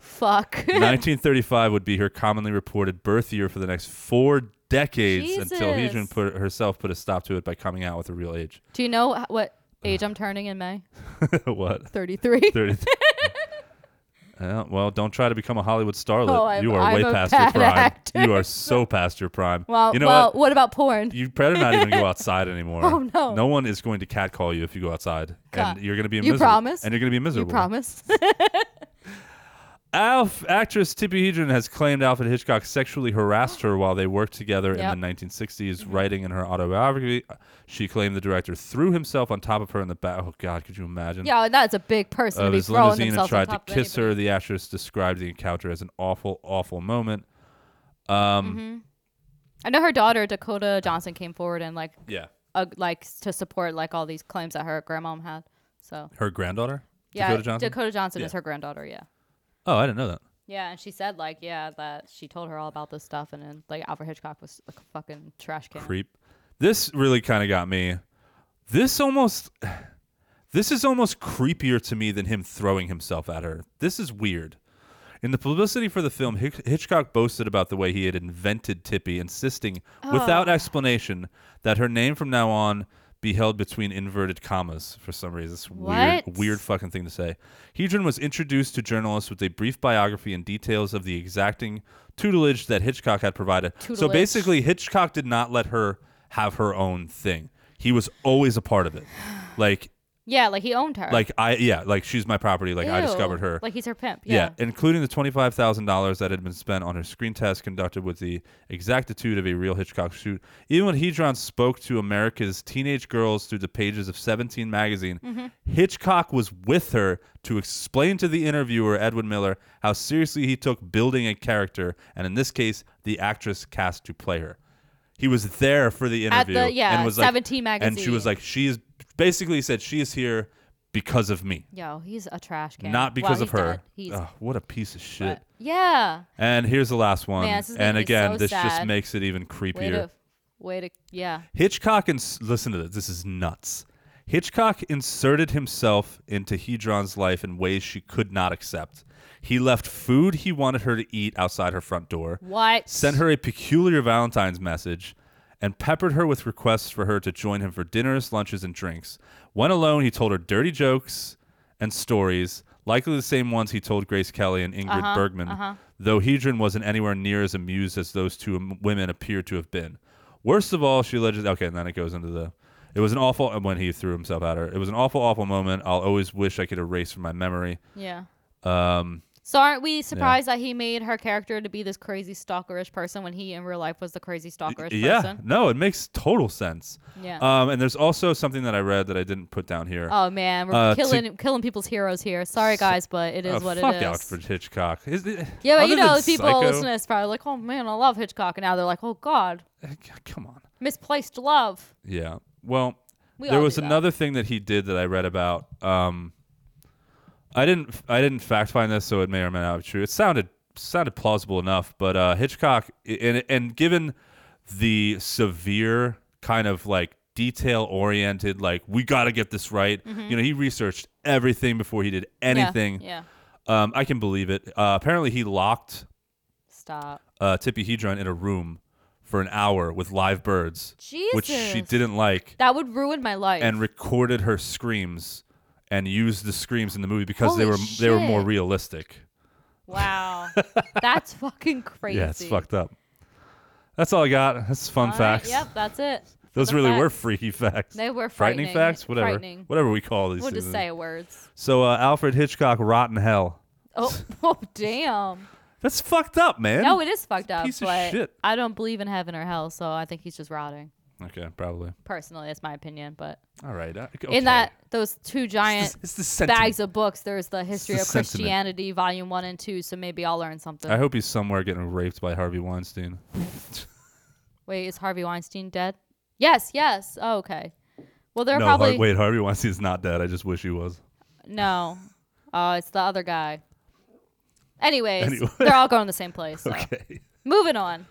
B: fuck.
A: 1935 would be her commonly reported birth year for the next four decades until
B: Jesus.
A: Hedren put herself put a stop to it by coming out with her real age.
B: Do you know h- what age I'm turning in May?
A: what?
B: 33.
A: 30. Yeah, well, don't try to become a Hollywood starlet.
B: Oh, I'm-
A: you are
B: I'm
A: way
B: a
A: past
B: bad
A: your prime.
B: actor.
A: You are so past your prime.
B: Well,
A: you know
B: well,
A: what?
B: what? about porn?
A: You better not even go outside anymore.
B: Oh, no.
A: No one is going to catcall you if you go outside,
B: God.
A: and you're going to be
B: You
A: miserable.
B: promise?
A: And you're going to be
B: You
A: miserable.
B: promise?
A: Alf, actress Tippi Hedren has claimed Alfred Hitchcock sexually harassed her while they worked together
B: Yep.
A: in the 1960s. Writing in her autobiography, she claimed the director threw himself on top of her in the back. Oh God, could you imagine?
B: Yeah, that's a big person to
A: Of
B: be
A: his
B: throwing
A: limousine and
B: themselves
A: tried
B: on
A: to
B: top of
A: kiss her.
B: anybody.
A: The actress described the encounter as an awful, awful moment.
B: I know her daughter Dakota Johnson came forward and like
A: Yeah,
B: uh, like s- to support like all these claims that her grandmom had. So
A: her granddaughter.
B: yeah,
A: Dakota Johnson.
B: is
A: Yeah.
B: her granddaughter. Yeah.
A: Oh, I didn't know that.
B: Yeah, and she said like yeah that she told her all about this stuff, and then like Alfred Hitchcock was a fucking trash can.
A: creep. This really kind of got me. This almost this is almost creepier to me than him throwing himself at her. This is weird. In the publicity for the film, Hitch- Hitchcock boasted about the way he had invented Tippy, insisting without explanation that her name from now on be held between inverted commas for some reason. It's
B: What?
A: weird, weird fucking thing to say. Hedren was introduced to journalists with a brief biography and details of the exacting tutelage that Hitchcock had provided. So
B: Tutelage.
A: basically, basically, Hitchcock did not let her have her own thing. He was always a part of it. Like
B: Yeah, like he owned her.
A: like I yeah, like she's my property, like I
B: Ew.
A: discovered her.
B: Like he's her pimp.
A: yeah.
B: Yeah.
A: including the $25,000 that had been spent on her screen test conducted with the exactitude of a real Hitchcock shoot. Even when Hedron spoke to America's teenage girls through the pages of 17 magazine,
B: Mm-hmm.
A: Hitchcock was with her to explain to the interviewer, Edwin Miller, how seriously he took building a character, and in this case, the actress cast to play her. He was there for the
B: At the-
A: interview
B: yeah,
A: and was
B: 17
A: like, and she
B: magazine.
A: was like, she is basically said she is here because of me
B: Yo, he's a trash can.
A: not because
B: Wow,
A: of
B: he's
A: her.
B: dead. He's
A: Ugh, what a piece of shit.
B: yeah.
A: And here's the last one.
B: Man, this is
A: and
B: making me
A: again,
B: so
A: this just
B: sad.
A: makes it even creepier.
B: Way to, way to, yeah.
A: Hitchcock ins- listen to this. This is nuts. Hitchcock inserted himself into Hedron's life in ways she could not accept. He left food he wanted her to eat outside her front door.
B: What?
A: Sent her a peculiar Valentine's message and peppered her with requests for her to join him for dinners, lunches, and drinks. When alone, he told her dirty jokes and stories, likely the same ones he told Grace Kelly and Ingrid Bergman, though Hedron wasn't anywhere near as amused as those two m- women appear to have been. Worst of all, she alleges. Okay, and then it goes into the. It was an awful when he threw himself at her. It was an awful, awful moment. I'll always wish I could erase from my memory.
B: Yeah. Um. So aren't we surprised that he made her character to be this crazy stalkerish person when he in real life was the crazy stalkerish
A: Yeah,
B: person?
A: no, it makes total sense.
B: Yeah.
A: Um, and there's also something that I read that I didn't put down here.
B: Oh man, we're
A: Uh, to-
B: killing killing people's heroes here. Sorry guys, but it is
A: Oh,
B: what it
A: fuck
B: is.
A: Alfred Hitchcock. Is it-
B: Yeah, but you
A: other than
B: know, people
A: Psycho-
B: listening to this probably like, oh man, I love Hitchcock, and now they're like, oh god,
A: Come on.
B: misplaced love.
A: Yeah. Well,
B: We
A: there
B: all
A: was
B: do that.
A: another thing that he did that I read about. Um, I didn't. I didn't fact find this, so it may or may not be true. It sounded sounded plausible enough, but uh, Hitchcock i- and and given the severe kind of like detail oriented, like we got to get this right. You know, he researched everything before he did anything.
B: Mm-hmm. Yeah. yeah.
A: Um, I can believe it. Uh, apparently, he locked
B: Stop.
A: uh, Tippi Hedron in a room for an hour with live birds, which she
B: Jesus.
A: didn't like
B: That would ruin my life.
A: and recorded her screams and used the screams in the movie because they
B: Holy
A: were they were more
B: shit.
A: realistic.
B: wow, that's fucking crazy.
A: Yeah, it's fucked up. That's all I got. That's fun
B: All right,
A: facts.
B: Yep, that's it.
A: Those
B: the
A: really were
B: facts.
A: freaky facts.
B: They were
A: frightening,
B: frightening.
A: facts, whatever,
B: Frightening.
A: whatever we call these.
B: We'll just
A: things.
B: say words.
A: So uh, Alfred Hitchcock, rotten hell.
B: Oh, oh, damn.
A: That's fucked up, man.
B: No, it is fucked up.
A: piece of
B: but
A: shit.
B: I don't believe in heaven or hell, so I think he's just rotting.
A: okay, probably.
B: Personally, that's my opinion. But
A: All right. uh, okay.
B: in that those two
A: it's
B: giant
A: the, it's the sentiment.
B: bags of books, there's the history
A: the
B: of
A: sentiment.
B: Christianity, volume one and two. So maybe I'll learn something.
A: I hope he's somewhere getting raped by Harvey Weinstein.
B: Wait, is Harvey Weinstein dead? Yes, yes. Oh, okay. Well, they're
A: no, Har-
B: probably
A: wait, Harvey Weinstein's not dead. I just wish he was.
B: no. Oh, it's the other guy. Anyways,
A: Anyway.
B: they're all going to the same place. so.
A: Okay.
B: Moving on.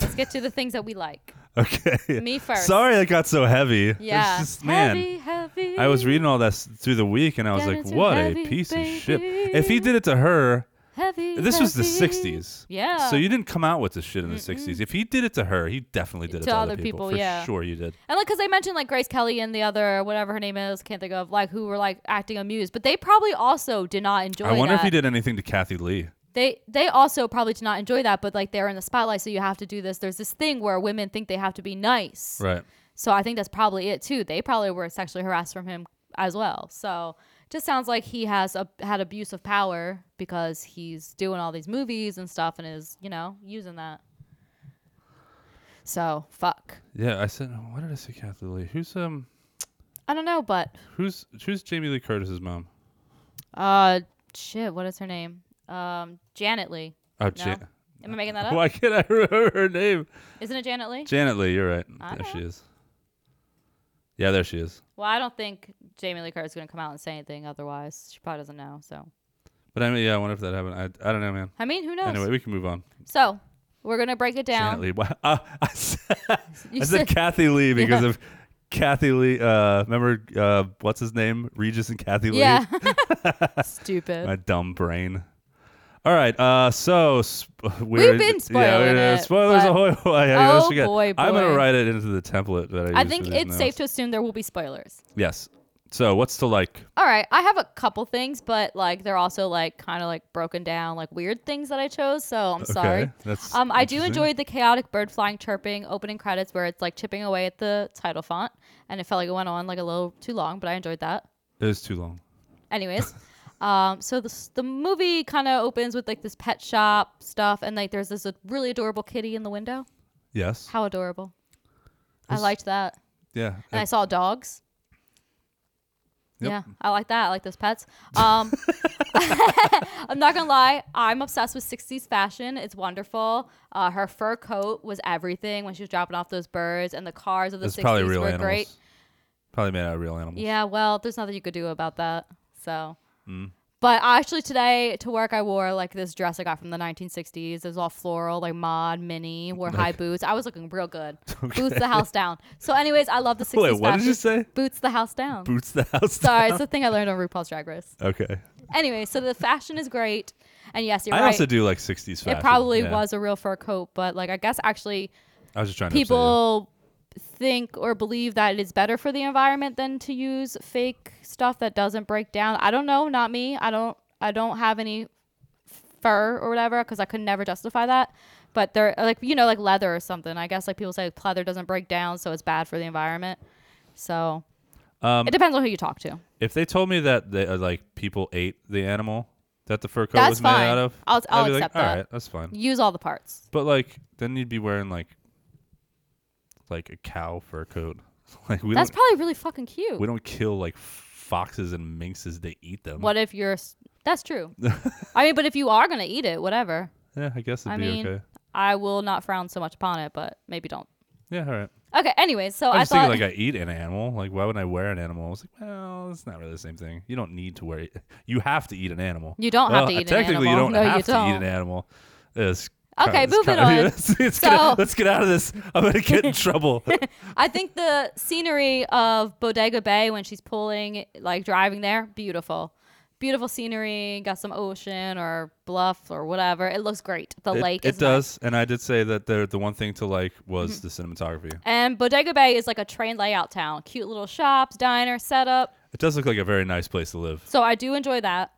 B: Let's get to the things that we like.
A: Okay.
B: Me first.
A: Sorry that got so heavy. It's
B: Yeah.
A: just- man.
B: Heavy, heavy.
A: I was reading all this through the week and I was
B: Got
A: like,
B: it too
A: what a
B: heavy,
A: piece of shit.
B: baby.
A: If he did it to her,
B: Heavy.
A: this was the
B: heavy.
A: 60s.
B: Yeah.
A: So you didn't come out with this shit in the 60s. If he did it to her, he definitely did it to, other people. for
B: yeah.
A: sure you did.
B: And like, cause they mentioned like Grace Kelly and the other whatever her name is, can't think of, like who were like acting amused, but they probably also did not enjoy.
A: I wonder if
B: that.
A: he did anything to Kathy Lee.
B: They they also probably did not enjoy that, but like they're in the spotlight, so you have to do this. There's this thing where women think they have to be nice,
A: Right.
B: so I think that's probably it too. They probably were sexually harassed from him as well. So Just sounds like he has a, had abuse of power because he's doing all these movies and stuff and is, you know, using that. So, fuck.
A: Yeah, I said. Why did I say Kathy Lee? Who's um?
B: I don't know, but
A: Who's who's Jamie Lee Curtis's mom?
B: uh shit, what is her name? Um Janet Lee.
A: Oh,
B: No. Oh.
A: Jan-
B: Am I making that up?
A: Why can't I remember her name?
B: Isn't it Janet Lee?
A: Janet Lee. You're right.
B: I
A: There
B: know.
A: she is. Yeah, there she is.
B: well, I don't think Jamie Lee Curtis is going to come out and say anything otherwise. She probably doesn't know, so.
A: But I mean, yeah, I wonder if that happened. I, I don't know, man.
B: I mean, who knows?
A: Anyway, we can move on.
B: So, we're going to break it
A: Janet
B: down.
A: Lee. Wow. Uh, I said,
B: You
A: I said
B: said-
A: Kathy Lee because of Kathy Lee. Uh, remember uh, what's his name? Regis and Kathy Lee.
B: Yeah. Stupid.
A: My dumb brain. All right. Uh, so sp- we're,
B: We've been
A: yeah,
B: spoiling
A: we're-
B: it,
A: Spoilers
B: but-
A: ahoy! ahoy. I almost
B: Oh,
A: forget.
B: boy,
A: I'm gonna
B: boy.
A: write it into the template that I.
B: I
A: use
B: think
A: for these
B: it's safe
A: notes.
B: to assume there will be spoilers.
A: Yes. So what's to like?
B: All right, I have a couple things, but like they're also like kind of like broken down, like weird things that I chose. So I'm sorry.
A: Okay, that's
B: um, I do
A: interesting.
B: enjoy the chaotic bird flying, chirping, opening credits where it's like chipping away at the title font, and it felt like it went on like a little too long, but I enjoyed that.
A: It was too long.
B: Anyways, um, so this, the movie kind of opens with like this pet shop stuff, and like there's this really adorable kitty in the window.
A: Yes.
B: How adorable! I
A: It's-
B: liked that.
A: yeah.
B: and I saw dogs.
A: Yep.
B: Yeah, I like that. I like those pets. Um, I'm not gonna lie, I'm obsessed with 60s fashion. It's wonderful. Uh, her fur coat was everything when she was dropping off those birds, and the cars of the
A: it's
B: 60s
A: probably real
B: were
A: animals.
B: great.
A: Probably made out of real animals.
B: Yeah, well, there's nothing you could do about that. So,
A: Hmm.
B: but actually, today to work, I wore like this dress I got from the 1960s. It was all floral, like mod, mini, wore high boots. I was looking real good. Boots the house down. So, anyways, I love the 60s.
A: Wait, what did you
B: fashion.
A: say?
B: Boots the house down.
A: Boots the house.
B: Sorry, it's
A: down.
B: the thing I learned on RuPaul's Drag Race.
A: Okay.
B: Anyway, so the fashion is great, and yes, you're
A: I
B: right.
A: also do like 60s fashion.
B: it probably
A: yeah.
B: was a real fur coat, but like I guess actually
A: I was just trying to.
B: people think or believe that it is better for the environment than to use fake stuff that doesn't break down. I don't know, not me. I don't I don't have any fur or whatever because I could never justify that. But they're like you know like leather or something. I guess like people say leather doesn't break down, so it's bad for the environment. So
A: Um,
B: it depends on who you talk to.
A: If they told me that they, uh, like people ate the animal that the fur coat
B: That's
A: was made
B: fine.
A: out of,
B: I'll- I'll
A: would be
B: accept
A: like,
B: that.
A: All right, that's fine.
B: Use all the parts.
A: But like, then you'd be wearing like, like a cow fur coat. Like we
B: That's
A: don't
B: probably really fucking cute.
A: we don't kill like foxes and minxes to eat them.
B: What if you're? s- That's true. I mean, but if you are gonna eat it, whatever.
A: Yeah, I guess it'd
B: I
A: be
B: mean,
A: okay.
B: I will not frown so much upon it, but maybe don't.
A: Yeah, all right.
B: Okay. Anyways, so
A: I
B: I
A: was thinking
B: thought
A: like I eat an animal. Like why would I wear an animal? I was like, well, it's not really the same thing. You don't need to wear. It. You have to eat an animal.
B: You don't have
A: Well,
B: to eat an
A: Technically, you
B: animal.
A: don't
B: No, you
A: have to eat
B: don't.
A: an animal. It's
B: Okay,
A: it's
B: moving
A: kind of-
B: on.
A: it's- it's gonna-
B: So-
A: let's get out of this. I'm gonna get in trouble.
B: I think the scenery of Bodega Bay when she's pulling, like driving there, beautiful, beautiful scenery. Got some ocean or bluff or whatever. It looks great. The
A: it,
B: lake.
A: it
B: is nice.
A: does and i did say that the the one thing to like was the
B: Mm-hmm.
A: cinematography
B: And Bodega Bay is like a train layout town. Cute little shops, diner setup.
A: it does look like a very nice place to live
B: So I do enjoy that.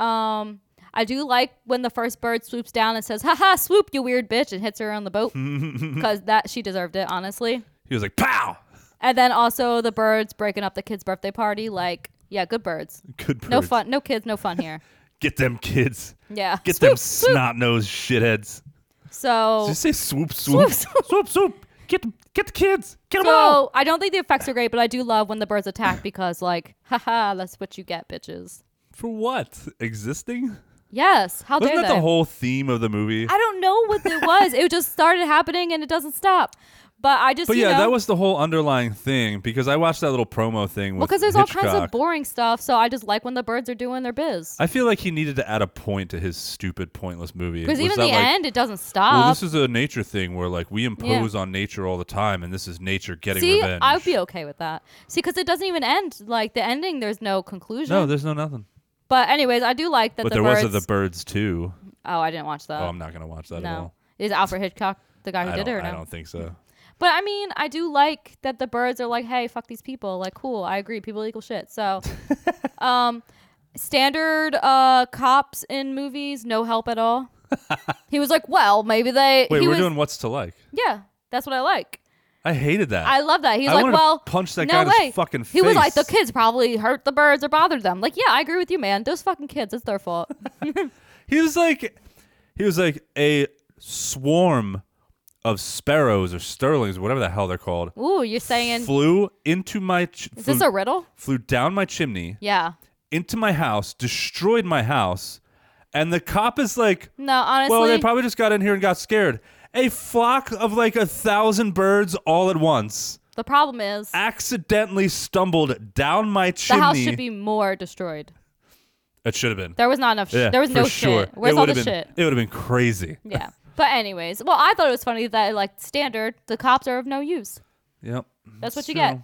B: Um, I do like when the first bird swoops down and says, "Ha ha, swoop, you weird bitch," and hits her on the boat because that she deserved it, honestly.
A: he was like pow
B: And then also the birds breaking up the kids' birthday party. Like, yeah, good birds.
A: good birds.
B: No fun, no kids, no fun here.
A: get them kids
B: Yeah,
A: get
B: Swoop,
A: them
B: swoop.
A: snot-nosed shitheads
B: So
A: did you say swoop swoop
B: Swoop,
A: swoop swoop, get get the kids get them all
B: So I don't think the effects are great, but I do love when the birds attack because, like, haha, that's what you get, bitches.
A: for what existing
B: Yes, how
A: wasn't
B: dare
A: that
B: they?
A: the whole theme of the movie
B: I don't know what it was. it just started happening and it doesn't stop. But I just,
A: but
B: you
A: yeah,
B: know,
A: that was the whole underlying thing because I watched that little promo thing with
B: Well, because there's
A: Hitchcock.
B: all kinds of boring stuff, so I just like when the birds are doing their biz.
A: I feel like he needed to add a point to his stupid, pointless movie.
B: Because
A: Was
B: even
A: that
B: the
A: like,
B: end, it doesn't stop.
A: Well, this is a nature thing where like we impose on nature all the time, and this is nature getting
B: See,
A: revenge.
B: I'd be okay with that. See, because it doesn't even end. Like the ending, there's no conclusion.
A: no, there's no nothing.
B: but anyways, I do like that.
A: But there
B: the birds,
A: was a, the birds too.
B: Oh, I didn't watch that.
A: oh, I'm not gonna watch that at
B: no,
A: all.
B: is Alfred Hitchcock the guy who
A: I
B: did
A: don't,
B: it or
A: I
B: no?
A: don't think so.
B: But I mean, I do like that the birds are like, "Hey, fuck these people." Like, cool. I agree. People equal shit. So, um, standard uh, cops in movies, no help at all. he was like, "Well, maybe they."
A: Wait,
B: he
A: we're
B: was,
A: doing what's to like.
B: Yeah, that's what I like.
A: I hated that.
B: I love that. He's
A: I
B: like,
A: wanted to
B: well,
A: punch that
B: no
A: guy in
B: way.
A: his fucking
B: He was like, the
A: face.
B: kids probably hurt the birds or bothered them. Like, yeah, I agree with you, man. Those fucking kids, it's their fault.
A: he was like, he was like a swarm of sparrows or starlings, whatever the hell they're called,
B: Ooh, you're saying
A: flew into my. Ch-
B: is
A: flew,
B: this a riddle?
A: flew down my chimney
B: Yeah.
A: into my house, destroyed my house, and the cop is like,
B: No, honestly,
A: Well, they probably just got in here and got scared. A flock of like a thousand birds all at once
B: the problem is
A: accidentally stumbled down my
B: the
A: chimney.
B: house should be more destroyed.
A: it should have been.
B: There was not enough. Sh-
A: yeah,
B: there was
A: for
B: no
A: sure.
B: shit. Where's
A: it
B: all the
A: would've been,
B: shit?
A: It would have been crazy.
B: Yeah. But anyways, well, I thought it was funny that like standard, the cops are of no use.
A: Yep.
B: That's what
A: It's
B: you
A: true.
B: get.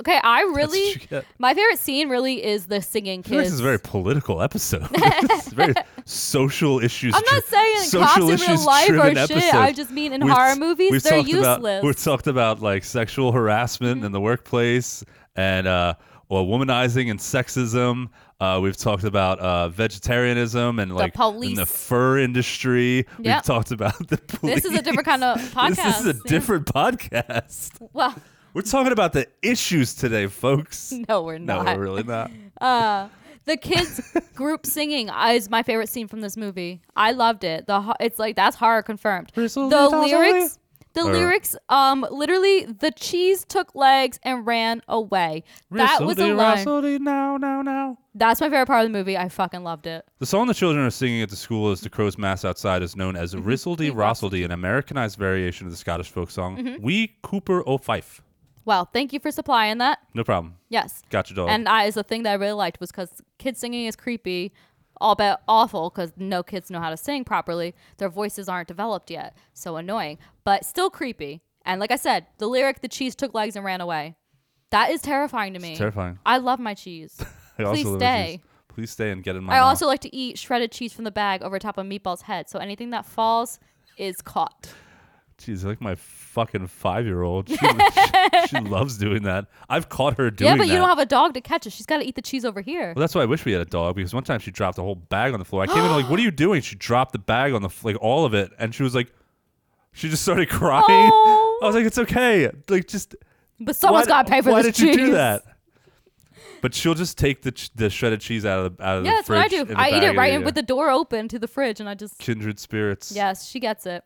B: Okay, I
A: what
B: really
A: you get.
B: my favorite scene really is the singing
A: I feel like
B: kids.
A: This is a very political episode. It's very social issues.
B: I'm
A: dri-
B: not saying
A: social
B: cops in real
A: issues
B: life are
A: driven
B: shit.
A: episode.
B: I just mean in horror movies,
A: we've
B: they're
A: talked About,
B: useless. Mm-hmm.
A: we've talked about like sexual harassment in the workplace and uh, well, womanizing and sexism. Uh, we've talked about uh, vegetarianism and like in the
B: police.
A: fur industry. We've
B: Yep.
A: talked about the police.
B: This is a different kind of
A: This- This is a
B: podcast, yeah.
A: different podcast.
B: well,
A: We're talking about the issues today, folks.
B: no, we're
A: No,
B: not.
A: we're really not.
B: the kids group singing is my favorite scene from this movie. I loved it. The ho- it's like that's horror confirmed.
A: Grizzly
B: the
A: dozzle.
B: lyrics, the
A: Or-
B: lyrics, um, literally the cheese took legs and ran away. that was a
A: Rizzoli,
B: line.
A: rozzoli, now, now, now.
B: That's my favorite part of the movie. I fucking loved it.
A: The song the children are singing at the school as the crow's mass outside is known
B: Mm-hmm.
A: as Rissledy Rossledy, an Americanized variation of the Scottish folk song
B: Mm-hmm.
A: We Cooper O' Fife.
B: Well, thank you for supplying that.
A: No problem.
B: Yes.
A: Gotcha, dog.
B: And I is the thing that I really liked was because kids singing is creepy, all but awful because no kids know how to sing properly. Their voices aren't developed yet, so annoying, but still creepy. And like I said, the lyric "the cheese took legs and ran away," that is terrifying to me.
A: terrifying.
B: I love my cheese.
A: I also
B: Please
A: love it,
B: stay.
A: Jesus. Please stay and get in my
B: I
A: mouth.
B: also like to eat shredded cheese from the bag over top of meatball's head, so anything that falls is caught.
A: Jeez, like my fucking five year old. She, she- she loves doing that. I've caught her doing
B: yeah, but
A: that.
B: you don't have a dog to catch it. She's got to eat the cheese over here.
A: well, that's why I wish we had a dog because one time she dropped a whole bag on the floor. I came in like, "What are you doing?" She dropped the bag on the f- like all of it, and she was like, she just started crying.
B: Oh.
A: I was like, "It's okay, like just
B: But someone's
A: Why-
B: got to pay for
A: Why
B: this
A: did you do
B: cheese.
A: that? But she'll just take the ch- the shredded cheese out of the out of
B: Yeah,
A: the
B: that's what I
A: fridge
B: do.
A: in the
B: I eat
A: bag
B: it
A: and
B: right in, with the door open to the fridge, and I just
A: kindred spirits.
B: Yes, she gets it.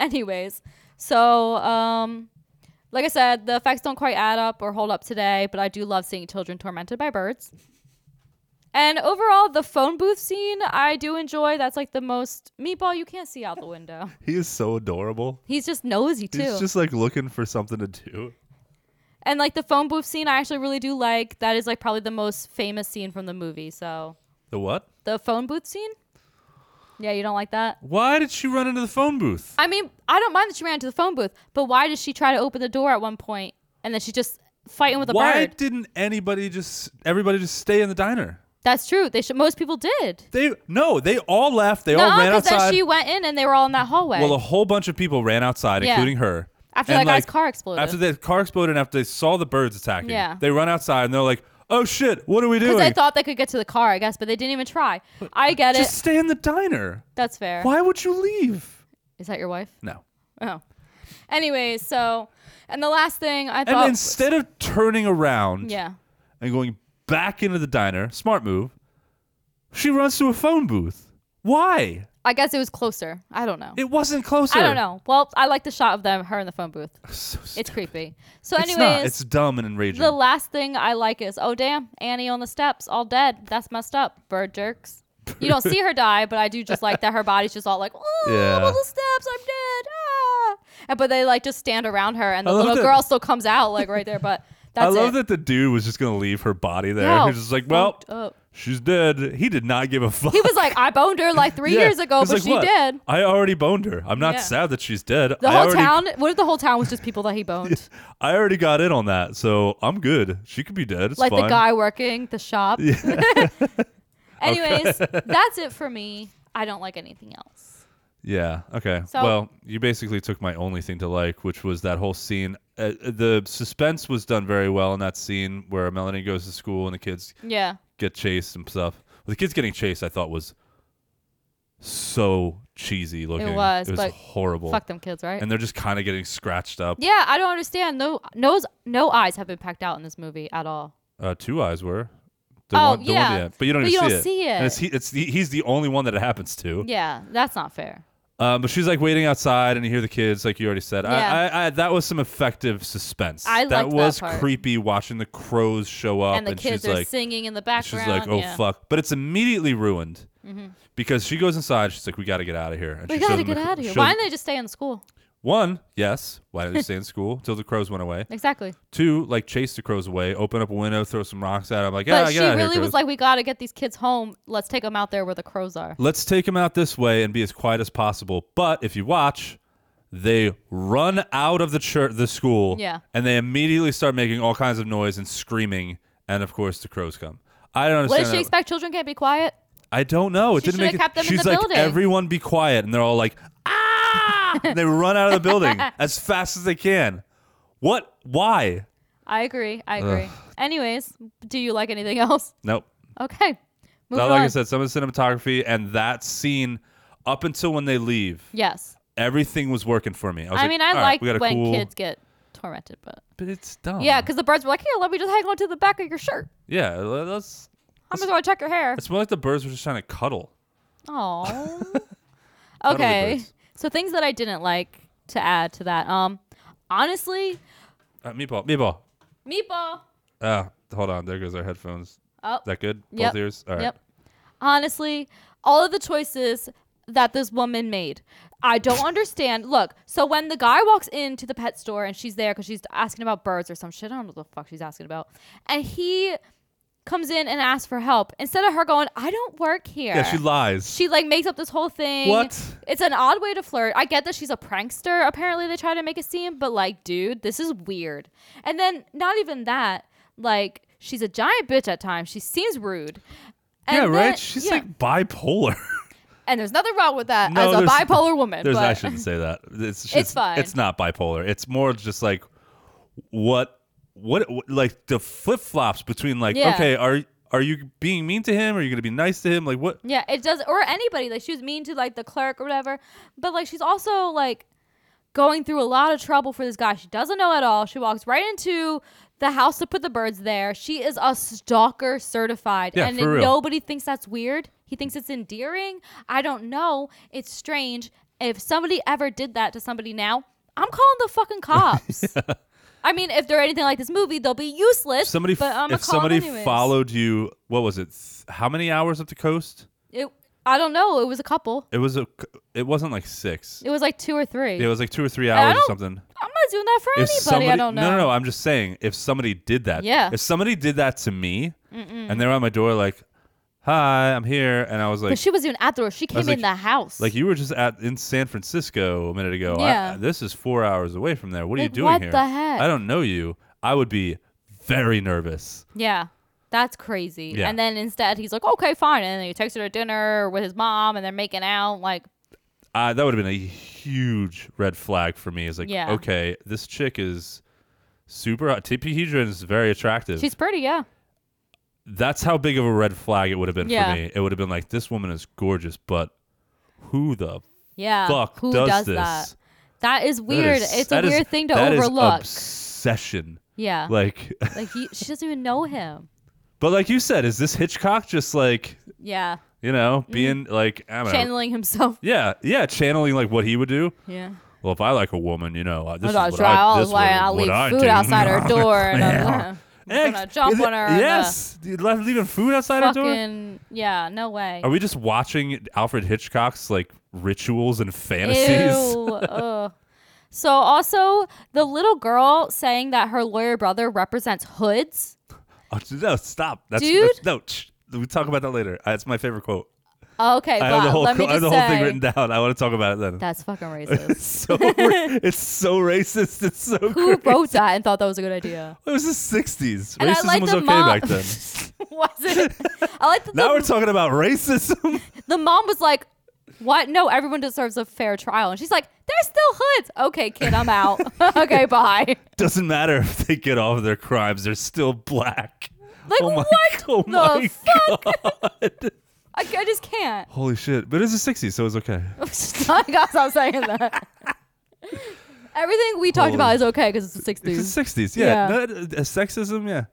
B: Anyways, so um, like I said, the effects don't quite add up or hold up today, but I do love seeing children tormented by birds. And overall, the phone booth scene I do enjoy. That's like the most meatball you can't see out the window.
A: he is so adorable.
B: He's just nosy too.
A: He's just like looking for something to do.
B: and like the phone booth scene, I actually really do like. That is like probably the most famous scene from the movie. So
A: The what?
B: the phone booth scene. Yeah, you don't like that.
A: Why did she run into the phone booth?
B: I mean, I don't mind that she ran to the phone booth, but why did she try to open the door at one point and then she just fighting with a
A: Why
B: bird?
A: didn't anybody just everybody just stay in the diner?
B: That's true. They should. Most people did.
A: They no, they all left. They all
B: No,
A: ran
B: because
A: outside.
B: then she went in and they were all in that hallway.
A: well, a whole bunch of people ran outside,
B: Yeah.
A: including her.
B: After
A: And,
B: that guy's car exploded.
A: After the car exploded, and after they saw the birds attacking,
B: Yeah.
A: they run outside and they're like, "Oh shit, what are we doing?"
B: because I thought they could get to the car, I guess, but they didn't even try. I get
A: Just
B: it.
A: stay in the diner.
B: That's fair.
A: Why would you leave?
B: Is that your wife?
A: No.
B: Oh. Anyways, so and the last thing I
A: And
B: thought.
A: instead of turning around
B: yeah.
A: and going back into the diner, smart move, she runs to a phone booth. Why?
B: I guess it was closer. I don't know.
A: It wasn't closer.
B: I don't know. Well, I like the shot of them, her in the phone booth.
A: So st-
B: It's creepy. So,
A: it's
B: anyways,
A: not. It's dumb and enraging.
B: The last thing I like is, oh damn, Annie on the steps, all dead. That's messed up. Bird jerks. You don't see her die, but I do just like that her body's just all like, oh,
A: Yeah.
B: I'm on the steps, I'm dead. Ah. And, but they like just stand around her, and the
A: I love
B: little
A: that-
B: girl still comes out like right there. But that's
A: I love
B: it.
A: that the dude was just gonna leave her body there.
B: No.
A: He's just like, well,
B: Fucked up.
A: she's dead. He did not give a fuck.
B: He was like, I boned her like three
A: Yeah.
B: years ago,
A: He's
B: but
A: like,
B: she
A: "What?
B: did.
A: I already boned her. I'm not
B: Yeah.
A: sad that she's dead.
B: The
A: I
B: whole
A: already-
B: town. What if the whole town was just people that he boned?
A: I already got in on that, so I'm good. She could be dead. It's
B: like
A: fine.
B: the guy working the shop. Anyways, that's it for me. I don't like anything else.
A: Yeah. Okay.
B: So-
A: well, you basically took my only thing to like, which was that whole scene. Uh, the suspense was done very well in that scene where Melanie goes to school and the kids
B: Yeah.
A: get chased and stuff. The kids getting chased, I thought was so cheesy looking.
B: was,
A: It was
B: but
A: horrible.
B: Fuck them kids, right?
A: And they're just kind of getting scratched up.
B: yeah, I don't understand. No nose, no eyes have been packed out in this movie at all.
A: Uh, two eyes were. The
B: Oh,
A: one the
B: yeah.
A: one yeah. But you don't
B: But
A: even
B: you
A: see,
B: don't
A: it.
B: see
A: And
B: it.
A: it's, he, it's the, he's the only one that it happens to.
B: Yeah, that's not fair.
A: Um, but she's like waiting outside, and you hear the kids, like you already said. I,
B: Yeah.
A: I, I, that was some effective suspense.
B: I
A: that
B: liked that
A: was
B: part.
A: creepy watching the crows show up,
B: and the kids
A: Oh, she's
B: are
A: like,
B: singing in the
A: she's
B: background.
A: like, oh
B: yeah. Mm-hmm.
A: fuck! But it's immediately ruined because she goes inside. She's like, we got to get out of here. And
B: We
A: she shows
B: gotta
A: them the
B: get
A: cr-
B: out of here.
A: shows-
B: Why didn't they just stay in school?
A: One, yes. Why did they stay in school till the crows went away?
B: Exactly.
A: Two, like chase the crows away, open up a window, throw some rocks at. 'em, like, yeah,
B: But
A: get
B: she
A: out of
B: really
A: here,
B: was
A: crows."
B: like, we gotta get these kids home. Let's take them out there where the crows are.
A: let's take them out this way and be as quiet as possible. But if you watch, they run out of the church, the school,
B: Yeah.
A: and they immediately start making all kinds of noise and screaming. And of course, the crows come. I don't
B: What
A: understand.
B: did she
A: that.
B: expect? Children can't be quiet.
A: I don't know. It
B: She
A: didn't make
B: should've
A: it.
B: kept them in
A: She's
B: the
A: like,
B: building.
A: everyone be quiet, and they're all like, ah! And they run out of the building as fast as they can. What? Why?
B: I agree. I agree. Anyways, do you like anything else?
A: Nope.
B: Okay. Moving
A: Not like I
B: on.
A: said, some of the cinematography and that scene up until when they leave.
B: Yes.
A: everything was working for me. I, was
B: I
A: like,
B: mean,
A: "All
B: I
A: right,
B: like
A: we got a
B: when
A: cool,
B: kids get tormented, but
A: but it's dumb.
B: yeah, because the birds were like, "Here, let me just hang on to the back of your shirt.
A: yeah, le- let's.
B: I'm just gonna check your hair."
A: It's more like the birds were just trying to cuddle.
B: Oh.
A: the
B: okay.
A: birds.
B: So things that I didn't like to add to that. Um, honestly,
A: Uh, meatball, meatball.
B: meatball.
A: Ah, hold on. There goes our headphones.
B: Oh.
A: Is that good?
B: Yep.
A: Both ears. All right.
B: Yep. Honestly, all of the choices that this woman made, I don't understand. Look, so when the guy walks into the pet store and she's there because she's asking about birds or some shit, I don't know what the fuck she's asking about, and he comes in and asks for help instead of her going, "I don't work here."
A: Yeah, she lies.
B: She like makes up this whole thing.
A: What?
B: It's an odd way to flirt. I get that she's a prankster. Apparently, they try to make it seem, but like, dude, this is weird. And then not even that. Like, she's a giant bitch at times. She seems rude. And
A: yeah,
B: then-
A: right. She's
B: yeah.
A: like bipolar.
B: and there's nothing wrong with that
A: No,
B: as a
A: there's-
B: bipolar woman.
A: There's.
B: but
A: I shouldn't say that. It's. Just,
B: fine.
A: It's not bipolar. It's more just like what. What, what like the flip flops between like
B: Yeah.
A: okay are are you being mean to him are you gonna be nice to him like what
B: Yeah, it does, or anybody. Like she was mean to like the clerk or whatever, but like she's also like going through a lot of trouble for this guy she doesn't know at all. She walks right into the house to put the birds there. She is a stalker certified,
A: Yeah,
B: and
A: for real.
B: nobody thinks that's weird. He thinks it's endearing. I don't know. It's strange. If somebody ever did that to somebody now, I'm calling the fucking cops. I mean, if they're anything like this movie, they'll be useless.
A: somebody
B: but I'm
A: if
B: call 'em
A: somebody
B: anyways.
A: followed you what was it th- how many hours up the coast
B: it, I don't know. It was a couple.
A: it was a c- it wasn't like six
B: It was like two or three.
A: it was like two or three
B: I
A: hours or
B: don't-
A: something
B: I'm not doing that for
A: if
B: anybody. I don't know.
A: no no no i'm just saying if somebody did that
B: Yeah.
A: if somebody did that to me and they were on my door like hi i'm here and i was like
B: but she was even at the door. She came
A: was like-
B: in the house.
A: like you were just at in san francisco a minute ago I-
B: Yeah.
A: this is four hours away from there what are you
B: Like,
A: doing
B: what
A: here
B: the heck?
A: i don't know you i would be very nervous
B: yeah, that's crazy.
A: Yeah.
B: And then instead, he's like, okay, fine. And then he takes her to dinner with his mom, and they're making out. Like,
A: I that would have been a huge red flag for me. Is like,
B: Yeah.
A: okay, this chick is super uh, hot. TP Hedron is very attractive.
B: she's pretty, yeah.
A: That's how big of a red flag it would have been
B: Yeah.
A: for me. It would have been like, this woman is gorgeous, but who the
B: Yeah.
A: fuck
B: Who
A: does,
B: does
A: this?
B: that? That is
A: That
B: weird.
A: is-
B: it's a
A: that is-
B: weird thing to
A: that is
B: overlook.
A: obsession.
B: yeah. Like,
A: Like,
B: he, she doesn't even know him.
A: but like you said, is this Hitchcock just like
B: Yeah.
A: you know being like I don't know.
B: Mm-hmm. Channeling himself.
A: Yeah, yeah, channeling like what he would do.
B: Yeah.
A: Well, if I like a woman, you know, uh, this
B: I'm
A: is
B: gonna
A: what
B: try all
A: I,
B: the
A: this
B: way.
A: would-
B: Oh, I'll
A: what
B: leave
A: I
B: food
A: do.
B: outside her door, and I'm gonna, I'm
A: Eggs.
B: gonna jump
A: Is
B: on
A: it-
B: her. and, uh,
A: Yes, Dude, le- leaving food outside our door.
B: Fucking yeah, no way.
A: Are we just watching Alfred Hitchcock's like rituals and fantasies?
B: Ew. ugh. So also the little girl saying that her lawyer brother represents hoods.
A: Oh, no, stop. That's,
B: Dude.
A: that's no. shh. We talk about that later. Uh, It's my favorite quote.
B: Okay,
A: I have
B: but
A: the whole
B: let me
A: co- I have
B: just
A: the
B: say
A: whole thing written down. I want to talk about it then.
B: that's fucking racist.
A: so ra- it's so racist. It's so
B: Who
A: crazy.
B: wrote that and thought that was a good idea?
A: It was the '60s.
B: And I
A: Racism
B: like
A: was
B: the
A: okay
B: mom-
A: back then.
B: was it? I like that
A: now we're
B: the,
A: talking about racism.
B: the mom was like, "What? No, everyone deserves a fair trial." And she's like, "They're still hoods." Okay, kid, I'm out. okay, bye.
A: Doesn't matter if they get off their crimes; they're still black.
B: Like
A: oh my,
B: what
A: oh
B: the
A: my
B: fuck?
A: God.
B: I, I just can't.
A: Holy shit! But it's the '60s, so it's okay.
B: I gotta stop saying that. Everything we talked
A: Holy-
B: about is okay because it's the 60s.
A: It's the 60s. Yeah.
B: Yeah.
A: No, uh, uh, sexism, yeah.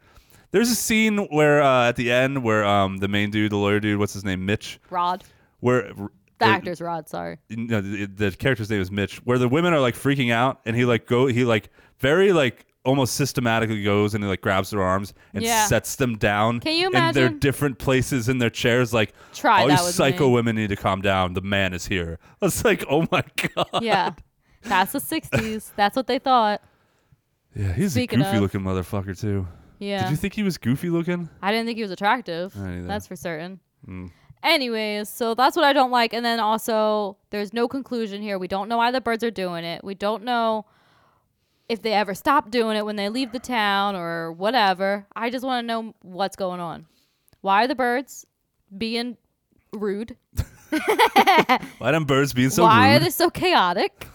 A: There's a scene where uh, at the end where um, the main dude, the lawyer dude, what's his name, Mitch,
B: Rod.
A: where
B: The
A: uh,
B: actor's Rod, sorry.
A: no, the, the character's name is Mitch, where the women are like freaking out, and he like go, he like very like almost systematically goes and he like grabs their arms and
B: Yeah.
A: sets them down.
B: Can you
A: And they're
B: imagine?
A: different places in their chairs. Like,
B: Try
A: all
B: that
A: you
B: with
A: psycho
B: me."
A: women need to calm down. The man is here. I was like, oh my god.
B: Yeah. That's the 60s. That's what they thought.
A: Yeah, he's
B: Speaking
A: a
B: of-
A: goofy looking motherfucker too.
B: Yeah.
A: Did you think he was goofy looking?
B: I didn't think he was attractive.
A: didn't either. Hmm.
B: That's for certain. Anyways, so that's what I don't like. And then also, there's no conclusion here. We don't know why the birds are doing it. We don't know if they ever stop doing it when they leave the town or whatever. I just want to know what's going on. Why are the birds being rude?
A: Why them birds being so
B: why
A: rude?
B: are they so chaotic?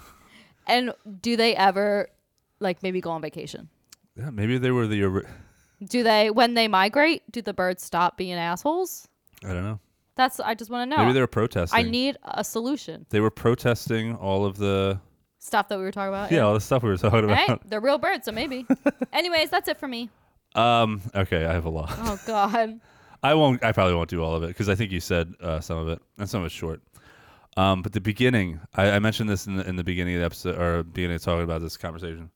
B: And do they ever, like, maybe go on vacation?
A: Yeah, maybe they were the. ori-
B: Do they, when they migrate, do the birds stop being assholes?
A: I don't know.
B: That's, Oh, I just want to know.
A: Maybe they were protesting.
B: I need a solution.
A: They were protesting all of the
B: Stuff that we were talking about.
A: yeah, all the stuff we were talking
B: All right.
A: about.
B: They're real birds, so maybe. Anyways, that's it for me.
A: Um. Okay, I have a lot.
B: Oh God.
A: I won't. I probably won't do all of it because I think you said uh, some of it, and some of it's short. Um. But the beginning, I, I mentioned this in the, in the beginning of the episode or beginning of talking about this conversation.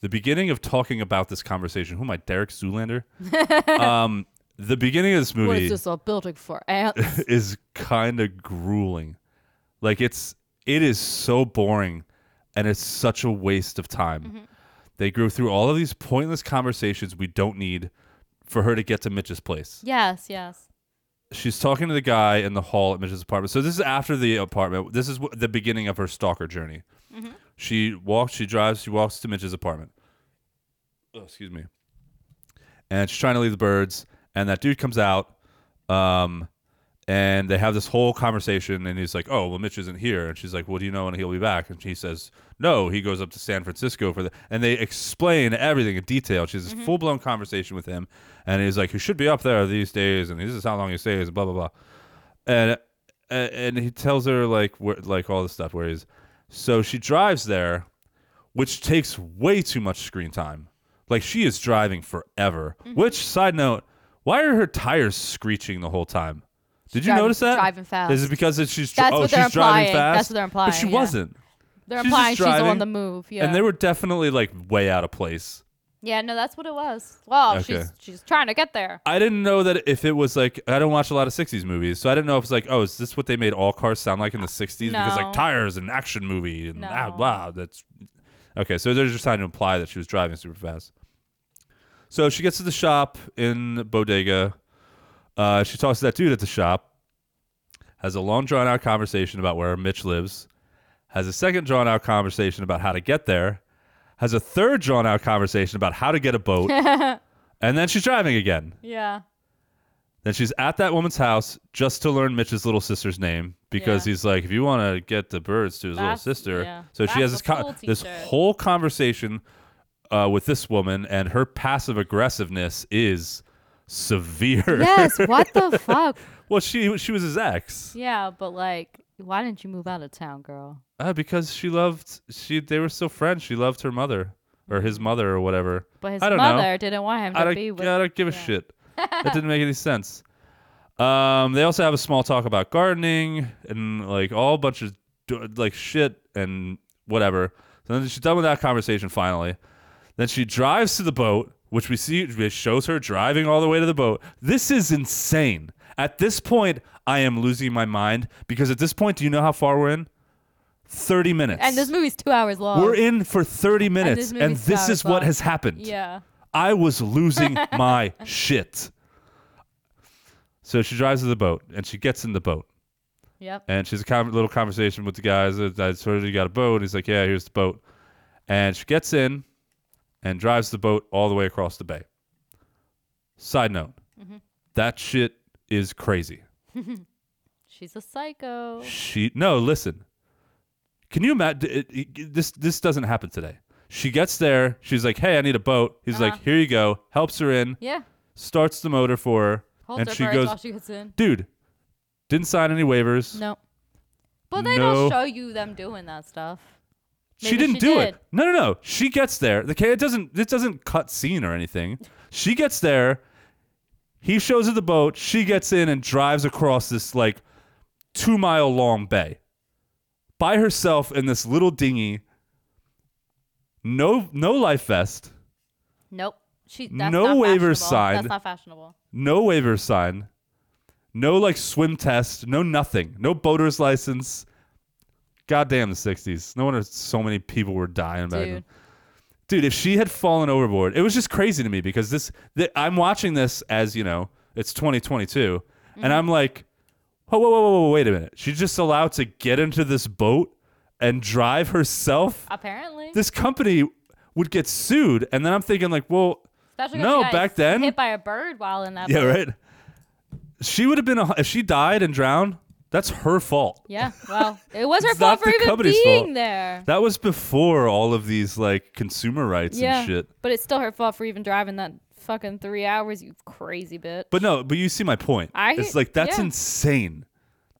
A: The beginning of talking about this conversation. Who am I, Derek Zoolander? um. The beginning of this movie.
B: What is this all building for? Ants.
A: is kind of grueling. Like it's it is so boring and it's such a waste of time. They go through all of these pointless conversations we don't need for her to get to Mitch's place.
B: yes, yes.
A: She's talking to the guy in the hall at Mitch's apartment. So this is after the apartment. This is wh- the beginning of her stalker journey. She walks, she drives, she walks to Mitch's apartment. Oh, excuse me. And she's trying to leave the birds, and that dude comes out, um, and they have this whole conversation, and he's like, "Oh, well, Mitch isn't here," and she's like, "Well, do you know when he'll be back?" And she says, "No, he goes up to San Francisco for the," and they explain everything in detail. She has this full blown conversation with him, and he's like, "He should be up there these days," and this is how long he stays, blah blah blah and and- and he tells her like where, like all the stuff where he's so she drives there which takes way too much screen time like she is driving forever
B: Mm-hmm.
A: which side note why are her tires screeching the whole time did you
B: driving-
A: notice that
B: driving fast.
A: is it because that she's dri-
B: That's
A: oh
B: what
A: she's
B: they're
A: driving
B: implying.
A: fast
B: That's what they're
A: but she
B: implying, yeah.
A: wasn't
B: They're
A: She's
B: implying
A: just
B: she's on
A: driving,
B: the move. Yeah.
A: and they were definitely like way out of place
B: yeah. No, that's what it was. Wow.
A: Okay.
B: She's she's trying to get there.
A: I didn't know that if it was like I don't watch a lot of '60s movies, so I didn't know if it's like, oh, is this what they made all cars sound like in the '60s? Because
B: No.
A: like tires and action movie and ah,
B: No.
A: blah. That's okay. So they're just trying to imply that she was driving super fast. So she gets to the shop in Bodega. Uh, she talks to that dude at the shop. Has a long drawn out conversation about where Mitch lives. Has a second drawn out conversation about how to get there. Has a third drawn out conversation about how to get a boat. and then she's driving again.
B: Yeah.
A: Then she's at that woman's house just to learn Mitch's little sister's name because
B: Yeah.
A: he's like, if you want to get the birds to his
B: That's-
A: little sister,
B: yeah.
A: so she has this
B: That's a
A: co-
B: cool
A: this
B: teacher.
A: whole conversation uh, with this woman, and her passive aggressiveness is severe.
B: yes. What the fuck?
A: well, she she was his ex
B: Yeah, but like, why didn't you move out of town, girl?
A: uh, because she loved she they were still friends. She loved her mother or his mother or whatever.
B: But his
A: I don't know.
B: mother didn't want him to
A: I don't,
B: be with.
A: I don't give a shit. that didn't make any sense. Um, they also have a small talk about gardening and like all bunch of d- like shit and whatever. So then she's done with that conversation finally. Then she drives to the boat, which we see which shows her driving all the way to the boat. This is insane. At this point, I am losing my mind because at this point, do you know how far we're in? Thirty minutes.
B: and this movie's two hours long.
A: we're in for thirty minutes,
B: movie's
A: and
B: two
A: this
B: hours
A: is what
B: long.
A: has happened.
B: Yeah.
A: I was losing my shit. So she drives to the boat and she gets in the boat
B: Yep.
A: and she's a con- little conversation with the guys. uh, I sort of you got a boat. He's like, yeah, here's the boat. And she gets in and drives the boat all the way across the bay. Side note, that shit is crazy.
B: She's a psycho.
A: She no, listen. Can you imagine? This this doesn't happen today. She gets there. She's like, hey, I need a boat. He's like, here you go. Helps her in
B: Yeah.
A: starts the motor for her,
B: Holds
A: and
B: her
A: she
B: birds
A: goes,
B: while she gets in.
A: "Dude, Didn't sign any waivers.
B: No. But they
A: No.
B: don't show you them doing that stuff.
A: she
B: Maybe
A: didn't
B: she
A: do it.
B: did.
A: No, no, no. She gets there. The ca- it doesn't. This doesn't cut scene or anything. She gets there. He shows her the boat. She gets in and drives across this like two mile long bay by herself in this little dinghy. No, no life vest.
B: Nope. She that's
A: No
B: not
A: waivers
B: fashionable.
A: signed.
B: That's not fashionable.
A: no waiver sign, no like swim test, no nothing, no boater's license. Goddamn the '60s! No wonder so many people were dying back then.
B: Dude.
A: Dude, if she had fallen overboard, it was just crazy to me because this. Th- I'm watching this as you know, it's 2022, and I'm like, whoa, whoa, whoa, whoa, whoa, wait a minute. She's just allowed to get into this boat and drive herself.
B: Apparently.
A: This company would get sued, and then I'm thinking like, well,
B: Especially if
A: no,
B: she got
A: back then-
B: hit by a bird while in that
A: yeah,
B: boat.
A: right. She would have been a, if she died and drowned. That's her fault.
B: Yeah, well, it was her
A: It's
B: fault
A: not
B: for
A: the
B: even
A: company's
B: being
A: fault.
B: there.
A: That was before all of these like consumer rights
B: yeah,
A: and shit.
B: but it's still her fault for even driving that fucking three hours. You crazy bitch.
A: But no, but you see my point.
B: I-
A: it's like that's
B: yeah.
A: insane.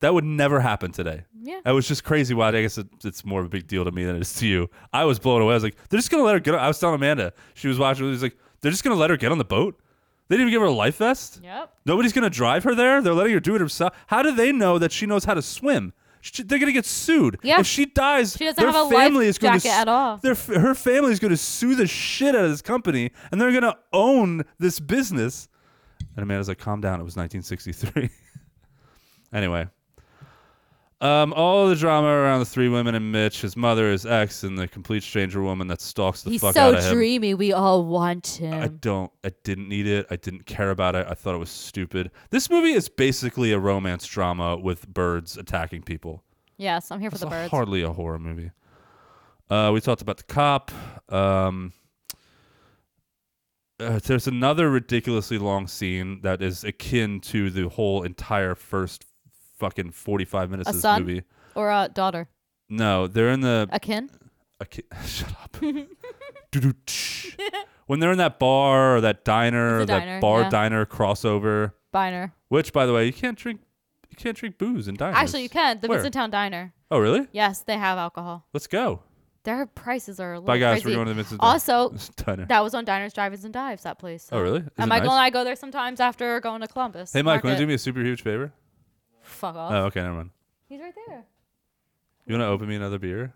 A: That would never happen today.
B: Yeah.
A: That was just crazy. Why? I guess it, it's more of a big deal to me than it is to you. I was blown away. I was like, they're just gonna let her get. On. I was telling Amanda, she was watching. She was like, they're just gonna let her get on the boat. They didn't even give her a life vest.
B: yep.
A: Nobody's gonna drive her there. They're letting her do it herself. How do they know that she knows how to swim? She, they're gonna get sued.
B: Yeah.
A: If she dies,
B: She doesn't
A: their
B: have a
A: family
B: life
A: is gonna
B: jacket
A: s-
B: at all.
A: Their f- her family is gonna sue the shit out of this company, and they're gonna own this business. And Amanda's like, "Calm down. It was 1963." anyway. Um, all the drama around the three women and Mitch, his mother, his ex, and the complete stranger woman that stalks the
B: He's
A: fuck
B: so
A: out of him.
B: dreamy. We all want
A: I
B: him.
A: don't. I didn't need it. I didn't care about it. I thought it was stupid. This movie is basically a romance drama with birds attacking people.
B: yes, I'm here for
A: It's
B: the
A: a-
B: birds.
A: hardly a horror movie. Uh, we talked about the cop. Um, uh, there's another ridiculously long scene that is akin to the whole entire first fucking 45 minutes
B: A
A: of this
B: son?
A: movie.
B: Or a daughter.
A: No, they're in the
B: Akin.
A: a ki- shut up. Doo-doo-tsh. when they're in that bar or that diner
B: It's a
A: or that
B: diner,
A: bar
B: yeah.
A: diner crossover,
B: Biner.
A: which by the way, you can't drink you can't drink booze in diners.
B: Actually, you can. The
A: Where?
B: Vincent Town Diner.
A: Oh, really?
B: Yes, they have alcohol.
A: Let's go.
B: Their prices are a little
A: Bye guys, we're
B: crazy.
A: going to the Vincent
B: Also,
A: diner.
B: that was on Diners, Drive-Ins, and Dives. That place.
A: Oh, really? Is it
B: Am I
A: nice?
B: going? I go there sometimes after going to Columbus.
A: hey Mike, want
B: Market.
A: to do me a super huge favor?
B: Fuck off.
A: Oh, okay, never mind.
B: He's right there.
A: You want to open me another beer?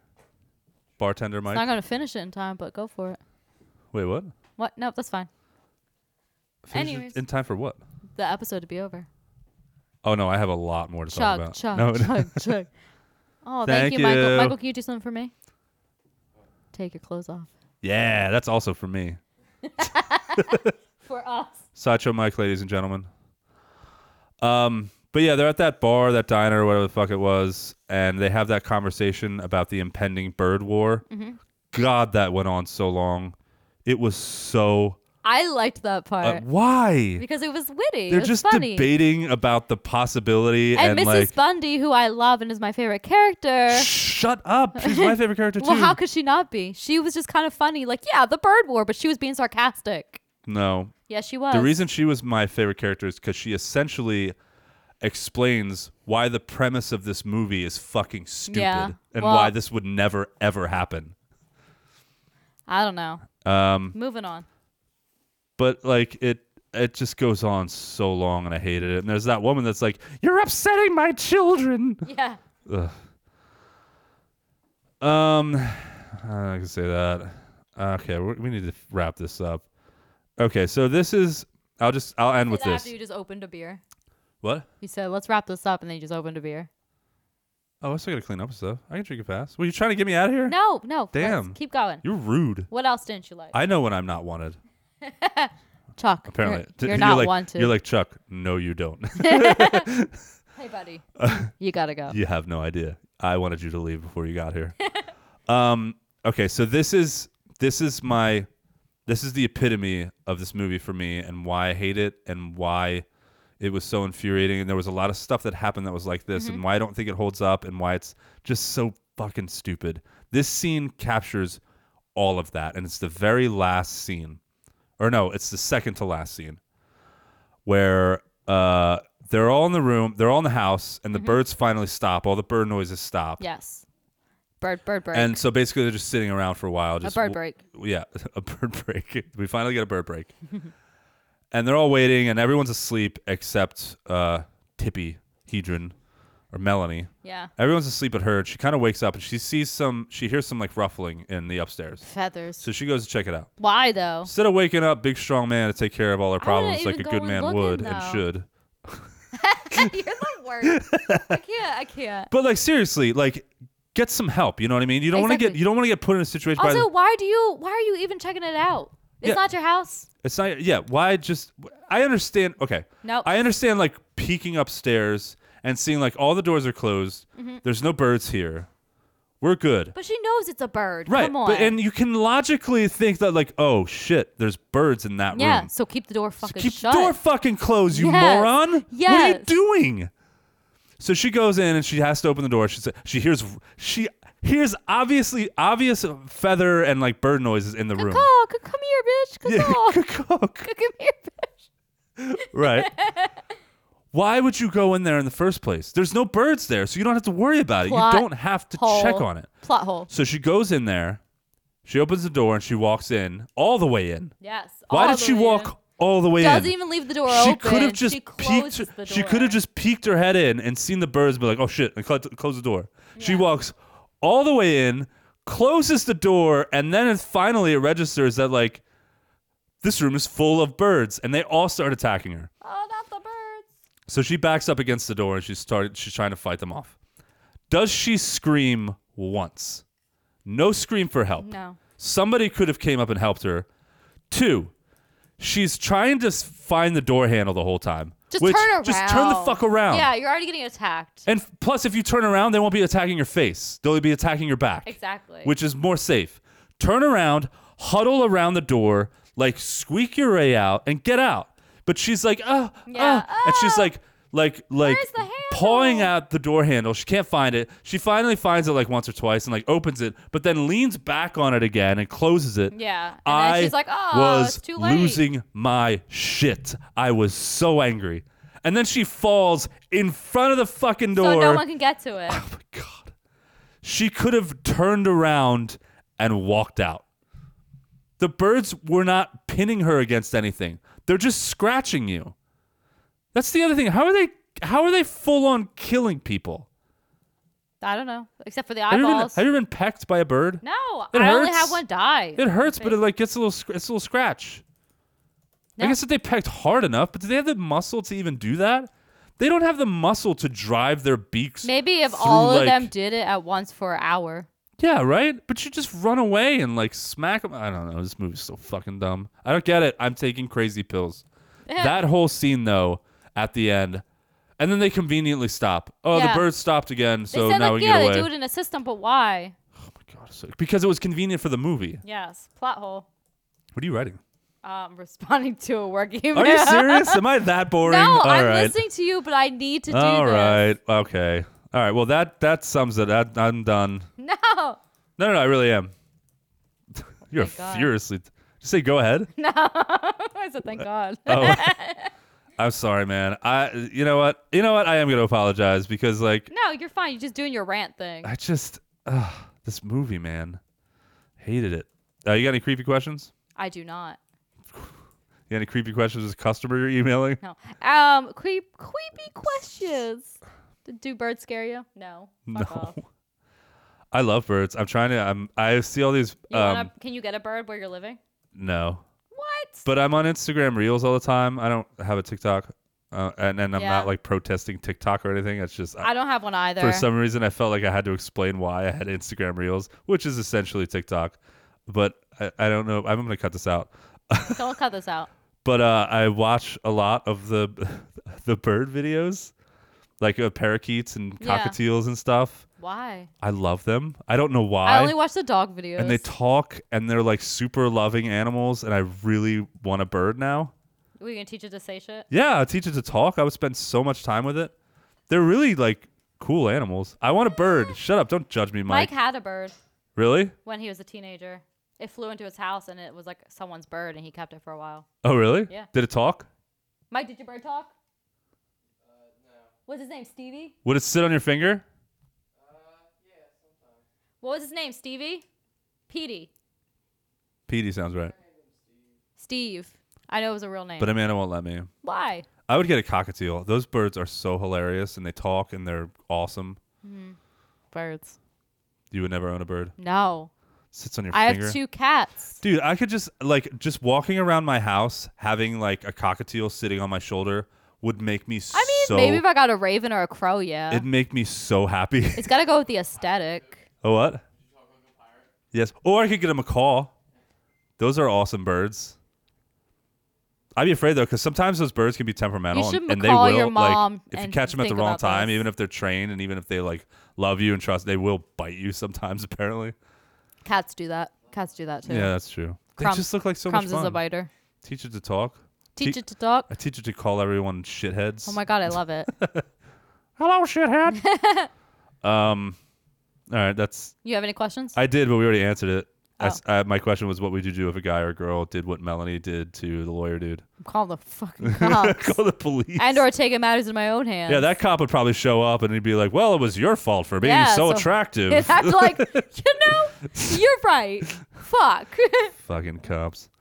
A: Bartender Mike.
B: Not gonna finish it in time, but go for it.
A: Wait, what?
B: What? Nope, that's fine.
A: Finish it
B: Anyways.
A: in time for what?
B: The episode to be over.
A: Oh no, I have a lot more to
B: Chug,
A: talk about.
B: chug,
A: no,
B: chug, chug. Oh,
A: Thank
B: thank, you, Michael.
A: you.
B: Michael, can you do something for me? Take your clothes off.
A: Yeah, that's also for me.
B: For us.
A: Sideshow Mike, ladies and gentlemen. Um, but yeah, they're at that bar, that diner, whatever the fuck it was, and they have that conversation about the impending bird war.
B: Mm-hmm.
A: God, that went on so long. It was so.
B: I liked that part
A: Uh, why?
B: because it was witty.
A: They're
B: it was
A: just
B: funny.
A: debating about the possibility and,
B: and Mrs.
A: like,
B: Bundy, who I love and is my favorite character.
A: shut up. She's my favorite character too.
B: Well, how could she not be? She was just kind of funny. Like, yeah, the bird war, but she was being sarcastic.
A: no,
B: Yeah, she was.
A: The reason she was my favorite character is because she essentially explains why the premise of this movie is fucking stupid
B: Yeah,
A: and
B: well-
A: why this would never ever happen.
B: I don't know.
A: Um,
B: Moving on.
A: but like it, it just goes on so long, and I hated it. And there's that woman that's like, "You're upsetting my children."
B: Yeah.
A: Um, I can say that. Okay, we we need to wrap this up. Okay, so this is. I'll just. I'll end with
B: After
A: this.
B: you just opened a beer.
A: What?
B: You said, let's wrap this up, and then you just opened a beer.
A: Oh, I still gotta clean up stuff. I can drink it fast. Were you trying to get me out of here?
B: No, no. let's
A: Damn.
B: Keep going.
A: You're rude.
B: What else didn't you like?
A: I know when I'm not wanted.
B: Chuck.
A: Apparently,
B: You're,
A: T-
B: you're not
A: like,
B: wanted.
A: You're like Chuck. No, you don't.
B: hey, buddy. you gotta go.
A: you have no idea. I wanted you to leave before you got here. um. Okay. So this is this is my this is the epitome of this movie for me, and why I hate it, and why it was so infuriating. And there was a lot of stuff that happened that was like this,
B: Mm-hmm.
A: and why I don't think it holds up, and why it's just so fucking stupid. This scene captures all of that, and it's the very last scene, or no, it's the second to last scene. where Uh, they're all in the room. They're all in the house, and the birds finally stop. All the bird noises stop.
B: Yes. Bird, bird, bird.
A: And so basically, they're just sitting around for a while. Just
B: bird
A: w- Yeah, a bird break. We finally get a bird break. and they're all waiting, and everyone's asleep except uh, Tippy, Hedron, or Melanie.
B: yeah.
A: Everyone's asleep but her. and She kind of wakes up and she sees some, she hears some like ruffling in the upstairs.
B: Feathers.
A: So she goes to check it out.
B: Why though?
A: Instead of waking up big, strong man to take care of all her problems like
B: even
A: a
B: go
A: good
B: and
A: man
B: look in,
A: would and
B: though.
A: should.
B: You're the worst. I can't. I can't.
A: But like, seriously, like, get some help. You know what I mean? You don't want to get,
B: Exactly.
A: you don't want to get put in a situation by the-
B: Also, why do you? Why are you even checking it out? It's
A: Yeah.
B: not your house.
A: It's not. Yeah. Why just? I understand. Okay.
B: Nope.
A: I understand like peeking upstairs and seeing like all the doors are closed. There's no birds here. We're good.
B: Mm-hmm. But she knows it's a bird.
A: right.
B: Come on.
A: But and you can logically think that like, oh shit, there's birds in that
B: yeah.
A: room.
B: So keep the door
A: So
B: fucking
A: keep
B: shut.
A: the door fucking closed, you
B: Yes.
A: moron. What are you
B: Yes.
A: doing? So she goes in and she has to open the door. She sa- she hears she hears obviously obvious feather and like bird noises in the room.
B: Caw, c- come here, bitch. Caw, caw.
A: Cook.
B: come here, bitch.
A: Right. Why would you go in there in the first place? There's no birds there, so you don't have to worry about it.
B: Plot
A: you don't have to check
B: hole.
A: on it.
B: Plot hole.
A: So she goes in there, she opens the door, and she walks in all the way in.
B: Yes.
A: Why
B: all
A: did
B: the
A: she
B: way
A: walk
B: in.
A: all the way
B: Doesn't
A: in?
B: even leave the door
A: she
B: open.
A: could have just
B: she
A: peeked.
B: closes the
A: She could have
B: door.
A: just peeked her head in and seen the birds, be like, "Oh shit!" and cl- close the door. She walks all the way in, closes the door, and then it finally it registers that like this room is full of birds, and they all start attacking her.
B: Oh, not the birds.
A: So she backs up against the door and she started she's trying to fight them off. Does she scream once? No scream for help.
B: No.
A: Somebody could have came up and helped her. Two, she's trying to s- find the door handle the whole time.
B: Just
A: which-
B: turn around.
A: Just turn the fuck around.
B: Yeah, you're already getting attacked.
A: And f- plus, if you turn around, they won't be attacking your face. They'll be attacking your back.
B: Exactly.
A: Which is more safe. Turn around, huddle around the door, like squeak your way out, and get out. But she's like, oh,
B: Yeah.
A: oh," and she's
B: Oh.
A: like, like, like
B: Where's the
A: pawing
B: handle?
A: at the door handle. She can't find it. She finally finds it like once or twice and like opens it, but then leans back on it again and closes it.
B: Yeah. And
A: I
B: then she's like, oh,
A: was
B: it's too late.
A: losing my shit. I was so angry. And then she falls in front of the fucking door.
B: so no one can get to it.
A: Oh my god. She could have turned around and walked out. The birds were not pinning her against anything. They're just scratching you. That's the other thing. How are they how are they full on killing people?
B: I don't know. Except for the
A: Have you, ever been,
B: eyeballs.
A: have you ever been pecked by a bird?
B: no,
A: It
B: I only
A: hurts.
B: had one die.
A: It hurts, but it like gets a little sc- it's a little scratch. I
B: No.
A: guess if they pecked hard enough, but do they have the muscle to even do that? They don't have the muscle to drive their beaks.
B: Maybe if
A: through,
B: all of
A: like-
B: them did it at once for an hour.
A: Yeah, right. But you just run away and like smack them. I don't know. This movie's so fucking dumb. I don't get it. I'm taking crazy pills. that whole scene though, at the end, and then they conveniently stop. Oh,
B: Yeah.
A: the birds stopped again,
B: They
A: so
B: said
A: now
B: like,
A: we
B: yeah,
A: can get
B: they
A: away.
B: do it in a system, but why?
A: God, it's so- because it was convenient for the movie.
B: Yes, plot hole.
A: What are you writing?
B: Um, responding to a work email.
A: Are you serious? Am I that boring?
B: No,
A: All
B: I'm
A: right.
B: listening to you, but I need to do
A: All
B: this.
A: right. Okay. All right. Well, that that sums it. I, I'm done.
B: No,
A: No, no, no. I really am. You're
B: Thank God.
A: furiously. Just say go ahead.
B: no. I said thank God.
A: Oh. I'm sorry, man. I. You know what? You know what? I am gonna apologize because like
B: no, you're fine. You're just doing your rant thing.
A: I just uh, this movie, man. Hated it. Uh, you got any creepy questions?
B: I do not.
A: You got any creepy questions as a customer you're emailing?
B: No. Um, creep, creepy questions. D- Do birds scare you? No. Fuck off.
A: No. I love birds. I'm trying to. I'm. I see all these.
B: You
A: um,
B: wanna, can you get a bird where you're living?
A: no.
B: What?
A: But I'm on Instagram Reels all the time. I don't have a TikTok, uh, and, and I'm
B: Yeah.
A: not like protesting TikTok or anything. It's just I,
B: I don't have one either.
A: for some reason I felt like I had to explain why I had Instagram Reels, which is essentially TikTok. But I, I don't know. I'm gonna cut this out.
B: Don't cut this out.
A: But uh, I watch a lot of the the bird videos, like uh, parakeets and
B: Yeah.
A: cockatiels and stuff.
B: Why?
A: I love them. I don't know why.
B: I, only watch the dog videos.
A: and they talk, and they're like super loving animals, and I really want a bird now.
B: Were you gonna teach it to say shit?
A: Yeah, I teach it to talk. I would spend so much time with it. They're really like cool animals. I want a bird. Shut up. Don't judge me, Mike.
B: Mike had a bird
A: really?
B: when he was a teenager. It flew into his house and it was like someone's bird and he kept it for a while.
A: Oh, really?
B: Yeah.
A: Did it talk?
B: Mike, did your bird talk?
A: Uh,
B: What's his name? Stevie?
A: Would it sit on your finger?
B: What was his name? Stevie? Petey.
A: Petey sounds right.
B: Steve. I know it was a real name.
A: But Amanda won't let me.
B: Why?
A: I would get a cockatiel. Those birds are so hilarious and they talk and they're awesome.
B: Birds.
A: You would never own a bird.
B: No.
A: Sits on your
B: I
A: finger.
B: have two cats.
A: Dude, I could just like just walking around my house having like a cockatiel sitting on my shoulder would make me
B: I mean,
A: so
B: maybe if I got a raven or a crow, yeah.
A: it'd make me so happy.
B: it's got to go with the aesthetic.
A: oh what? Yes. Or I could get a macaw. Those are awesome birds. I'd be afraid though, because sometimes those birds can be temperamental,
B: You
A: and-
B: should
A: and, they
B: macaw
A: will
B: your
A: like
B: mom
A: if you
B: and
A: catch them at the
B: think
A: wrong
B: about
A: time,
B: this.
A: even if they're trained and even if they like love you and trust, they will bite you sometimes. Apparently,
B: Cats do that. Cats do that too.
A: yeah, that's true.
B: Crumb-
A: they just look like so
B: Crumbs
A: much fun.
B: is a biter.
A: Teach it to talk. Te-
B: Teach it to talk.
A: I teach it to call everyone shitheads.
B: Oh my god, I love it.
A: Hello, shithead. um, all right, that's
B: You have any questions?
A: I did, but we already answered it. I
B: Oh.
A: s- uh, my question was, what would you do if a guy or girl did what Melanie did to the lawyer dude?
B: Call the fucking cops.
A: Call the police.
B: and or taking matters in my own hands.
A: yeah, that cop would probably show up and he'd be like, "Well, it was your fault for being
B: Yeah,
A: so,
B: so-
A: attractive."
B: It's like, you know, you're right. Fuck.
A: Fucking cops.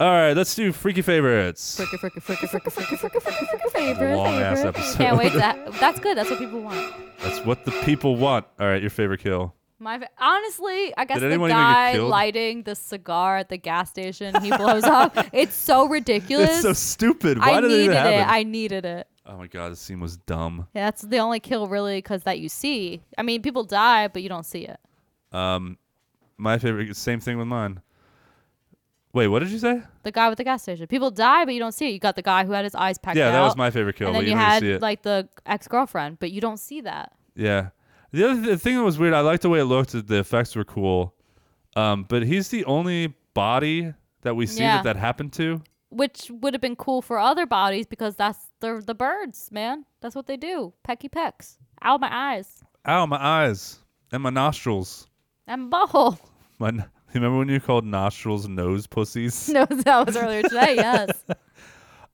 A: All right, let's do freaky favorites.
B: Fricka, fricka, fricka, fricka, fricka, fricka, fricka, fricka, favorite,
A: Long ass
B: favorite.
A: episode.
B: Can't wait. That that's good. That's what people want.
A: That's what the people want. All right, your favorite kill.
B: My fa- honestly, I guess
A: Did
B: the
A: anyone even get
B: guy
A: killed?
B: lighting the cigar at the gas station, he blows up. It's so ridiculous.
A: It's so stupid. Why
B: I
A: did it
B: needed
A: even
B: it.
A: happen?
B: I needed it.
A: oh my god, this scene was dumb.
B: Yeah, that's the only kill really because that you see. I mean, people die, but you don't see it.
A: My favorite. Same thing with mine. Wait, what did you say?
B: The guy with the gas station. People die, but you don't see it. You got the guy who had his eyes packed
A: Yeah, that was
B: out,
A: my favorite kill.
B: And
A: but
B: then you
A: didn't really
B: had
A: see it.
B: like the ex girlfriend, but you don't see that.
A: yeah. The other th- thing that was weird, I liked the way it looked. The effects were cool. Um, but he's the only body that we see
B: Yeah.
A: that that happened to.
B: Which would have been cool for other bodies because that's the the birds, man. That's what they do. Pecky pecks. Ow, my eyes.
A: Ow, my eyes and my nostrils.
B: And butthole.
A: My n- remember when you called nostrils nose pussies?
B: No, that was earlier today. Yes.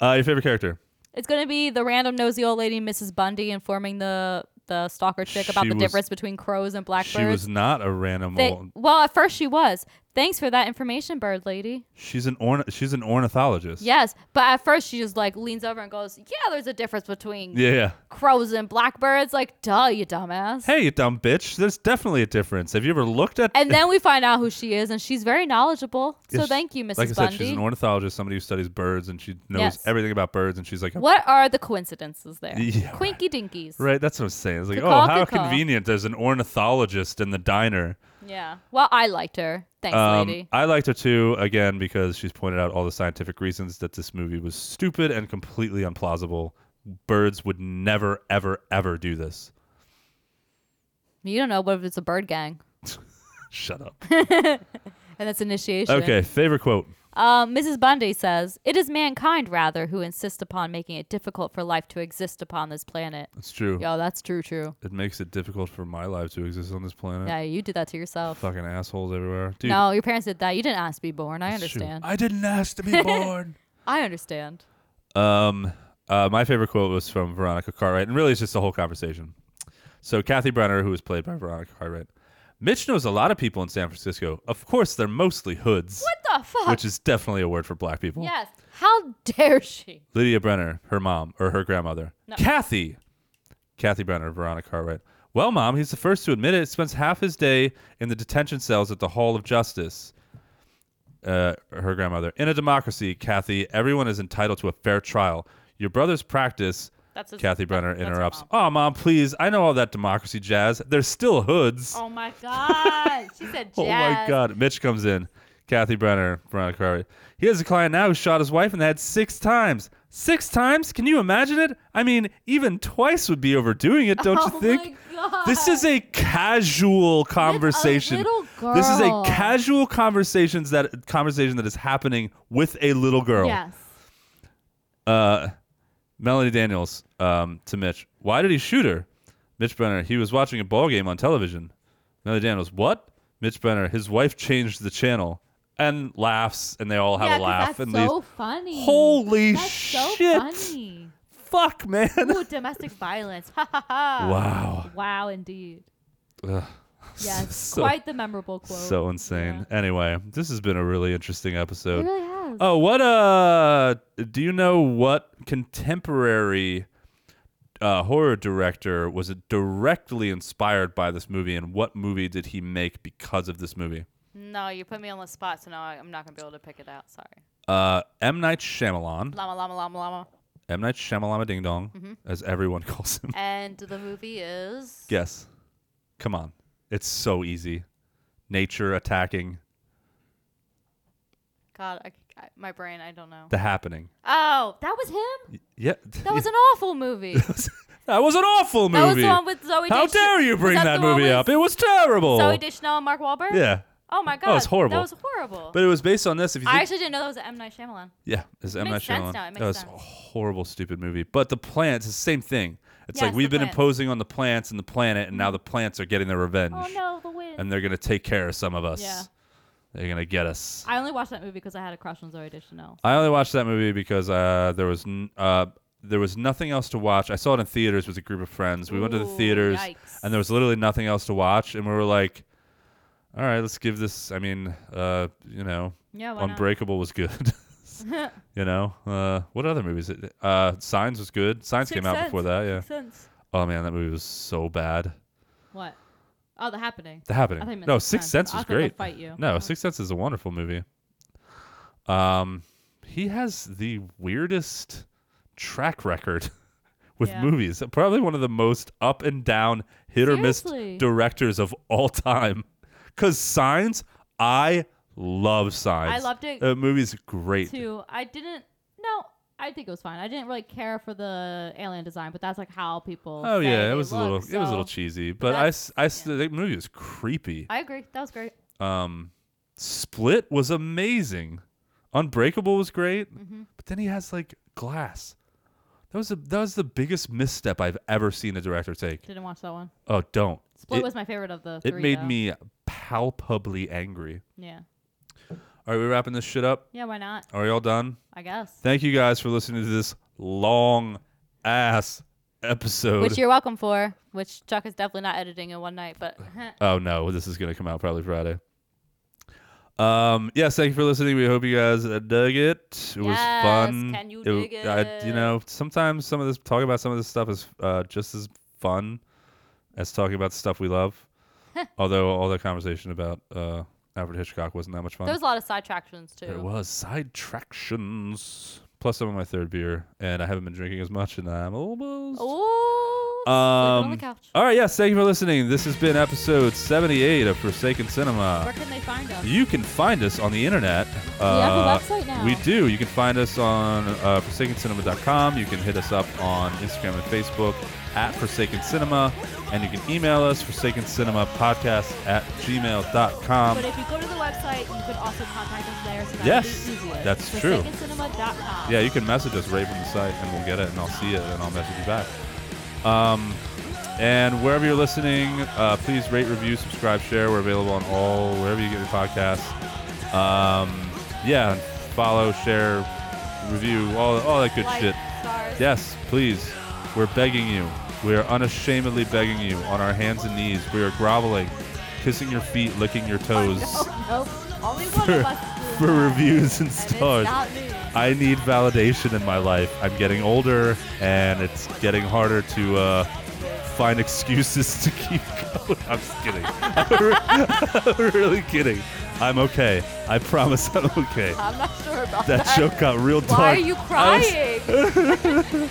A: Uh, your favorite character?
B: It's gonna be the random nosy old lady, Mrs. Bundy, informing the the stalker chick about
A: She
B: the
A: was-
B: difference between crows and blackbirds.
A: She was not a random.
B: They-
A: old-
B: well, at first she was. Thanks for that information, bird lady.
A: she's an orn- She's an ornithologist.
B: Yes, but at first she just like leans over and goes, "Yeah, there's a difference between
A: Yeah. yeah.
B: crows and blackbirds." Like, duh, you dumbass.
A: Hey, you dumb bitch. There's definitely a difference. Have you ever looked at?
B: And then we find out who she is, and she's very knowledgeable. So
A: Yes,
B: thank you, Mrs.
A: Like I
B: Bundy.
A: said, she's an ornithologist, somebody who studies birds, and she knows
B: Yes.
A: everything about birds. And she's like,
B: what are the coincidences there?
A: Yeah, right.
B: Quinky dinkies.
A: right? That's what I'm saying. It's like,
B: Caw,
A: oh, how
B: caw, caw.
A: convenient. There's an ornithologist in the diner.
B: Yeah. Well, I liked her. Thanks,
A: Um,
B: lady.
A: I liked her too, again, because she's pointed out all the scientific reasons that this movie was stupid and completely implausible. Birds would never, ever, ever do this.
B: You don't know, what if it's a bird gang?
A: Shut up.
B: And that's initiation.
A: okay, favorite quote.
B: Um, Mrs. Bundy says, It is mankind, rather, who insists upon making it difficult for life to exist upon this planet.
A: It's true.
B: Yo, that's true, true.
A: It makes it difficult for my life to exist on this planet.
B: Yeah, you did that to yourself.
A: Fucking assholes everywhere. Dude,
B: No, your parents did that. You didn't ask to be born. I
A: it's true.
B: understand.
A: I didn't ask to be born.
B: I understand.
A: Um, uh, my favorite quote was from Veronica Cartwright, and really it's just the whole conversation. So Kathy Brenner, who was played by Veronica Cartwright, Mitch knows a lot of people in San Francisco. Of course, they're mostly hoods,
B: What the fuck?
A: which is definitely a word for black people.
B: yes. How dare she?
A: Lydia Brenner, her mom or her grandmother. Kathy, Kathy Brenner, Veronica Cartwright. Well, mom, he's the first to admit it. Spends half his day in the detention cells at the Hall of Justice. Uh, her grandmother. In a democracy, Kathy, everyone is entitled to a fair trial. Your brother's practice.
B: That's his-
A: Kathy Brenner
B: her
A: interrupts. Oh, mom, please! I know all that democracy jazz. They're still hoods.
B: Oh my God. She said
A: Oh my God. Mitch comes in. Kathy Brenner, Veronica Cartwright. He has a client now who shot his wife in the head six times. Six times? Can you imagine it? I mean, even twice would be overdoing it, don't you
B: Oh
A: think?
B: my God.
A: This is a casual conversation.
B: little
A: This is a
B: girl.
A: casual conversations that conversation that is happening with a little girl.
B: Yes.
A: Uh, Melanie Daniels um, to Mitch. Why did he shoot her? Mitch Brenner. He was watching a ball game on television. Melanie Daniels. What? Mitch Brenner. His wife changed the channel and laughs, and they all have a laugh and leaves.
B: funny.
A: Holy shit! fuck, man?
J: Ooh, domestic violence. Ha ha ha.
A: Wow.
J: Wow, indeed.
A: Ugh.
J: Yes,
A: so,
J: quite the memorable quote.
A: so insane. Anyway, this has been a really interesting
B: It
A: episode.
B: really has.
A: Oh, what uh do you know what contemporary uh, horror director was it directly inspired by this movie and what movie did he make because of this movie?
B: No, you put me on the spot, so now I- I'm not gonna be able to pick it out. Sorry.
A: Uh M Night Shyamalan.
B: Llama, llama, llama, llama.
A: M Night Shyamalama Ding Dong
B: Mm-hmm.
A: as everyone calls him.
B: And the movie is
A: Guess. Come on. It's so easy. Nature attacking
B: God. I, I- my brain. I don't know.
A: the happening.
B: Oh, that was him.
A: Yeah.
B: That was an awful movie. that
A: That was an awful movie.
B: was the one with Zoe.
A: How
B: Deschan-
A: dare you
B: was
A: bring
B: that
A: that,
B: the one
A: movie
B: with
A: up? It was terrible.
B: Zoe Deschanel and Mark Wahlberg.
A: yeah.
B: Oh my God.
A: That was horrible.
B: That was horrible.
A: But it was based on this. If you
B: I
A: think,
B: actually didn't know that was an M Night Shyamalan.
A: yeah, it's M Night
B: makes sense
A: Shyamalan.
B: now,
A: That
B: it makes
A: was
B: sense.
A: a horrible, stupid movie. But the plants, it's the same thing. It's
B: Yeah,
A: like
B: it's
A: we've
B: the
A: been
B: plants.
A: imposing on the plants and the planet, and now the plants are getting their revenge,
J: Oh no, the wind.
A: and they're gonna take care of some of us.
J: Yeah.
A: They're gonna get us.
J: I only watched that movie because I had a crush on Zoe Deschanel.
A: I only watched that movie because uh, there was n- uh, there was nothing else to watch. I saw it in theaters with a group of friends. We went to the
J: Ooh,
A: theaters,
J: yikes.
A: and there was literally nothing else to watch, and we were like, "All right, let's give this." I mean, uh, you know,
J: Yeah, why not?
A: Unbreakable was good. you know, uh, what other movies? Uh, Signs was good. Signs
J: Sixth
A: came out before
J: Sense.
A: that. Yeah.
J: Makes sense.
A: Oh man, that movie was so bad.
J: What? Oh, The Happening.
A: The
J: I thought you
A: Happening.
J: meant
A: No,
J: Sixth
A: Sixth
J: Sense.
A: Sense
J: I
A: was
J: thought they'll
A: great.
J: fight you.
A: No,
J: Oh.
A: Sixth Sense is a wonderful movie. Um, he has the weirdest track record with
J: Yeah.
A: movies. Probably one of the most up and down, hit or
J: Seriously.
A: miss directors of all time. Cause Signs, I love Signs.
J: loved it
A: That movie's great.
J: Two. I didn't. No, I think it was fine. I didn't really care for the alien design, but that's like how people.
A: Oh
J: say
A: yeah,
J: they
A: it was a
J: look,
A: little it was a little
J: so-
A: cheesy, but I s- I s- the movie was creepy.
B: I agree. That was great.
A: Um, Split was amazing. Unbreakable was great,
J: Mm-hmm.
A: but then he has like Glass. That was the that was the biggest misstep I've ever seen a director take.
J: Didn't watch that one.
A: Oh, don't.
J: Split
A: it,
J: was my favorite of the.
A: it
J: three,
A: made
J: though.
A: me palpably angry.
J: Yeah.
A: All right, we wrapping this shit up.
J: Yeah. Why not?
A: Are y'all done?
J: I guess.
A: Thank you guys for listening to this long ass episode.
B: Which you're welcome for. Which Chuck is definitely not editing in one night, but
A: Oh no, this is gonna come out probably Friday. Um. Yes. Thank you for listening. We hope you guys uh, dug it. It was
B: Yes,
A: fun.
B: can you
A: w-
B: dig
A: I, you know, sometimes some of this talking about some of this stuff is uh, just as fun as talking about the stuff we love. Although all the conversation about uh, Alfred Hitchcock wasn't that much fun.
B: there was a lot of side tractions too.
A: There was side tractions. Plus, I'm on my third beer, and I haven't been drinking as much, and I'm almost.
B: Oh, Ooh, sleeping on the
A: Um,
B: couch.
A: all right, yes, thank you for listening. This has been episode 78 of Forsaken Cinema.
J: Where can they find us?
A: You can find us on the internet. uh,
J: have a website now.
A: We do. You can find us on uh, forsakencinema.com. You can hit us up on Instagram and Facebook at Forsaken Cinema. And you can email us, forsakencinema.podcast at gmail.com.
J: But if you go to the website, you could also contact us there. So that
A: Yes,
J: would be easier.
A: that's true.
J: ForsakenCinema.com.
A: Yeah, you can message us right from the site, and we'll get it, and I'll see it, and I'll message you back. Um, and wherever you're listening, uh, please rate, review, subscribe, share. We're available on all wherever you get your podcasts. Um, yeah, and follow, share, review, all all that good
J: Like,
A: shit.
J: stars.
A: Yes, please. We're begging you. We are unashamedly begging you on our hands and knees. We are groveling, kissing your feet, licking your toes
J: Nope.
B: Oh,
J: Only one
A: for,
J: of us. do
A: for
J: that.
A: reviews and
J: And it's
A: stars.
J: not me.
A: I need validation in my life. I'm getting older, and it's getting harder to uh, find excuses to keep going. I'm just kidding. I'm re- really kidding. I'm okay. I promise I'm okay.
B: I'm not sure about that.
A: That joke got real dark.
B: Why are you
A: I was-
B: crying? okay,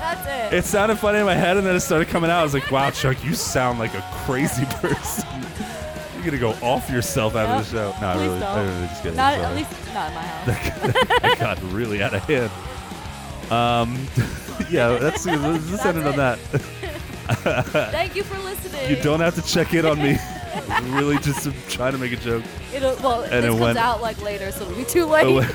B: that's it.
A: it sounded funny in my head, and then it started coming out. I was like, "Wow, Chuck, you sound like a crazy person. You're gonna go off yourself after
B: Nope.
A: the show." No, I
B: Please
A: really, I
B: don't.
A: really just kidding.
B: Not
A: Sorry.
B: at least not in my house.
A: that got really out of hand. Um, yeah, that's let's just end it on that.
B: Thank you for listening.
A: You don't have to check in on me. really, just trying to make a joke.
B: It'll, well, this
A: it
B: comes
A: went-
B: out like later, so it'll be too late.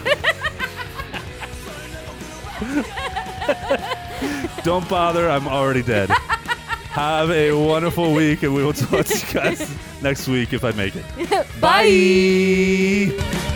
A: Don't bother. I'm already dead. Have a wonderful week, and we will talk to you guys next week if I make it.
B: Bye.
A: Bye.